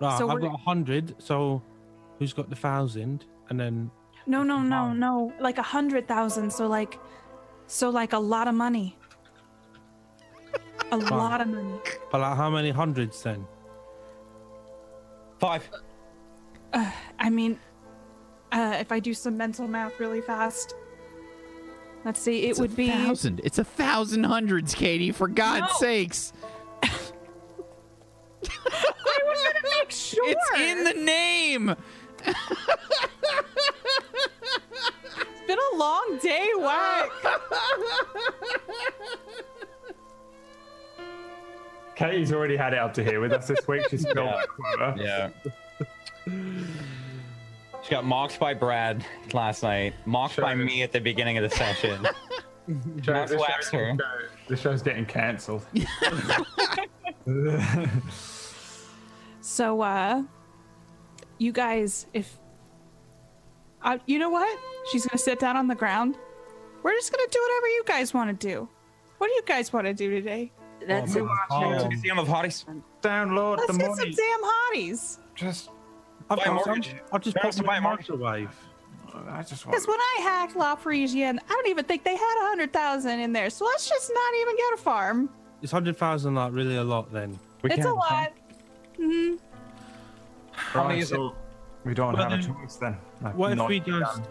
Speaker 6: Right,
Speaker 5: So
Speaker 6: I've
Speaker 5: we're-
Speaker 6: got a hundred. So who's got the thousand? And then
Speaker 5: No, no, no, no. Like a hundred thousand. So like, so like a lot of money. A lot of money.
Speaker 6: but like how many hundreds then?
Speaker 2: Five.
Speaker 5: I mean, uh, if I do some mental math really fast, let's see, it
Speaker 1: It's a
Speaker 5: would be
Speaker 1: thousand. It's a thousand hundreds, Katie. For God's
Speaker 5: No.
Speaker 1: sakes.
Speaker 5: <laughs> I was gonna make sure.
Speaker 1: It's in the name.
Speaker 5: It's been a long
Speaker 1: <laughs>
Speaker 5: day, Whack.
Speaker 4: Katie's already had it up to here with us this week. She's filled that quota.
Speaker 2: Yeah. <laughs> She got mocked by Brad last night, mocked by me at the beginning of the
Speaker 4: <laughs>
Speaker 2: session.
Speaker 4: Joe, this,
Speaker 2: Slaps
Speaker 4: show-
Speaker 2: her.
Speaker 4: Joe, this show's getting
Speaker 8: <laughs>
Speaker 4: cancelled.
Speaker 5: So, uh, you guys, if uh, you know what, she's gonna sit down on the ground. We're just gonna do whatever you guys want to do. What do you guys want to do today?
Speaker 3: That's a
Speaker 4: Oh.
Speaker 2: Museum of Hotties.
Speaker 8: Download
Speaker 5: Let's
Speaker 8: the
Speaker 5: get some
Speaker 8: money.
Speaker 5: damn hotties.
Speaker 8: Just,
Speaker 6: I've
Speaker 2: Buy a
Speaker 6: got
Speaker 2: mortgage.
Speaker 6: some. I've just
Speaker 2: Parents to
Speaker 6: popped
Speaker 2: buy
Speaker 6: my
Speaker 2: a mortgage.
Speaker 6: microwave.
Speaker 8: I just want.
Speaker 5: Because when I hacked La Parisienne, I don't even think they had a hundred thousand in there. So let's just not even get a farm.
Speaker 6: Is 100,000 like really a lot then?
Speaker 2: We
Speaker 5: it's a
Speaker 2: can't-
Speaker 5: lot.
Speaker 4: Right,
Speaker 2: is
Speaker 4: so we don't
Speaker 6: Well,
Speaker 4: have a
Speaker 6: then-
Speaker 4: choice then. No,
Speaker 6: What if
Speaker 4: not
Speaker 6: we
Speaker 4: at
Speaker 6: just.
Speaker 4: Dan,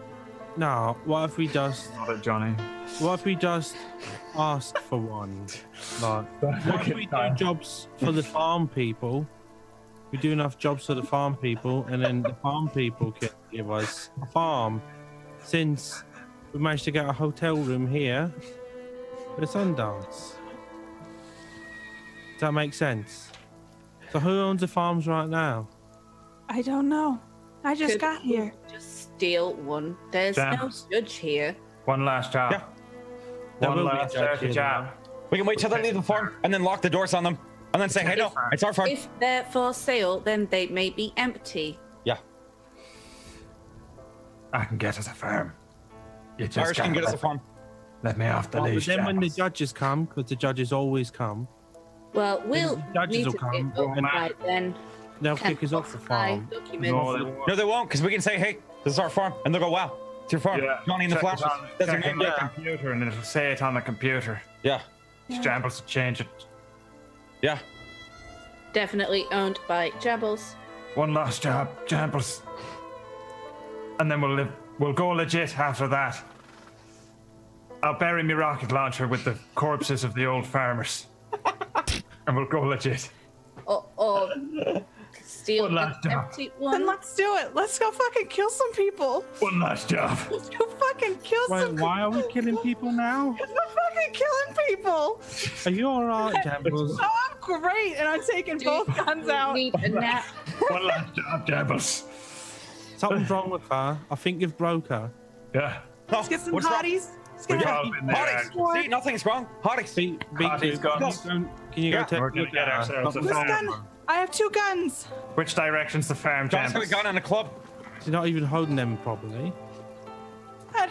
Speaker 6: No, what if we just.
Speaker 4: Not at Johnny.
Speaker 6: What if we just ask for one? Like,
Speaker 4: <laughs>
Speaker 6: what if we do jobs for the farm people? We do enough jobs for the farm people, and then the farm people can give us a farm. Since we managed to get a hotel room here, with Sundance. Does that make sense? So who owns the farms right now?
Speaker 5: I don't know. I just
Speaker 3: Could
Speaker 5: got
Speaker 3: we
Speaker 5: here.
Speaker 3: Just steal one. There's no
Speaker 4: Jams.
Speaker 3: judge here.
Speaker 4: One last job.
Speaker 6: There
Speaker 4: One
Speaker 6: will be a
Speaker 4: last
Speaker 6: judge
Speaker 4: dirty
Speaker 6: here,
Speaker 4: job.
Speaker 2: We can wait till they leave the farm and then lock the doors on them and then say, hey, no, it's our farm.
Speaker 3: If they're for sale, then they may be empty.
Speaker 2: Yeah.
Speaker 8: I can get us a firm. You just
Speaker 2: Irish can
Speaker 8: gotta
Speaker 2: get us a
Speaker 8: let-
Speaker 2: farm.
Speaker 8: Let me off the
Speaker 6: Well, but
Speaker 8: leash.
Speaker 6: then when the
Speaker 8: Jack.
Speaker 6: judges come, because the judges always come,
Speaker 3: Well, we'll
Speaker 6: the judges
Speaker 3: need
Speaker 6: will
Speaker 3: to
Speaker 6: come
Speaker 3: get up
Speaker 6: and-
Speaker 3: by then.
Speaker 6: they'll
Speaker 3: and
Speaker 6: kick us off the
Speaker 3: <laughs>
Speaker 6: farm.
Speaker 3: buy documents.
Speaker 4: No, they won't.
Speaker 2: No, they won't, because we can say, hey, this is our farm. And they'll go, wow, it's your farm.
Speaker 4: Yeah,
Speaker 2: Johnny and the
Speaker 4: check it
Speaker 2: Flowers.
Speaker 4: on-
Speaker 2: That's your
Speaker 4: check
Speaker 2: name.
Speaker 4: it on
Speaker 2: Yeah.
Speaker 4: the computer, and it'll say it on the computer.
Speaker 2: Yeah.
Speaker 4: Jambles will change it.
Speaker 2: Yeah.
Speaker 3: Definitely owned by Jabbles.
Speaker 4: One last job, Jambles. And then we'll live. We'll go legit after that. I'll bury my rocket launcher with the corpses of the old
Speaker 6: <laughs>
Speaker 4: farmers, and we'll go legit.
Speaker 3: Or, or steal
Speaker 4: One
Speaker 3: an
Speaker 4: last job.
Speaker 3: empty
Speaker 5: Then
Speaker 3: one.
Speaker 5: let's do it. Let's go fucking kill some people.
Speaker 4: One last job.
Speaker 5: Let's go fucking kill
Speaker 6: Wait,
Speaker 5: some.
Speaker 6: why are we killing
Speaker 5: <laughs>
Speaker 6: people now?
Speaker 5: I'm fucking killing people.
Speaker 6: Are you alright, Jambles?
Speaker 5: Oh, I'm great, and I'm taking
Speaker 3: Do
Speaker 5: both
Speaker 3: you
Speaker 5: guns out.
Speaker 3: Need a nap.
Speaker 4: One last job, Jambles.
Speaker 6: Something's wrong with her. I think you've broke her.
Speaker 4: Yeah.
Speaker 5: Let's get some
Speaker 2: What's wrong?
Speaker 5: hotties. Let's get
Speaker 4: We've
Speaker 5: a
Speaker 4: all been there.
Speaker 2: Hotties.
Speaker 4: and
Speaker 2: See, nothing's wrong. Hotties.
Speaker 6: Be, be
Speaker 4: God, he's gone.
Speaker 6: Can you go- can you go
Speaker 2: Yeah,
Speaker 6: take a
Speaker 4: We're gonna
Speaker 6: look
Speaker 4: get
Speaker 6: at her?
Speaker 4: ourselves a
Speaker 5: Whose
Speaker 4: farm.
Speaker 5: gun? I have two guns.
Speaker 4: Which direction's the farm,
Speaker 2: Johnny's got a
Speaker 4: Jambles?
Speaker 2: gun in a club.
Speaker 6: She's not even holding them properly.
Speaker 5: I,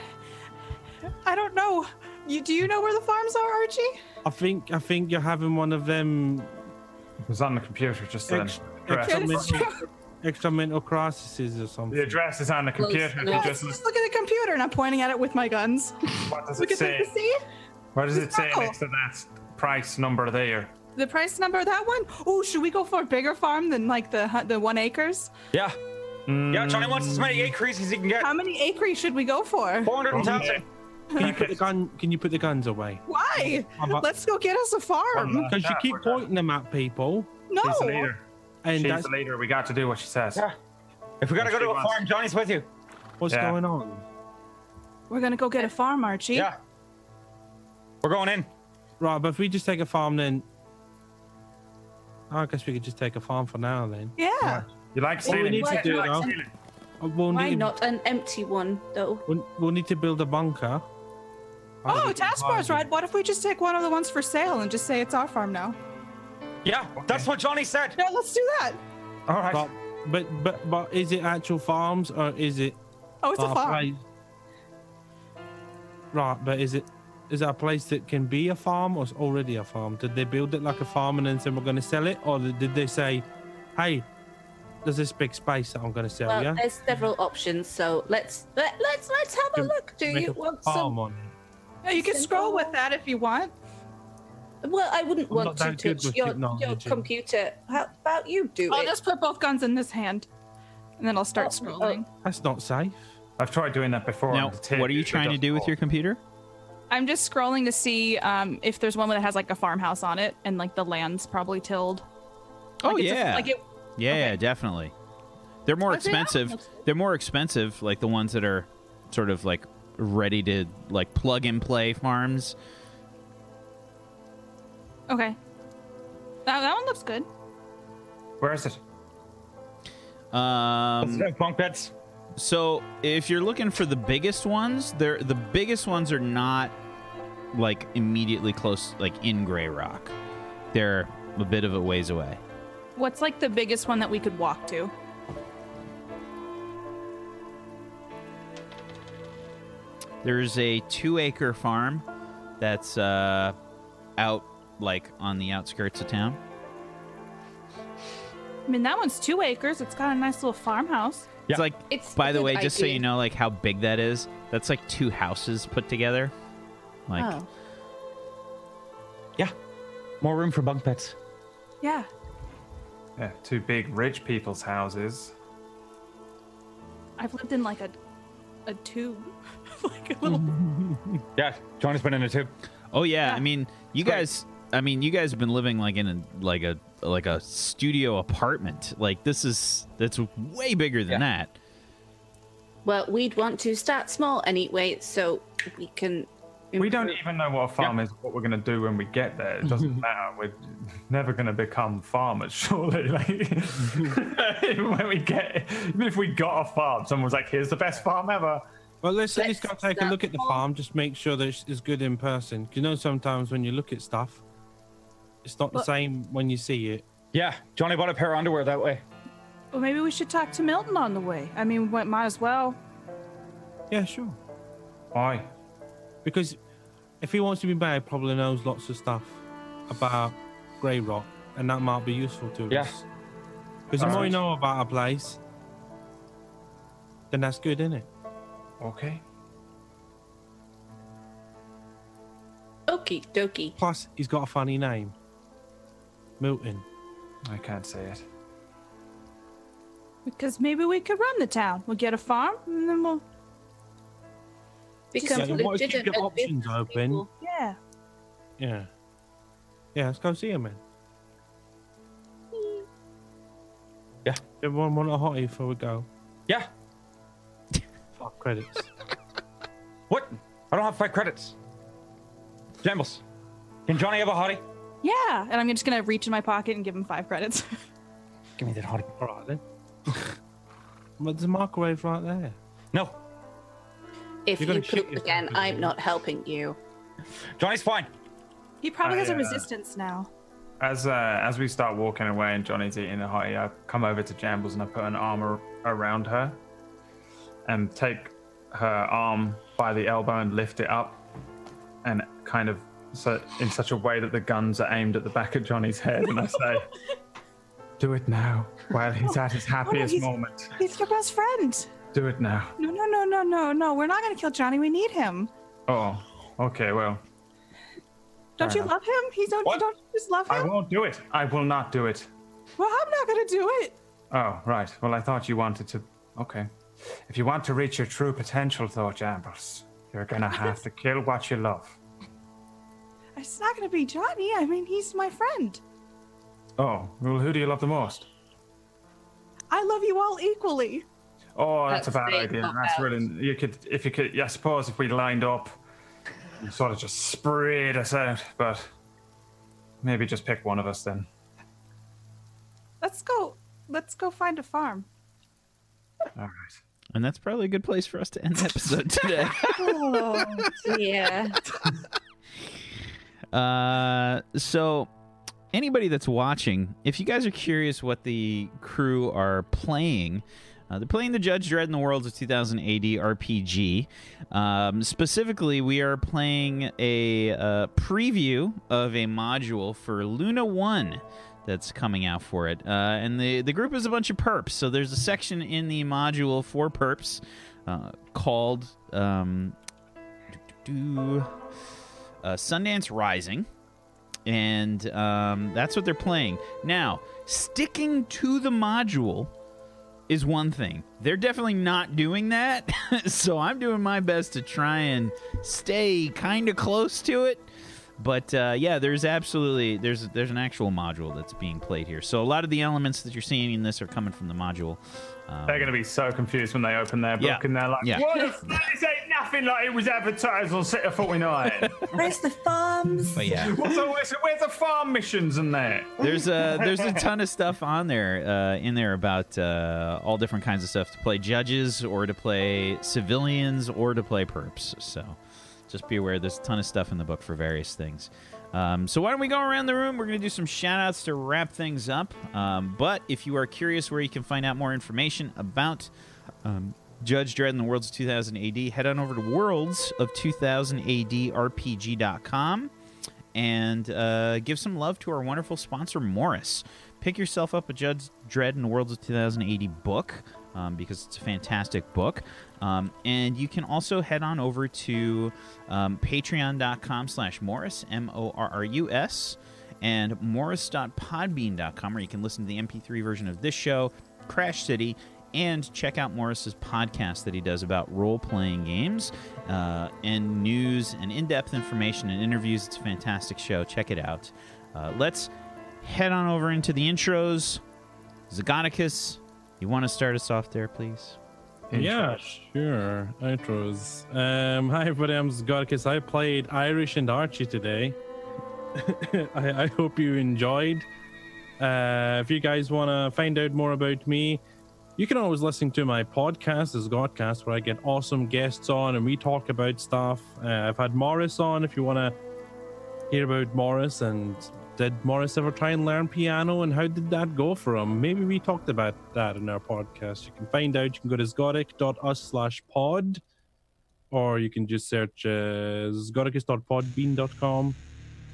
Speaker 5: I don't know. You do you know where the farms are, Archie?
Speaker 6: I think I think you're having one of them
Speaker 4: It was on the computer just then.
Speaker 6: ex,
Speaker 4: Correct.
Speaker 6: extra,
Speaker 5: Yes.
Speaker 6: mental, extra mental crises or something.
Speaker 4: The address is on the
Speaker 3: Close
Speaker 4: computer. If you
Speaker 3: enough.
Speaker 5: Let's
Speaker 4: just
Speaker 5: just look at the computer, and I'm pointing at it with my guns.
Speaker 4: What does
Speaker 5: Look
Speaker 4: it
Speaker 5: at
Speaker 4: say?
Speaker 5: the see
Speaker 4: What does it say
Speaker 5: circle.
Speaker 4: next to that price number there?
Speaker 5: the price number of that one. Oh, should we go for a bigger farm than like the hu- the one acres?
Speaker 2: Yeah. Yeah, Johnny wants as many acres as he can get.
Speaker 5: How many acres should we go for?
Speaker 2: 400,000.
Speaker 6: Can you put the gun? Can you put the guns away?
Speaker 5: Why?
Speaker 6: How about-
Speaker 5: Let's go get us a farm.
Speaker 4: One
Speaker 6: Because you
Speaker 4: Yeah,
Speaker 6: keep
Speaker 4: we're done.
Speaker 6: pointing them at people,
Speaker 4: She's the
Speaker 5: No.
Speaker 4: leader.
Speaker 6: and
Speaker 4: She's
Speaker 6: that's
Speaker 4: the leader. We got to do what she says.
Speaker 2: Yeah. If we gotta go to a farm, Johnny's with you.
Speaker 6: what's
Speaker 4: Yeah.
Speaker 6: going on.
Speaker 5: We're gonna go get a farm, Archie.
Speaker 2: Yeah. We're going in.
Speaker 6: Right, but if we just take a farm, then I guess we could just take a farm for now. Then
Speaker 5: Yeah.
Speaker 4: You like
Speaker 6: all we
Speaker 4: stealing?
Speaker 6: need to do now, uh, we'll
Speaker 3: Why
Speaker 6: need
Speaker 3: not an empty one, though?
Speaker 6: We'll, we'll need to build a bunker.
Speaker 5: Oh, task force, right? What if we just take one of the ones for sale and just say it's our farm now?
Speaker 2: Yeah, that's what Johnny said.
Speaker 5: Yeah, let's do that.
Speaker 4: All right.
Speaker 6: But, but but but is it actual farms or is it
Speaker 5: Oh, it's a
Speaker 6: our
Speaker 5: farm.
Speaker 6: place? Right, but is it is that a place that can be a farm or is already a farm? Did they build it like a farm and then say we're going to sell it, or did they say, "Hey, there's this big space that I'm going to sell
Speaker 3: Well,
Speaker 6: you"?
Speaker 3: there's several options, so let's let, let's let's have a
Speaker 6: Can
Speaker 3: look. Do
Speaker 6: Make
Speaker 3: you
Speaker 6: a
Speaker 3: want
Speaker 6: farm
Speaker 3: some?
Speaker 6: on it.
Speaker 5: Yeah, you can scroll with that if you want.
Speaker 3: Well, I wouldn't
Speaker 6: I'm
Speaker 3: want
Speaker 6: not
Speaker 3: to
Speaker 6: that good
Speaker 3: touch
Speaker 6: with
Speaker 3: your, your
Speaker 6: technology.
Speaker 3: computer. How about you do
Speaker 5: I'll
Speaker 3: it?
Speaker 5: just put both guns in this hand, and then I'll start
Speaker 3: Oh,
Speaker 5: scrolling.
Speaker 6: That's not safe.
Speaker 4: I've tried doing that before.
Speaker 1: Now,
Speaker 4: and it
Speaker 1: what are you
Speaker 4: doesn't
Speaker 1: trying to do with
Speaker 4: work.
Speaker 1: your computer?
Speaker 5: I'm just scrolling to see um, if there's one that has like a farmhouse on it, and like the land's probably tilled.
Speaker 1: Oh
Speaker 5: Like, it's a-
Speaker 1: yeah.
Speaker 5: like it
Speaker 1: Yeah, yeah, definitely. They're more
Speaker 5: Okay, that
Speaker 1: expensive.
Speaker 5: looks
Speaker 1: They're more expensive, like the ones that are sort of like ready to like plug and play farms.
Speaker 5: Okay. That, that one looks good.
Speaker 8: Where is it?
Speaker 1: Um,
Speaker 2: Let's have bunk beds.
Speaker 1: So if you're looking for the biggest ones, they're the biggest ones are not like immediately close, like in Grey Rock. They're a bit of a ways away.
Speaker 5: What's like the biggest one that we could walk to?
Speaker 1: There's a two-acre farm that's uh, out like on the outskirts of town.
Speaker 5: I mean, that one's two acres. It's got a nice little farmhouse.
Speaker 1: It's like,
Speaker 3: It's
Speaker 1: by
Speaker 3: a
Speaker 1: the
Speaker 3: good
Speaker 1: way, just so
Speaker 3: idea.
Speaker 1: you know, like how big that is. That's like two houses put together. Like,
Speaker 3: Oh.
Speaker 2: Yeah. More room for bunk beds.
Speaker 5: Yeah.
Speaker 8: Yeah, two big rich people's houses.
Speaker 5: I've lived in like a a tube. <laughs> like a little
Speaker 2: Yeah. John has been in it too.
Speaker 1: oh yeah,
Speaker 5: Yeah.
Speaker 1: I mean, you guys, I mean, you guys have been living like in a like a like a studio apartment. Like this is that's way bigger than that.
Speaker 3: Well, we'd want to start small anyway, so we can.
Speaker 8: We don't even know what a farm is, what we're going to do when we get there.
Speaker 4: <laughs>
Speaker 8: It doesn't matter. We're never going to become farmers, surely. Like, <laughs> even when we get, even if we got a farm, someone was like, here's the best farm ever.
Speaker 6: Well, let's at
Speaker 3: Let's
Speaker 6: least go take a
Speaker 3: stop.
Speaker 6: look at the farm. Just make sure that it's- it's good in person. You know, sometimes when you look at stuff, it's not the
Speaker 5: Well-
Speaker 6: same when you see it.
Speaker 2: Yeah. Johnny bought a pair of underwear that way.
Speaker 5: Well, maybe we should talk to Milton on the way. I mean, we might as well.
Speaker 6: Yeah, sure.
Speaker 8: Why?
Speaker 6: Because if he wants to be married, probably knows lots of stuff about Grey Rock, and that might be useful to
Speaker 2: Yeah.
Speaker 6: us. Because the more you know about a place, then that's good, isn't it?
Speaker 8: Okay.
Speaker 3: Okie dokie.
Speaker 6: Plus, he's got a funny name, Milton.
Speaker 8: I can't say it.
Speaker 5: Because maybe we could run the town. We'll get a farm and then we'll.
Speaker 3: Become
Speaker 6: Yeah, then what if you
Speaker 3: legitimate
Speaker 6: get options
Speaker 3: business
Speaker 6: open?
Speaker 3: people.
Speaker 5: Yeah.
Speaker 6: Yeah. Yeah, let's go see him, man.
Speaker 2: Yeah.
Speaker 6: Everyone want a hottie before we go.
Speaker 2: Yeah.
Speaker 6: Fuck credits.
Speaker 2: What? I don't have five credits. Jambles. Can Johnny have a hottie?
Speaker 5: Yeah. And I'm just going to reach in my pocket and give him five credits. <laughs>
Speaker 2: Give me that hottie.
Speaker 6: All right then. <laughs> but there's a microwave right there.
Speaker 2: No.
Speaker 3: If
Speaker 6: You're
Speaker 3: you
Speaker 6: gonna shit
Speaker 3: poop
Speaker 6: yourself,
Speaker 3: again,
Speaker 6: isn't
Speaker 3: I'm
Speaker 6: it?
Speaker 3: not helping you.
Speaker 2: Johnny's fine.
Speaker 5: he probably
Speaker 8: I,
Speaker 5: has a
Speaker 8: uh,
Speaker 5: resistance now.
Speaker 8: As uh, as we start walking away and Johnny's eating the hottie, I come over to Jambles and I put an arm ar- around her and take her arm by the elbow and lift it up and kind of so in such a way that the guns are aimed at the back of Johnny's head and I say, <laughs> "Do it now, while he's at <laughs> his happiest
Speaker 5: he's-
Speaker 8: moment.
Speaker 5: He's your best friend.
Speaker 8: Do it now."
Speaker 5: No, no, no, no, no, no. We're not going to kill Johnny. We need him.
Speaker 8: Oh, okay, well,
Speaker 5: Don't
Speaker 8: Fair
Speaker 5: you love him? He don't.
Speaker 2: What?
Speaker 5: You don't just love
Speaker 8: I
Speaker 5: him.
Speaker 8: won't do it. I will not do it.
Speaker 5: Well, I'm not going to do it.
Speaker 8: Oh, right. Well, I thought you wanted to. Okay. If you want to reach your true potential, though, Jambles, you're gonna have to kill what you love.
Speaker 5: It's not going to be Johnny. I mean, he's my friend.
Speaker 8: Oh, well, who do you love the most?
Speaker 5: I love you all equally.
Speaker 8: Oh, that's,
Speaker 3: That's
Speaker 8: a bad
Speaker 3: big
Speaker 8: idea.
Speaker 3: cop
Speaker 8: That's
Speaker 3: out.
Speaker 8: really. You could, if you could. Yeah, I suppose if we lined up, you sort of just spread us out. But maybe just pick one of us then.
Speaker 5: Let's go. Let's go find a farm.
Speaker 8: All right.
Speaker 1: And that's probably a good place for us to end the episode today.
Speaker 3: Yeah.
Speaker 1: Uh, so anybody that's watching, if you guys are curious what the crew are playing, uh, they're playing the Judge Dredd in the Worlds of 2000 AD RPG. Um, specifically, we are playing a uh, preview of a module for Luna One that's coming out for it. Uh, and the, the group is a bunch of perps. So there's a section in the module for perps uh, called um, do, uh, Sundance Rising, and um, that's what they're playing. Now, sticking to the module is one thing. They're definitely not doing that, <laughs> so I'm doing my best to try and stay kind of close to it. But uh, yeah, there's absolutely there's there's an actual module that's being played here. So a lot of the elements that you're seeing in this are coming from the module. Um,
Speaker 4: They're going to be so confused when they open their book
Speaker 1: Yeah.
Speaker 4: and they're like,
Speaker 1: Yeah.
Speaker 4: "What? the fuck? This ain't nothing like it was advertised on Sector
Speaker 1: <laughs>
Speaker 4: 49.
Speaker 7: Where's the thumbs?
Speaker 1: but yeah.
Speaker 4: What's all this? Where's the farm missions in there?"
Speaker 1: There's a there's a ton of stuff on there uh, in there about uh, all different kinds of stuff to play judges or to play civilians or to play perps. So just be aware there's a ton of stuff in the book for various things. Um, so why don't we go around the room? We're gonna do some shout outs to wrap things up. Um, but if you are curious where you can find out more information about um, Judge Dredd and the Worlds of 2000 AD, head on over to Worlds of 2000 AD RPG.com and uh, give some love to our wonderful sponsor, Morris. Pick yourself up a Judge Dredd and the Worlds of 2080 book um, because it's a fantastic book. Um, and you can also head on over to um, patreon.com slash Morris, M O R R U S, and morris.podbean.com, where you can listen to the MP3 version of this show, Crash City, and check out Morris's podcast that he does about role playing games uh, and news and in depth information and interviews. It's a fantastic show. Check it out. Uh, let's head on over into the intros. Zagonicus, you want to start us off there, please?
Speaker 6: Yeah, sure. Intros. Um, hi, everybody. I'm Zgorkis. I played Irish and Archie today. <laughs> I, I hope you enjoyed. Uh, if you guys want to find out more about me, you can always listen to my podcast, the Zgodcast, where I get awesome guests on and we talk about stuff. Uh, I've had Morris on if you want to hear about Morris and did Morris ever try and learn piano and how did that go for him? Maybe we talked about that in our podcast. You can find out. You can go to zgodic.us slash pod or you can just search uh, zgodicus.podbean.com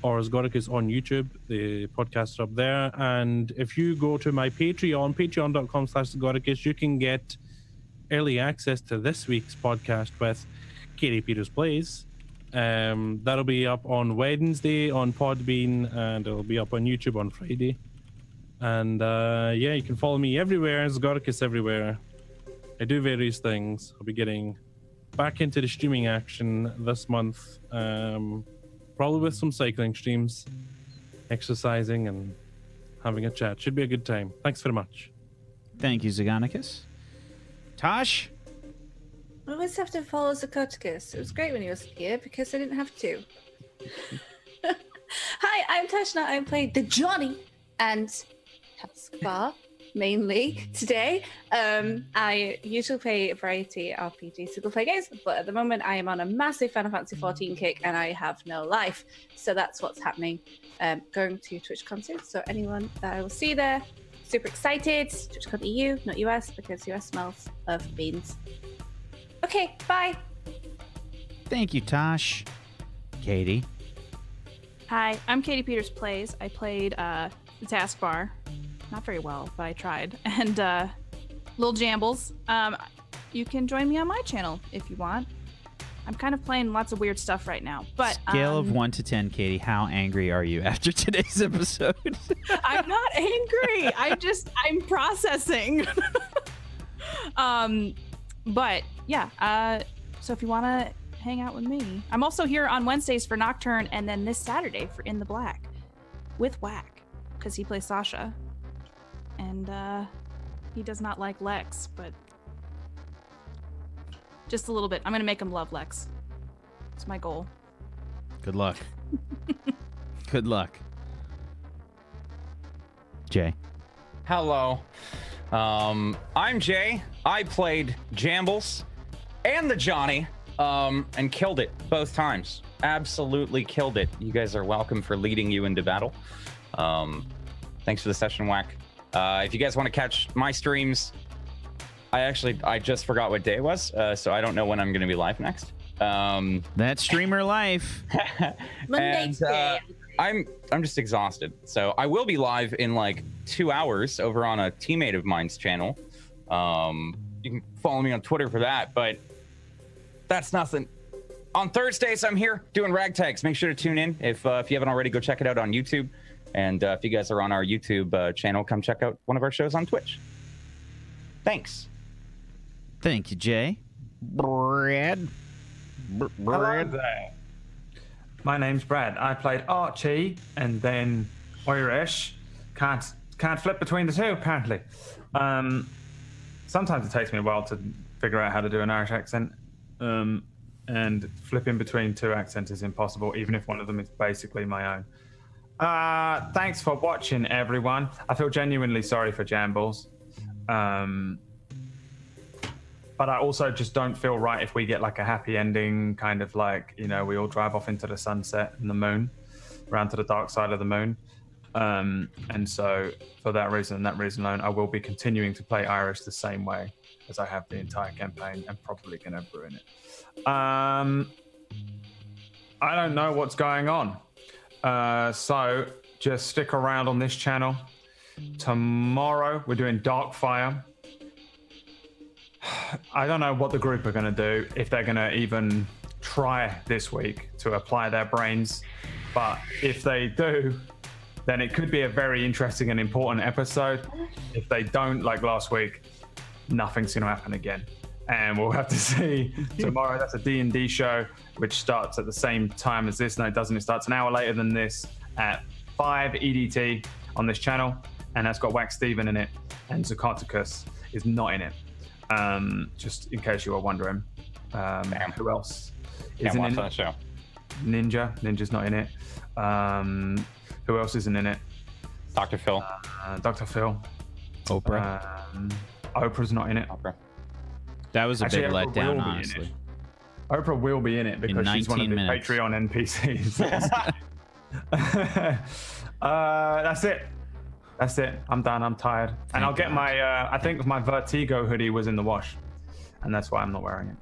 Speaker 6: or Zgodicus on YouTube. The podcasts are up there. And if you go to my Patreon, patreon.com slash Zgodicus, you can get early access to this week's podcast with Katie Peters Plays. Um, that'll be up on Wednesday on Podbean and it'll be up on YouTube on Friday. And uh, yeah, you can follow me everywhere, Zgodicus everywhere. I do various things. I'll be getting back into the streaming action this month. Um, probably with some cycling streams, exercising, and having a chat. Should be a good time. Thanks very much.
Speaker 1: Thank you, Zagonicus. Tosh?
Speaker 3: <laughs> I always have to follow Zakoticus. It was great when he was here because I didn't have to. <laughs> Hi, I'm Tashna. I played the Johnny and Taskbar mainly today. Um, I usually play a variety of RPG single player games, but at the moment I am on a massive Final Fantasy 14 kick and I have no life. So that's what's happening. Um, going to TwitchCon soon. So anyone that I will see there, super excited. TwitchCon EU, not US, because US smells of beans. Okay, bye.
Speaker 1: Thank you, Tosh. Katie?
Speaker 5: Hi, I'm Katie Peters Plays. I played uh, the Taskbar. Not very well, but I tried. <laughs> And uh, Little Jambles. Um, you can join me on my channel if you want. I'm kind of playing lots of weird stuff right now, but
Speaker 1: Scale of
Speaker 5: um,
Speaker 1: 1 to 10, Katie, how angry are you after <laughs> today's episode? <laughs>
Speaker 5: I'm not angry. I just I'm processing. <laughs> um, but yeah. Uh, so if you want to hang out with me, I'm also here on Wednesdays for Nocturne, and then this Saturday for In the Black with Whack, because he plays Sasha, and uh, he does not like Lex, but just a little bit. I'm gonna make him love Lex. It's my goal.
Speaker 1: Good luck. Good luck. Jay.
Speaker 2: Hello. Um, I'm Jay. I played Jambles and the Johnny um, and killed it both times. Absolutely killed it. You guys are welcome for leading you into battle. Um, thanks for the session, Whack. Uh, if you guys want to catch my streams, I actually I just forgot what day it was, uh, so I don't know when I'm going to be live next. Um,
Speaker 1: That streamer life.
Speaker 3: Monday
Speaker 2: And,
Speaker 3: today.
Speaker 2: uh, I'm I'm just exhausted. So I will be live in like two hours over on a teammate of mine's channel. Um, you can follow me on Twitter for that, but that's nothing. On Thursdays, I'm here doing ragtags. Make sure to tune in if uh, if you haven't already. Go check it out on YouTube, and uh, if you guys are on our YouTube uh, channel, come check out one of our shows on Twitch. Thanks.
Speaker 1: Thank you, Jay.
Speaker 10: Brad. Br-
Speaker 4: Hello
Speaker 10: Brad.
Speaker 4: there.
Speaker 8: My name's Brad. I played Archie and then Irish. Can't can't flip between the two apparently. Um, sometimes it takes me a while to figure out how to do an Irish accent, um, and flipping between two accents is impossible, even if one of them is basically my own. Uh, thanks for watching, everyone. I feel genuinely sorry for Jambles. Um, but I also just don't feel right if we get like a happy ending, kind of like, you know, we all drive off into the sunset and the moon, round to the dark side of the moon. Um, and so, for that reason and that reason alone, I will be continuing to play Irish the same way as I have the entire campaign and probably going to ruin it. Um, I don't know what's going on. Uh, so, just stick around on this channel. Tomorrow, we're doing Darkfire. I don't know what the group are going to do, if they're going to even try this week to apply their brains. But if they do, then it could be a very interesting and important episode. If they don't, like last week, nothing's going to happen again. And we'll have to <laughs> see tomorrow. That's a D&D show, which starts at the same time as this. No, it doesn't. It starts an hour later than this at 5 EDT on this channel. And that's got Wax Steven in it. And Zucaticus is not in it um, just in case you were wondering. Um, who else
Speaker 2: Can't
Speaker 8: isn't
Speaker 2: watch
Speaker 8: in
Speaker 2: that
Speaker 8: it?
Speaker 2: show.
Speaker 8: Ninja. Ninja's not in it. Um, who else isn't in it?
Speaker 2: Dr. Phil.
Speaker 8: Uh, Dr. Phil.
Speaker 1: Oprah.
Speaker 8: Um, Oprah's not in it.
Speaker 2: Opera.
Speaker 1: that was a
Speaker 8: actually,
Speaker 1: big
Speaker 8: Oprah will be
Speaker 1: letdown,
Speaker 8: in it.
Speaker 1: honestly.
Speaker 8: Oprah will be in it because she's one
Speaker 1: 19
Speaker 8: of the
Speaker 1: minutes.
Speaker 8: Patreon
Speaker 1: <laughs>
Speaker 8: NPCs. <laughs> uh, that's it. That's it. I'm done. I'm tired. and I'll get my, uh, I think my Vertigo hoodie was in the wash. And that's why I'm not wearing it.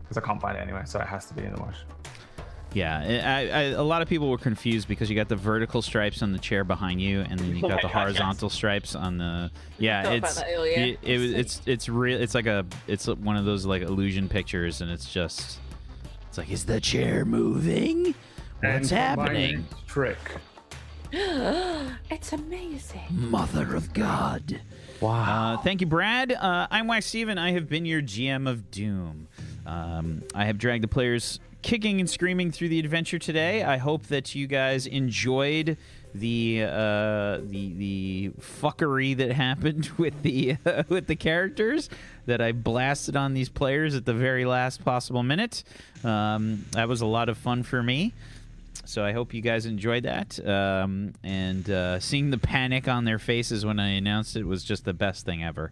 Speaker 8: Because I can't find it anyway. So it has to be in the wash.
Speaker 1: Yeah, eh, I, I, a lot of people were confused because you got the vertical stripes on the chair behind you, and then you got
Speaker 2: my
Speaker 1: the
Speaker 2: God, yes.
Speaker 1: horizontal stripes on the. Yeah,
Speaker 7: thought about
Speaker 1: it's
Speaker 7: that earlier.
Speaker 1: it, it was it's it's real. It's like a it's one of those like illusion pictures, and it's just it's like is the chair moving? What's
Speaker 8: And my
Speaker 1: happening?
Speaker 8: next Trick.
Speaker 3: It's amazing.
Speaker 1: Mother of God. Wow. Uh, thank you, Brad. Uh, I'm Wax Steven. I have been your GM of Doom. Um, I have dragged the players kicking and screaming through the adventure today. I hope that you guys enjoyed the uh, the the fuckery that <laughs> happened with the <laughs> with the characters that I blasted on these players at the very last possible minute. Um, that was a lot of fun for me. So I hope you guys enjoyed that. Um, and uh, seeing the panic on their faces when I announced it was just the best thing ever.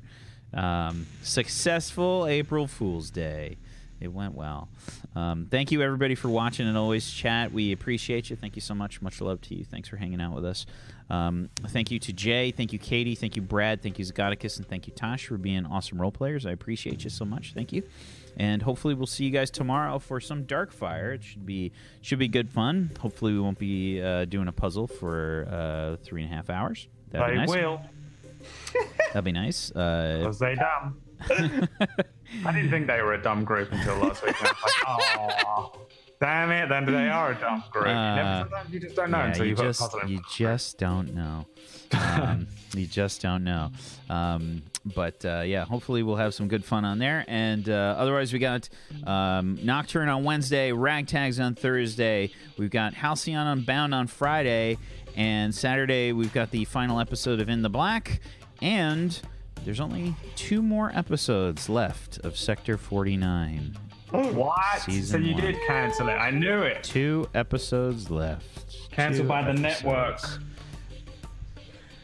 Speaker 1: Um, successful April Fool's Day. It went well. Um, thank you, everybody, for watching and always chat. We appreciate you. Thank you so much. Much love to you. Thanks for hanging out with us. Um, thank you to Jay. Thank you, Katie. Thank you, Brad. Thank you, Zagoticus. And thank you, Tosh, for being awesome role players. I appreciate you so much. Thank you and hopefully we'll see you guys tomorrow for some dark fire it should be should be good fun hopefully we won't be uh, doing a puzzle for uh, three and a half hours that'd
Speaker 8: they
Speaker 1: be nice
Speaker 8: will.
Speaker 1: that'd be nice uh,
Speaker 8: Because
Speaker 1: <laughs>
Speaker 8: they dumb. I didn't think they were a dumb group until last week. and I was like, oh, damn it. Then they are a dumb group. You never-
Speaker 1: Uh,
Speaker 8: sometimes you just don't know
Speaker 1: yeah,
Speaker 8: until
Speaker 1: you
Speaker 8: you put a
Speaker 1: just
Speaker 8: puzzle in
Speaker 1: you just don't know um, <laughs> you just don't know um, but uh, yeah hopefully we'll have some good fun on there and uh, otherwise we got um, nocturne on wednesday ragtags on thursday we've got halcyon unbound on friday and saturday we've got the final episode of in the black and there's only two more episodes left of sector 49
Speaker 8: What? So
Speaker 1: Season
Speaker 8: you
Speaker 1: one.
Speaker 8: did cancel it. I knew it.
Speaker 1: two episodes left
Speaker 8: Cancelled
Speaker 1: Two
Speaker 8: by the network.
Speaker 1: episodes.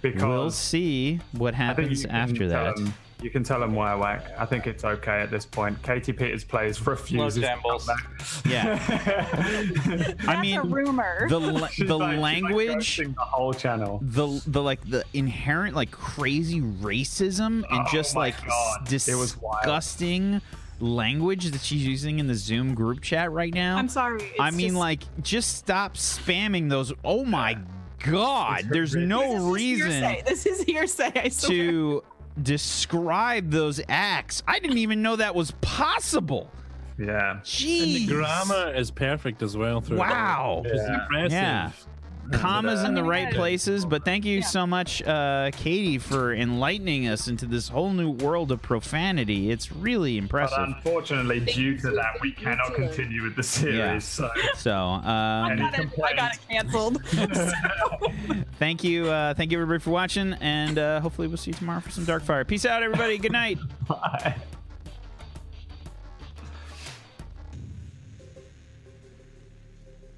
Speaker 1: We'll
Speaker 8: Because
Speaker 1: see what
Speaker 8: I think
Speaker 1: happens
Speaker 8: you can um,
Speaker 1: after
Speaker 8: tell
Speaker 1: that.
Speaker 8: 'em- you can tell them why whack. I think it's okay at this point. Katie Peters plays refuses. to come <laughs>
Speaker 2: Jambles.
Speaker 8: back.
Speaker 1: <laughs> Yeah, I
Speaker 5: That's a
Speaker 1: mean
Speaker 5: rumor.
Speaker 1: the la-
Speaker 8: <laughs> She's
Speaker 1: the
Speaker 8: like- she's like
Speaker 1: language, Mm.
Speaker 8: ghosting the whole channel.
Speaker 1: the the like the inherent like crazy racism and
Speaker 8: Oh
Speaker 1: just
Speaker 8: my
Speaker 1: like
Speaker 8: God,
Speaker 1: s-
Speaker 8: it was wild.
Speaker 1: disgusting language that she's using in the Zoom group chat right now.
Speaker 5: I'm sorry.
Speaker 1: I
Speaker 5: it's
Speaker 1: mean,
Speaker 5: just-
Speaker 1: like, just stop spamming those. Oh my God! There's no
Speaker 5: This is
Speaker 1: reason
Speaker 5: Hearsay. This is hearsay. I swear.
Speaker 1: to describe those acts. I didn't even know that was possible.
Speaker 8: Yeah.
Speaker 1: Jeez.
Speaker 6: And the grammar is perfect as well. Through it all,
Speaker 1: Wow.
Speaker 6: Which is
Speaker 8: Yeah.
Speaker 6: impressive.
Speaker 1: Yeah. commas in the right
Speaker 5: Yeah.
Speaker 1: places, but thank you so much, uh, Katie, for enlightening us into this whole new world of profanity. It's really
Speaker 8: But
Speaker 1: impressive.
Speaker 8: unfortunately, due to that, we cannot
Speaker 14: too.
Speaker 8: continue with the series.
Speaker 1: Yeah.
Speaker 8: So
Speaker 1: So, um,
Speaker 8: any
Speaker 5: got it, I got
Speaker 8: complaints?
Speaker 5: it canceled.
Speaker 1: <laughs> thank you, uh, thank you everybody for watching, and uh, hopefully we'll see you tomorrow for some Dark Fire. Peace out, everybody. Good night.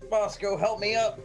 Speaker 15: Bosco, help me up.